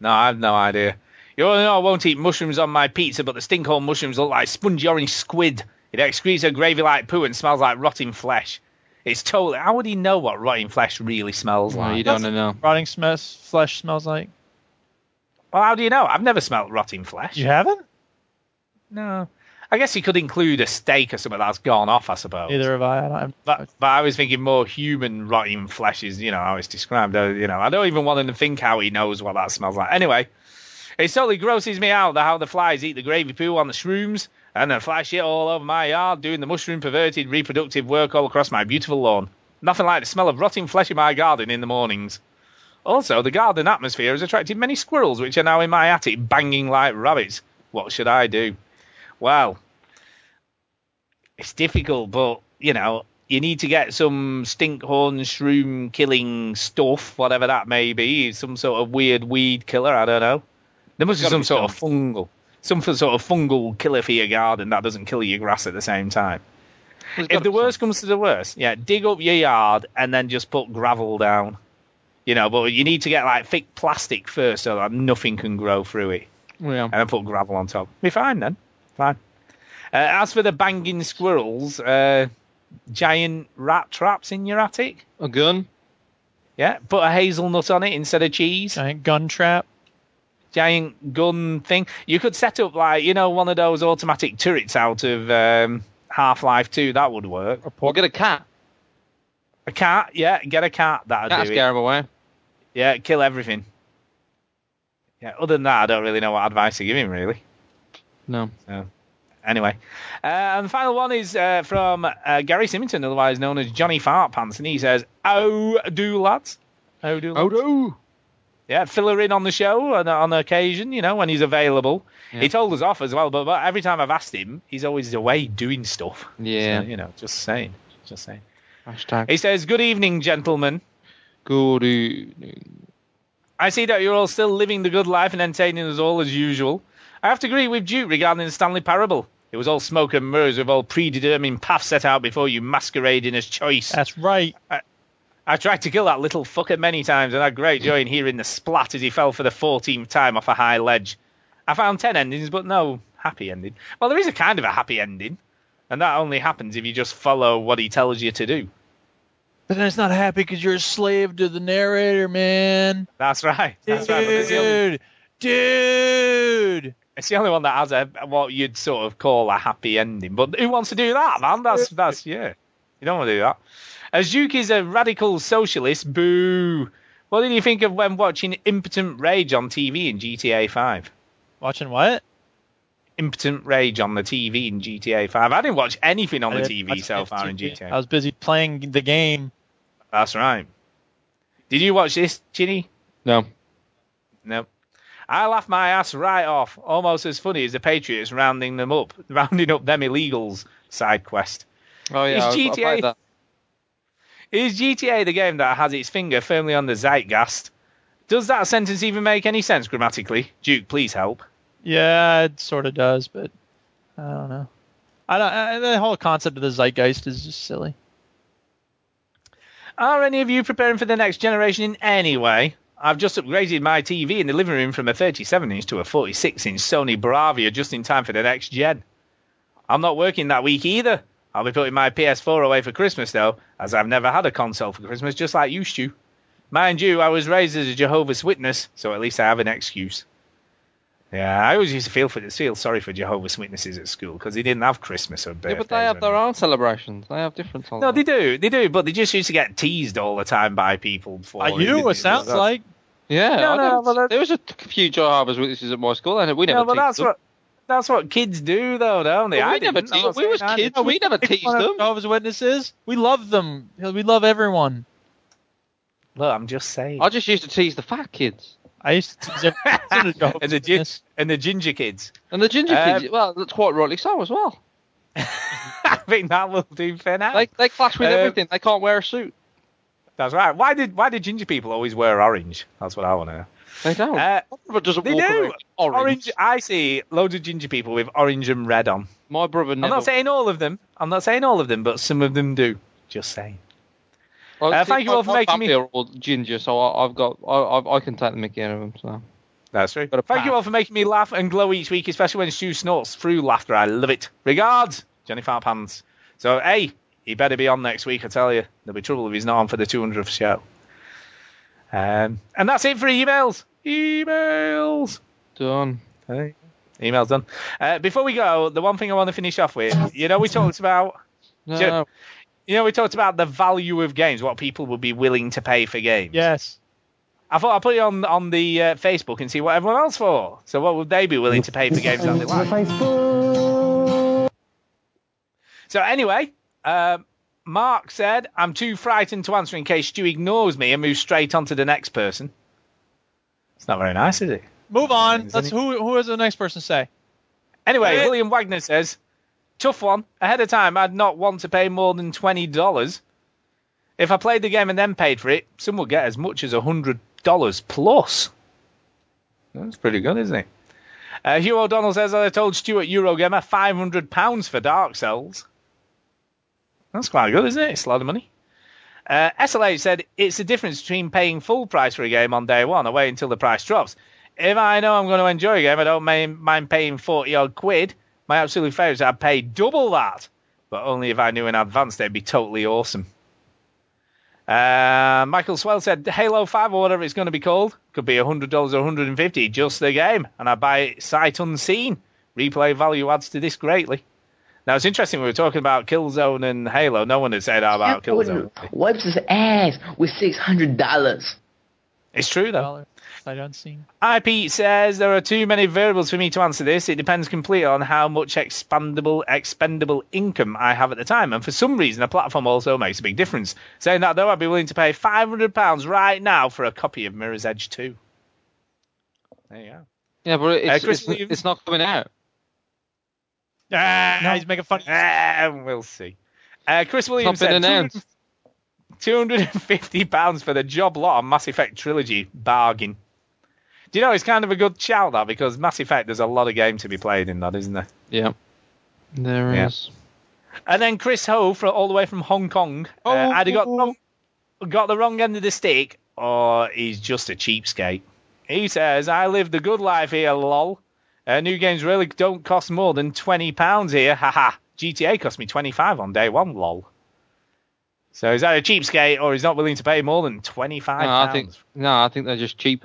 No, I have no idea. You all know I won't eat mushrooms on my pizza, but the stinkhorn mushrooms look like spongy orange squid. It excretes a gravy like poo and smells like rotting flesh. It's totally. How would he know what rotting flesh really smells like? you don't know. Rotting sm- flesh smells like. Well, how do you know? I've never smelt rotting flesh. You haven't? No. I guess you could include a steak or something that's gone off, I suppose. Neither have I. I don't, But, but I was thinking more human rotting flesh is, you know, how it's described. Uh, you know, I don't even want him to think how he knows what that smells like. Anyway, it totally grosses me out that how the flies eat the gravy poo on the shrooms and the fly shit all over my yard doing the mushroom perverted reproductive work all across my beautiful lawn. Nothing like the smell of rotting flesh in my garden in the mornings. Also, the garden atmosphere has attracted many squirrels, which are now in my attic banging like rabbits. What should I do? Well, it's difficult, but you know, you need to get some stinkhorn shroom killing stuff, whatever that may be, some sort of weird weed killer. I don't know. There must be Gotta some be sort of fungal, some sort of fungal killer for your garden that doesn't kill your grass at the same time. If the worst comes to the worst, yeah, dig up your yard and then just put gravel down. You know, but you need to get like thick plastic first so that nothing can grow through it. Yeah. And then put gravel on top. Be fine then. Fine. Uh, as for the banging squirrels, uh, giant rat traps in your attic. A gun. Yeah, put a hazelnut on it instead of cheese. Giant gun trap. Giant gun thing. You could set up like you know one of those automatic turrets out of um, Half Life Two. That would work. Or get a cat. A cat, yeah, get a cat. That'd That'll do it. scare him away. Yeah, kill everything. Yeah, other than that, I don't really know what advice to give him really. No. So, anyway, uh, and the final one is uh, from uh, Gary Simington, otherwise known as Johnny Fart Pants, and he says, "Oh, do lads, oh do, lads. do. yeah, fill her in on the show on, on occasion, you know, when he's available. Yeah. He told us off as well, but, but every time I've asked him, he's always away doing stuff. Yeah. So, you know, just saying, just saying." Hashtag. He says, "Good evening, gentlemen." Good evening. I see that you're all still living the good life and entertaining us all as usual. I have to agree with Duke regarding the Stanley Parable. It was all smoke and mirrors with all predetermined paths set out before you masquerading as choice. That's right. I tried to kill that little fucker many times and had great joy in hearing the splat as he fell for the 14th time off a high ledge. I found 10 endings, but no happy ending. Well, there is a kind of a happy ending, and that only happens if you just follow what he tells you to do. But then it's not happy because you're a slave to the narrator, man. That's right. That's right. because he'll- Dude, dude. It's the only one that has a what you'd sort of call a happy ending. But who wants to do that, man? That's (laughs) that's yeah. You don't want to do that. As Duke is a radical socialist, boo. What did you think of when watching Impotent Rage on TV in GTA 5? Watching what? Impotent Rage on the TV in GTA 5. I didn't watch anything on I the didn't TV watch so any far in TV. GTA. I was busy playing the game. That's right. Did you watch this, Ginny? No. No. I laugh my ass right off. Almost as funny as the Patriots rounding them up, (laughs) rounding up them illegals. Side quest. Oh yeah. Is I- I, GTA played that. Is GTA the game that has its finger firmly on the zeitgeist? Does that sentence even make any sense grammatically? Duke, please help. Yeah, it sort of does, but I don't know. I don't. I, the whole concept of the zeitgeist is just silly. Are any of you preparing for the next generation in any way? I've just upgraded my TV in the living room from a 37 inch to a 46 inch Sony Bravia just in time for the next gen. I'm not working that week either. I'll be putting my PS4 away for Christmas though, as I've never had a console for Christmas, just like you, Stu. Mind you, I was raised as a Jehovah's Witness, so at least I have an excuse. Yeah, I always used to feel for feel sorry for Jehovah's Witnesses at school because they didn't have Christmas or birthdays. Yeah, but they or have their own celebrations. They have different no, celebrations. they do, they do, but they just used to get teased all the time by people for Are you? It sounds like. yeah. No, I no, don't- well, that- there was a t- few Jehovah's Witnesses at my school, and we never No, but teased that's them. what that's what kids do, though, don't they? Well, we I never didn't. I'm teased- not we was saying I kids. didn't. We never Make teased fun of them. Jehovah's Witnesses. We love them. We love everyone. Look, I'm just saying. I just used to tease the fat kids I used to tease (laughs) everyone. as soon as Jehovah's and the gin- Witness. and the ginger kids. (laughs) and the ginger Um, kids. Well, that's quite rightly so as well. I think that will do for now. They they clash with Um, everything. They can't wear a suit. That's right. Why did why did ginger people always wear orange? That's what I want to know. They don't. Uh, Everyone doesn't they walk do. around orange. I see loads of ginger people with orange and red on. My brother I'm never. not saying all of them. I'm not saying all of them, but some of them do. Just saying. Well, uh, see, thank you my- all for my making family me- are all ginger, so I, I've got I, I, I can take the Mickey out of them. So that's true. Thank you all for making me laugh and glow each week, especially when Stu snorts through laughter. I love it. Regards, Johnny Fat Pants. So, hey, he better be on next week, I tell you. There'll be trouble if he's not on for the 200th show. Um, and that's it for emails. Emails. Done. Hey. Emails done. Uh, before we go, the one thing I want to finish off with, you know, we talked about. No. You know, we talked about the value of games, what people would be willing to pay for games. Yes. I thought I'd put it on on the uh, Facebook and see what everyone else for. So, what would they be willing to pay for games that they like? So, anyway, um Mark said, "I'm too frightened to answer in case Stu ignores me and moves straight on to the next person." It's not very nice, is it? Move on. Let's who who is the next person say? Anyway, Eh. William Wagner says, tough one. Ahead of time, I'd not want to pay more than $20. If I played the game and then paid for it, some would get as much as $100 plus. That's pretty good, isn't it? Uh, Hugh O'Donnell says, I told Stuart Eurogamer £500 for Dark Souls. That's quite good, isn't it? It's a lot of money. Uh, SLH said, it's the difference between paying full price for a game on day one or wait until the price drops. If I know I'm going to enjoy a game, I don't mind, mind paying 40 odd quid. My absolute favourite is I'd pay double that, but only if I knew in advance they'd be totally awesome. Uh, Michael Swell said, Halo 5 or whatever it's going to be called could be $100 or $150, just the game, and I buy it sight unseen. Replay value adds to this greatly. Now, it's interesting, we were talking about Killzone and Halo. No one had said that about Killzone. Wipes his ass with six hundred dollars. It's true though. I don't see. IP says there are too many variables for me to answer this. It depends completely on how much expandable expendable income I have at the time, and for some reason, a platform also makes a big difference. Saying that though, I'd be willing to pay five hundred pounds right now for a copy of Mirror's Edge Two. There you go. Yeah, but Uh, it's, Chris it's, Williams- it's not coming out. Ah, he's making fun. Ah, we'll see. Uh, Chris Williams not been said announced. two hundred and fifty pounds for the job lot on Mass Effect trilogy bargain. Do you know it's kind of a good shout that because Mass Effect there's a lot of game to be played in that, isn't there? Yeah. There is. Yeah. And then Chris Ho from all the way from Hong Kong. Oh. Uh, either got the wrong, got the wrong end of the stick, or he's just a cheapskate. He says, "I live the good life here, lol. Uh, new games really don't cost more than twenty pounds here. Haha. GTA cost me twenty five on day one, lol." So is that a cheapskate, or he's not willing to pay more than twenty five No, I pounds? think no, I think they're just cheap.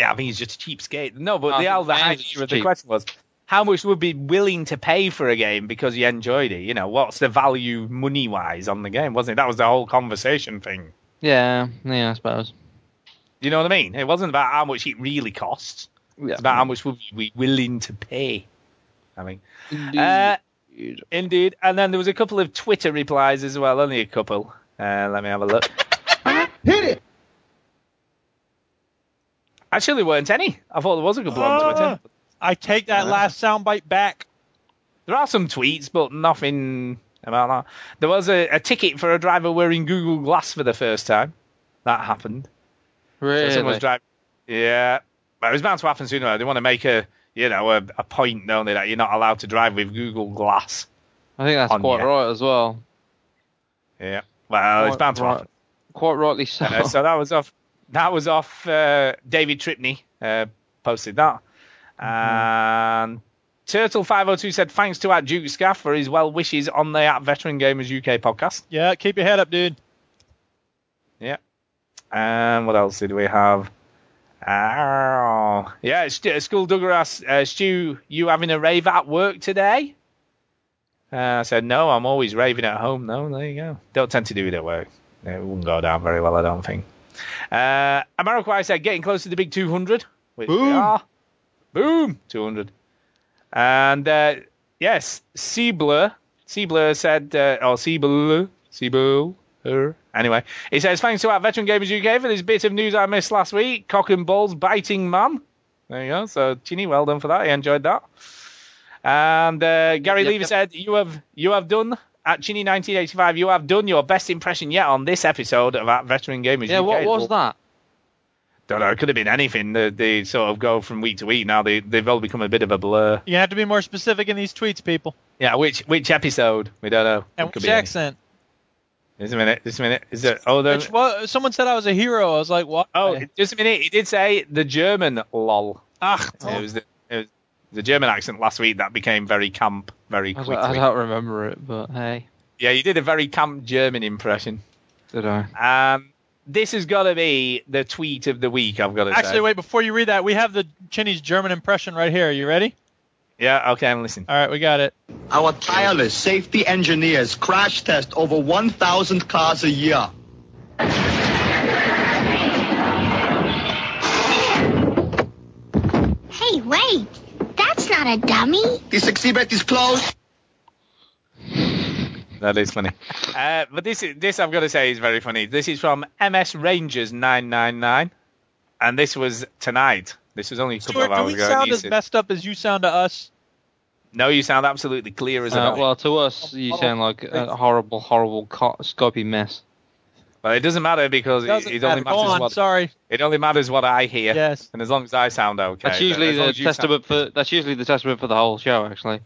Yeah, I think he's just a cheapskate. No, but I the think other Van's answer of the cheap. question was how much would be willing to pay for a game because you enjoyed it? You know, what's the value money wise on the game, wasn't it? That was the whole conversation thing. Yeah, yeah, I suppose. Do you know what I mean? It wasn't about how much it really costs. Yeah. It's about how much would we be willing to pay. I mean, uh, indeed. And then there was a couple of Twitter replies as well. Only a couple. Uh, let me have a look. Hit it! Actually, there weren't any. I thought there was a couple on Twitter. I take that last soundbite back. There are some tweets, but nothing about that. There was a, a ticket for a driver wearing Google Glass for the first time. That happened. So someone's Really? driving. Yeah, but it was bound to happen sooner. or later. They want to make a you know a, a point, don't they, that you're not allowed to drive with Google Glass. I think that's on quite you. right as well. Yeah. Well, it's Quite bound to right. happen. Quite rightly so. Uh, so that was off. That was off. Uh, David Tripney uh, posted that. And Turtle five hundred two said thanks to our Duke Scaff for his well wishes on the at Veteran Gamers UK podcast. Yeah, keep your head up, dude. Yeah. And what else did we have? Oh, yeah, St- School Duggar asked, uh, Stu, you having a rave at work today? Uh, I said, no, I'm always raving at home. No, there you go. Don't tend to do it at work. It wouldn't go down very well, I don't think. Uh, Amarakwai said, getting close to the big 200. Which we Boom. are. Boom, 200. And uh, yes, Siebler, Siebler said, uh, or Siebler, Siebel, her. Anyway, he says, thanks to our Veteran Gamers UK for this bit of news I missed last week. Cock and balls biting man. There you go. So, Chini, well done for that. He enjoyed that. And uh, Gary Yep, Lever yep. said, you have you have done at Chinny 1985, you have done your best impression yet on this episode of At Veteran Gamers. (laughs) Yeah, UK. what was Well, that? Don't know. It could have been anything. They, they sort of go from week to week now. They they've all become a bit of a blur. You have to be more specific in these tweets, people. Yeah, which which episode? We don't know. And It could which be any- accent? Just a minute. Just a minute. Is it? Oh, there. Which, well, someone said I was a hero. I was like, what? Oh, just a minute. He did say the German lol. Ach, It was the it was the German accent last week that became very camp very Oh, I quickly. don't, I uh, don't remember it, but hey, Yeah, you did a very camp German impression. did I? Um, this has got to be the tweet of the week. I've got to actually, say. wait. Before you read that, we have the Chinese German impression right here. You ready? Yeah. Okay. I'm listening. All right, we got it. Our tireless safety engineers crash test over 1,000 cars a year. Hey, wait! That's not a dummy! The exhibit is closed. That is (laughs) funny. Uh, but this is, this I've got to say is very funny. This is from MS Rangers nine nine nine, and this was tonight. This was only a couple Stuart, of do hours we ago. sound You as said- messed up as you sound to us? no, you sound absolutely clear as a Uh, bell. well, to us, you sound like a horrible, horrible co- scopy mess. But it doesn't matter because it, Doesn't it only matter. Go matters on, what sorry. it only matters what I hear. Yes. And as long as I sound okay, That's usually as long the as you sound- testament for that's usually the testament for the whole show, actually.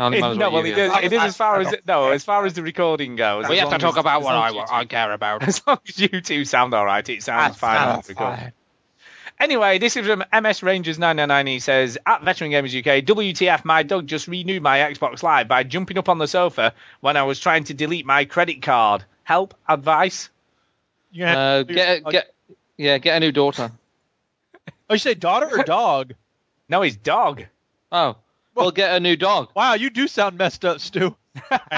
Only It- matters no, what well, you it do. is, it is as far as no, as far as the recording goes. We as have to long talk as- about as what long I, as you want- two- I care about. (laughs) As long as you two sound all right, it sounds fine. on the recording. Anyway, this is from MS Rangers 999. He says, At Veteran Gamers UK, WTF, my dog just renewed my Xbox Live by jumping up on the sofa when I was trying to delete my credit card. Help, advice? You're gonna Uh, have to- get, get, yeah, get a new daughter. Oh, you say daughter or dog? (laughs) No, his dog. Oh, well, get a new dog. Wow, you do sound messed up, Stu. (laughs)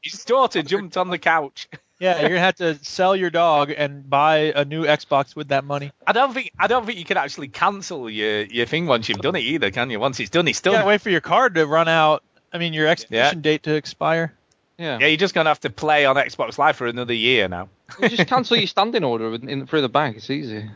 His daughter jumped on the couch. Yeah, you're gonna have to sell your dog and buy a new Xbox with that money. I don't think I don't think you can actually cancel your, your thing once you've done it either, can you? Once it's done, it's You gotta done. wait for your card to run out. I mean, your expiration date to expire. Yeah, you're just gonna have to play on Xbox Live for another year now. You just cancel your standing order in, in, through the bank. It's easy.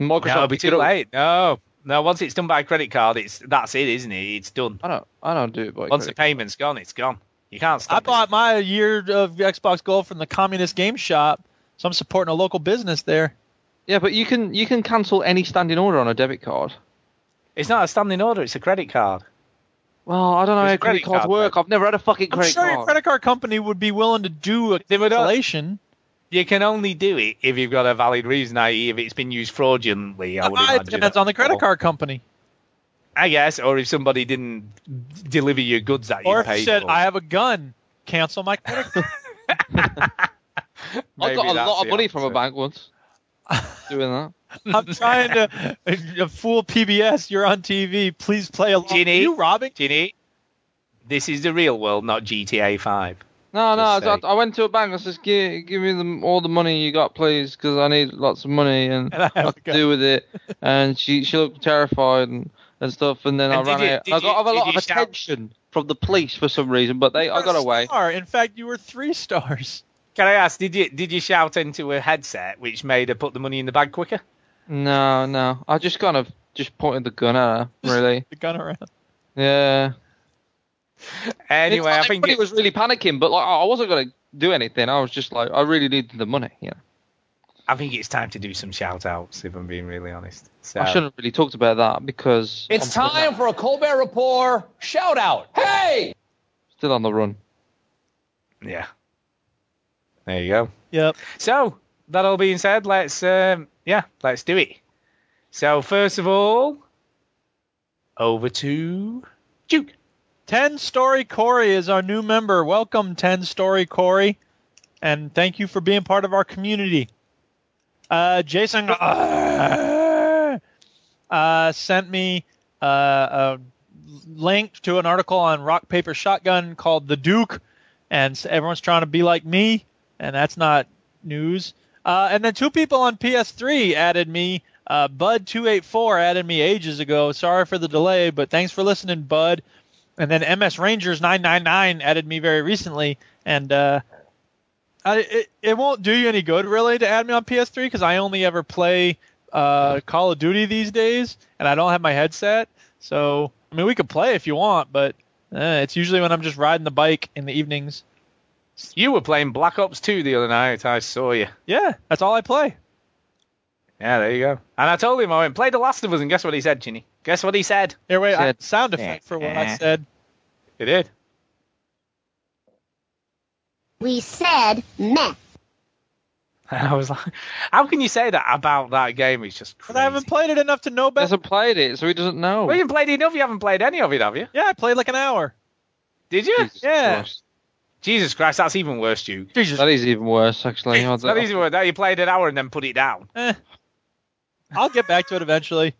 Microsoft No, it'll be pick it too up- late. No, no. Once it's done by credit card, it's that's it, isn't it? It's done. I don't. I don't do it by. Once credit the payment's gone, it's gone. You can't I stop. it. bought my year of Xbox Gold from the Communist Game Shop, so I'm supporting a local business there. Yeah, but you can you can cancel any standing order on a debit card. It's not a standing order. It's a credit card. Well, I don't know It's how credit credit cards card, work. I've never had a fucking I'm credit sure your card. credit card company would be willing to do a They would uh, not- cancellation. You can only do it if you've got a valid reason, i.e., if it's been used fraudulently. I would Ah, It imagine. depends on the credit card company. I guess, or if somebody didn't d- deliver your goods that Or you if you paid said, for. I have a gun, cancel my credit card. (laughs) I got Maybe a lot that's of the money from a answer. bank once. (laughs) doing that. I'm trying to uh, fool PBS. You're on TV. Please play along. Ginny? You robbing? (laughs) Ginny, this is the real world, not GTA 5. No, no. I, Just I- I went to a bank. I said, give, give me the, all the money you got, please, because I need lots of money (laughs) and, And I have what a to gun. do with it. And she she looked terrified and, and stuff. And then And I did ran you- out. did I got you- a lot did of you shout- attention from the police for some reason, but they I got A away. Star. In fact, you were three stars. (laughs) Can I ask, did you did you shout into a headset which made her put the money in the bag quicker? No, no. I just kind of just pointed the gun at her. Really. The gun around. Yeah. Anyway, I It's not like think everybody it, was really panicking, but like I I wasn't gonna do anything. I was just like, I really needed the money. You know, I think it's time to do some shout outs, if I'm being really honest. So, I shouldn't have really talked about that because It's I'm time for a Colbert Report shout out. Hey! still on the run. yeah. There you go. Yep. So that all being said, let's um, yeah, let's do it. So first of all, over to Duke. Ten Story Corey is our new member. Welcome, Ten Story Corey, and thank you for being part of our community. Uh, Jason uh, sent me uh, a link to an article on Rock Paper Shotgun called "The Duke," and s- everyone's trying to be like me, and that's not news. Uh, and then two people on PS3 added me. Uh, Bud284 added me ages ago. Sorry for the delay, but thanks for listening, Bud and then MS Rangers 999 added me very recently, and uh, I, it, it won't do you any good really to add me on PS3 because I only ever play uh, Call of Duty these days, and I don't have my headset. So I mean, we could play if you want, but Uh, it's usually when I'm just riding the bike in the evenings. You were playing Black Ops 2 the other night. I saw you. Yeah, that's all I play. Yeah, there you go. And I told him I went play The Last of Us, and guess what he said, Ginny? Guess what he said? Here, wait, I, Said- sound effect for what I Eh. said. He did. We said meh. (laughs) I was like, how can you say that about that game? It's just But I haven't played it enough to know He better. hasn't played it, so he doesn't know. Well, you played enough. You haven't played any of it, have you? Yeah, I played like an hour. Did you? Jesus Yeah. Christ. Jesus Christ, that's even worse, Duke. Jesus. That is even worse, actually. (laughs) I That don't- is even worse. Now you played an hour and then put it down. (laughs) Eh. I'll get back to it eventually.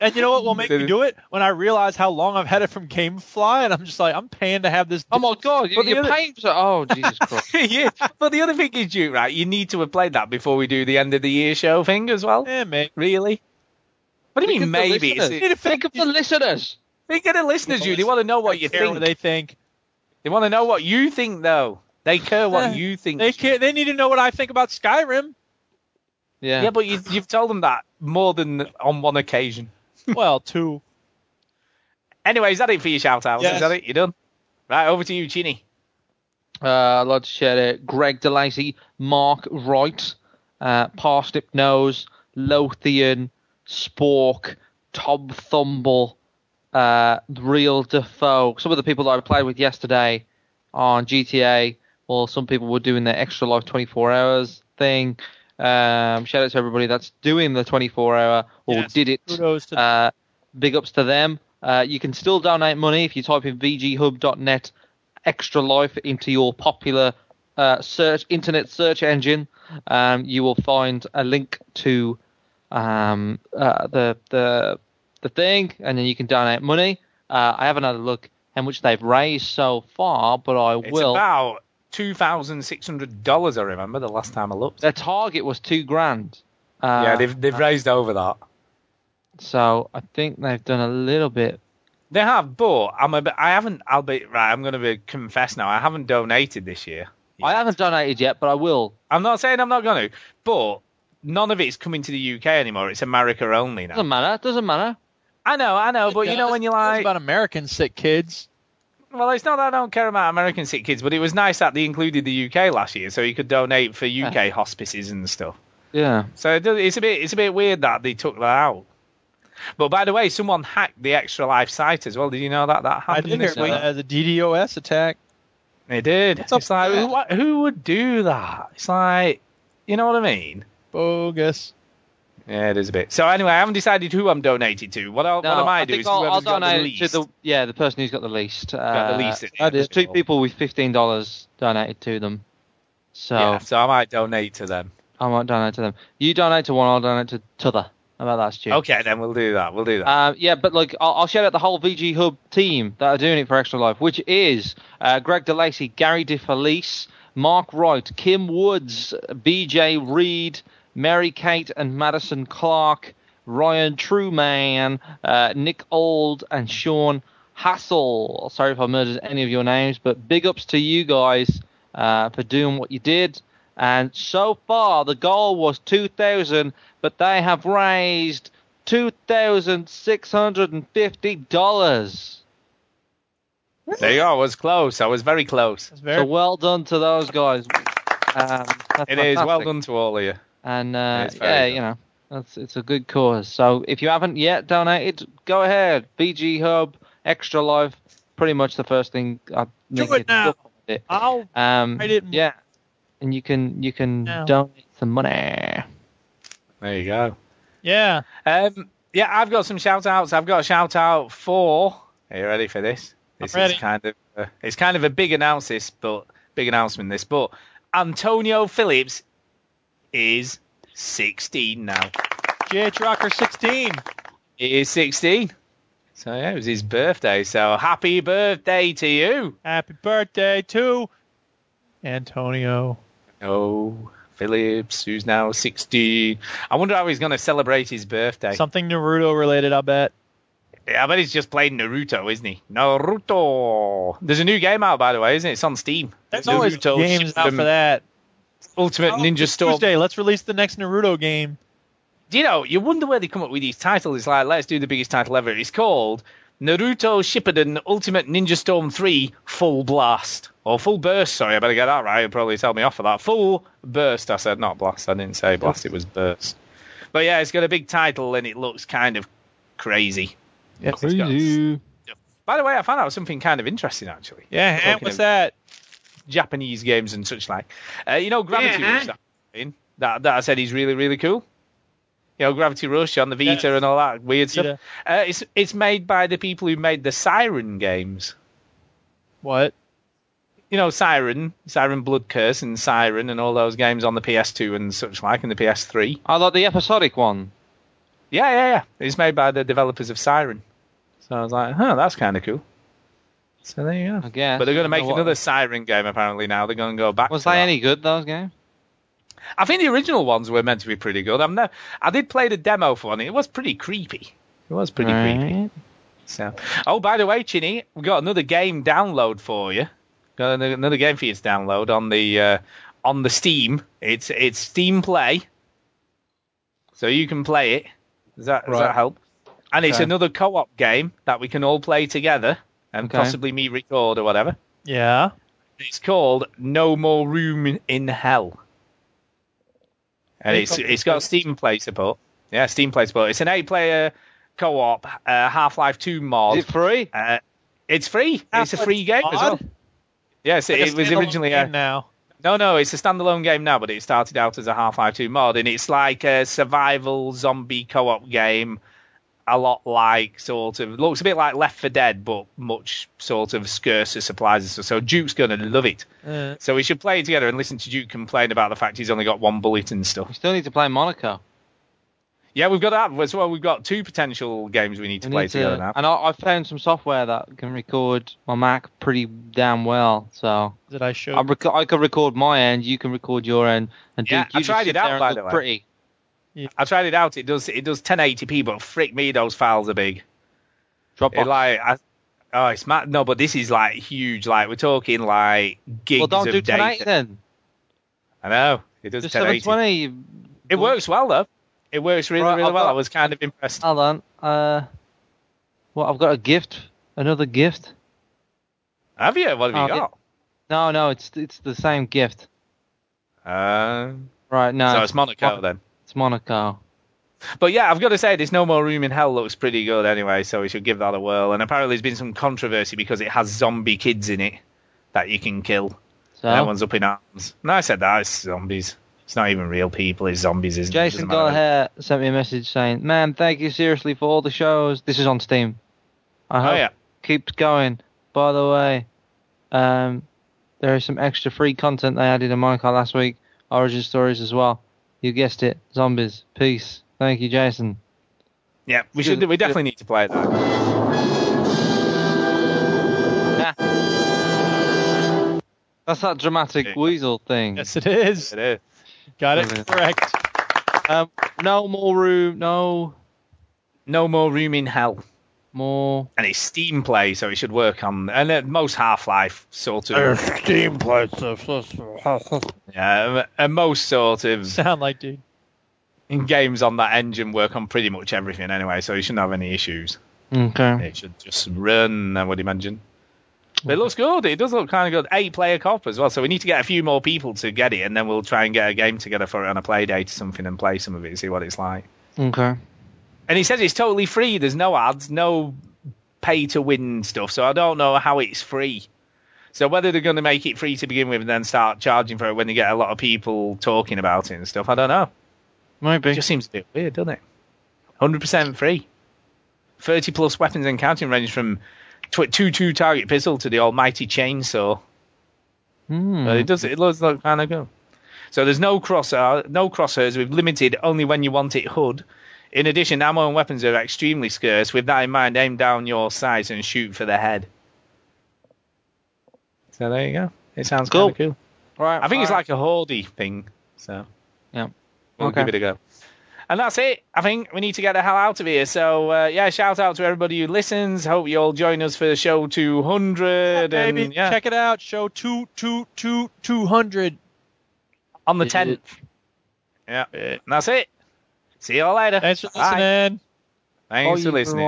And you know what will make me do it? When I realize how long I've had it from GameFly, and I'm just like, I'm paying to have this. (laughs) Oh my god, you, But the you're other- paying for Oh, Jesus Christ. (laughs) yeah. But the other thing is, Duke, right? You need to have played that before we do the end of the year show thing as well. Yeah, mate. Really? What do you Think mean of the maybe? Is listeners. it- Think of the listeners. Think of the listeners, you. They want to know what you care think. what they think. They want to know what you think, though. They care Eh, what you think. They care. They need to know what I think about (laughs) Skyrim. Yeah. Yeah, but you, you've told them that more than on one occasion. well, two. Anyway, is that it for your shout outs? Yes. Is that it? You're done? Right, over to you, Chini. Uh, I'd like to share it. Greg DeLacy, Mark Wright, uh, Parsnip Nose, Lothian, Spork, Tom Thumble, uh, Real Defoe. Some of the people that I played with yesterday on GTA, well, some people were doing their extra life 24 hours thing. Um, shout out to everybody that's doing the 24 hour or Yes, did it. kudos to- uh, big ups to them. Uh, you can still donate money if you type in vghub.net extra life into your popular uh, search internet search engine. Um, you will find a link to um, uh, the the the thing, and then you can donate money. Uh, I haven't had a look how much they've raised so far, but I It's will. about $2,600, I remember, the last time I looked. Their target was two grand. Uh, yeah, they've, they've raised over that. so I think they've done a little bit. They have, but I'm a bit, I haven't, I'll be, right, I'm going to be confess now, I haven't donated this year. I haven't donated yet, but I will. I'm not saying I'm not going to, but none of it's coming to the UK anymore. It's America only now. Doesn't matter. Doesn't matter. I know, I know, but you know when you're It's like, about American sick kids. Well, it's not that I don't care about American sick kids, but it was nice that they included the UK last year, so you could donate for UK hospices and stuff. Yeah. So it does- it's a bit it's a bit weird that they took that out. But by the way, someone hacked the Extra Life site as well. Did you know that that I happened did hear this about week? that as a DDoS attack. They did. up It's like who, what- who would do that? It's like you know what I mean. Bogus. Yeah, it is a bit. So anyway, I haven't decided who I'm donated to. What, I'll, what I might do think is I'll, whoever's I'll got the donate least. to the yeah the person who's got the least. Uh, Got the least in it. There's two people with fifteen dollars donated to them, so yeah, so I might donate to them. I won't donate to them. You donate to one, I'll donate to t'other. How about that, Stu? Okay, then we'll do that. We'll do that. Um, yeah, but like I'll, I'll shout out the whole VG Hub team that are doing it for Extra Life, which is uh, Greg DeLacy, Gary DeFelice, Mark Wright, Kim Woods, BJ Reed, Mary Kate and Madison Clark, Ryan Truman, uh, Nick Old, and Sean Hassel. Sorry if I murdered any of your names, but big ups to you guys uh, for doing what you did. And so far, the goal was 2,000, but they have raised $2,650. there you go. I was close. I was very close. That's So very well done to those guys. Um, that's It is. Well fantastic. done to all of you. And uh, It is very yeah, good. you know, that's it's a good cause. So if you haven't yet donated, go ahead. BG Hub, Extra Life, pretty much the first thing. I think it is- now. It. I'll Um, I didn't- yeah, and you can you can No. donate some money. There you go. yeah. Um, yeah, I've got some shout outs. I've got a shout out for. Are you ready for this? This ready. is kind of uh, it's kind of a big announce this, but big announcement this, but Antonio Phillips is 16 now. JH Rocker 16. He is 16. So yeah, it was his birthday. So happy birthday to you. Happy birthday to Antonio. Oh, Phillips, who's now 16. I wonder how he's going to celebrate his birthday. Something Naruto related, I bet. Yeah, I bet he's just playing Naruto, isn't he? Naruto. There's a new game out, by the way, isn't it? It's on Steam. There's Naruto always games out Shippuden for that. Ultimate Oh, Ninja Storm. Tuesday, let's release the next Naruto game. Do you know? You wonder where they come up with these titles. It's like, let's do the biggest title ever. It's called Naruto Shippuden Ultimate Ninja Storm 3 Full Blast. Or Full Burst, sorry, I better get that right. You'll probably tell me off for that. Full Burst, I said, not Blast. I didn't say Blast, it was Burst. But yeah, it's got a big title and it looks kind of crazy. Yeah, It's got- crazy. By the way, I found out something kind of interesting, actually. Yeah, Talking what's of that? Japanese games and such like. Uh, you know, Gravity Yeah. Rush, that, thing that, that I said is really, really cool. You know, Gravity Rush on the Vita and all that weird stuff. Uh, it's it's made by the people who made the Siren games. What? You know, Siren, Siren Blood Curse, and Siren, and all those games on the PS2 and such like, and the PS3. I like the episodic one. Yeah, yeah, yeah. It's made by the developers of Siren. So I was like, huh, that's kind of cool. So there you go. Yeah. But they're going to You make know what? another Siren game apparently now. They're going to go back. Was to that that. any good? Those games? I think the original ones were meant to be pretty good. I'm no, I did play the demo for one. It was pretty creepy. It was pretty creepy. So, oh, by the way, Chinny, we got another game download for you. Got an- another game for you to download on the uh, on the Steam. It's it's Steam Play, so you can play it. Does that does Right. that help? And it's Okay. another co-op game that we can all play together, and Okay. possibly me record or whatever. Yeah. It's called No More Room in Hell. And it's it's got Steam Play support. Yeah, Steam Play support. It's an eight-player co-op uh, Half-Life 2 mod. Is it free? Uh, it's free. it's a free game as well. Yes, Like a it was standalone originally uh, game a now. no, no, it's a standalone game now, but it started out as a Half-Life 2 mod, and it's like a survival zombie co-op game, a lot like sort of looks a bit like Left for Dead, but much sort of scarcer supplies and stuff. So Duke's gonna love it. Uh, So we should play it together and listen to Duke complain about the fact he's only got one bullet and stuff. We still need to play Monaco. Yeah, we've got that. That's why we've got two potential games we need to We play need to- together now. And I, I found some software that can record my Mac pretty damn well. So Did I show? I, rec- I can record my end, you can record your end, and Yeah, Duke, I you just tried it sit out, there and by look the way. pretty. I tried it out. It does it does 1080p, but frick me, those files are big. Dropbox. It like, I, oh, it's mad. No, but this is like huge. Like we're talking like gigs Well, don't of do data. 1080 then. I know it does Just 1080. 720. It works well though. It works really, Right, really I've well. got- I was kind of impressed. Hold on. Uh, well, I've got a gift. Another gift. Have you? What have you Oh, got? No, no, it's it's the same gift. Um, Right, no. so it's Monaco Mon- then. It's Monaco. But yeah, I've got to say, there's no more room in hell looks pretty good anyway, so we should give that a whirl. And apparently, there's been some controversy because it has zombie kids in it that you can kill. So? And everyone's up in arms. No, I said that it's zombies. It's not even real people. It's zombies, isn't it? Jason Doesn't matter. Gollaher sent me a message saying, "Man, thank you seriously for all the shows. This is on Steam. I hope Oh yeah. it keeps going. By the way, um, there is some extra free content they added in Monaco last week. Origin stories as well. You guessed it, zombies. Peace. Thank you, Jason. Yeah, we should. We definitely need to play that. That's that dramatic weasel thing. yes, it is. It is. Got it (laughs) Brilliant. correct. Um, no more room. No No more room in hell. more. And it's Steam play, so it should work on. And uh, most Half Life sort of. Steam plays stuff. Yeah, and most sort of Sound like dude. in games on that engine work on pretty much everything anyway, so you shouldn't have any issues. Okay. It should just run, uh, I would imagine. But it looks good. It does look kind of good. Eight player cop as well. So we need to get a few more people to get it, and then we'll try and get a game together for it on a play date or something and play some of it and see what it's like. Okay. And he says it's totally free. There's no ads, no pay to win stuff. So I don't know how it's free. So whether they're going to make it free to begin with and then start charging for it when they get a lot of people talking about it and stuff, I don't know. Maybe. It just seems a bit weird, doesn't it? 100% free. 30 plus weapons and counting range from tw- 2 2 target pistol to the almighty chainsaw. Hmm. But it does it looks like kind of good. So there's no cross uh, no crosshairs with limited only when you want it hood. In addition, ammo and weapons are extremely scarce. With that in mind, aim down your sights and shoot for the head. So there you go. It sounds Cool. cool. cool. Right. I think it's right. like a hoardy thing. So Yeah. we'll Okay. give it a go. And that's it. I think we need to get the hell out of here. So uh, yeah, shout out to everybody who listens. Hope you all join us for show 200. Baby, and, yeah, check it out. Show two two two two hundred. on the 10th. Yeah. And that's it. See you all later. Thanks for Bye. listening. Thanks for listening.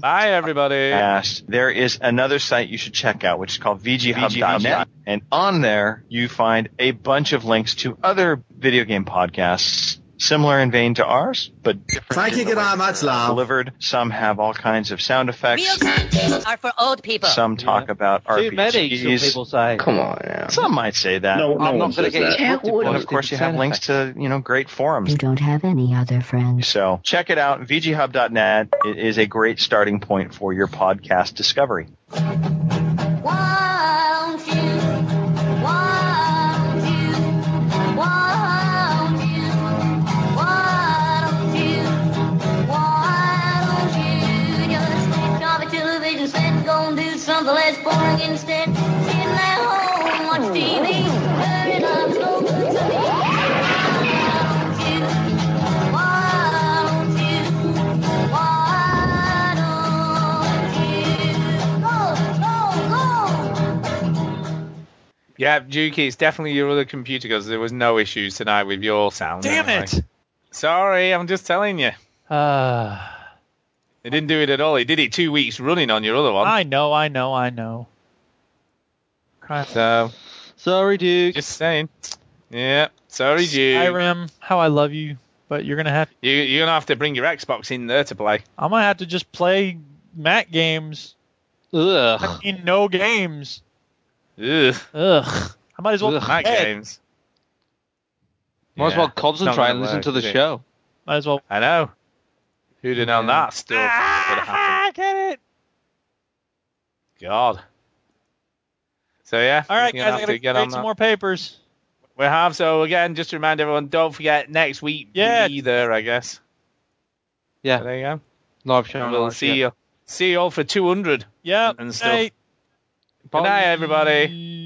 Bye, everybody. Yes, there is another site you should check out, which is called VGHub.net. VGHub.net. And on there, you find a bunch of links to other video game podcasts similar in vein to ours, but different. Thank you, in the way Gram, they're that's love. Delivered. Some have all kinds of sound effects. are for old people. Some talk about RPGs. Too many, some people say. Come on, now. Some might say that. No- no I'm one not going to says get that. you Yeah, And of course, you have links to you know great forums. You don't have any other friends. So check it out. VGHub.net it is a great starting point for your podcast discovery. Won't you? Won't you? Won't you? Won't you? Won't you just switch off the television set and go and do something less boring instead? Sitting at home, watch TV, turning up school books and Won't you? Won't you? Yeah, Juki, it's definitely your other computer because there was no issues tonight with your sound. Damn anyway. Sorry, I'm just telling you. Ah. It didn't do it at all. It did it two weeks running on your other one. I know, I know, I know. Crap. So, sorry, Duke. Just saying. Yeah, sorry, Duke. Skyrim, how I love you, but you're gonna have You, you're gonna have to bring your Xbox in there to play. I'm gonna have to just play Mac games. Ugh. I mean, no games. Ugh. Ugh. I might as well. Ugh. Mac play. games. Might as Yeah, well it's not gonna concentrate and listen work, to the is it? show. Might as well. I know. Who'd have known that stuff would have happened? Ah, (laughs) I get it. God. So yeah. All right, you're guys, I have gotta to get create on some that. more papers. We have. So again, just to remind everyone, don't forget next week. Yeah. Be there, I guess. Yeah. There you go. Live show. we'll live see show. you. See you all for 200 Yeah. and stuff. Night. Good night, everybody.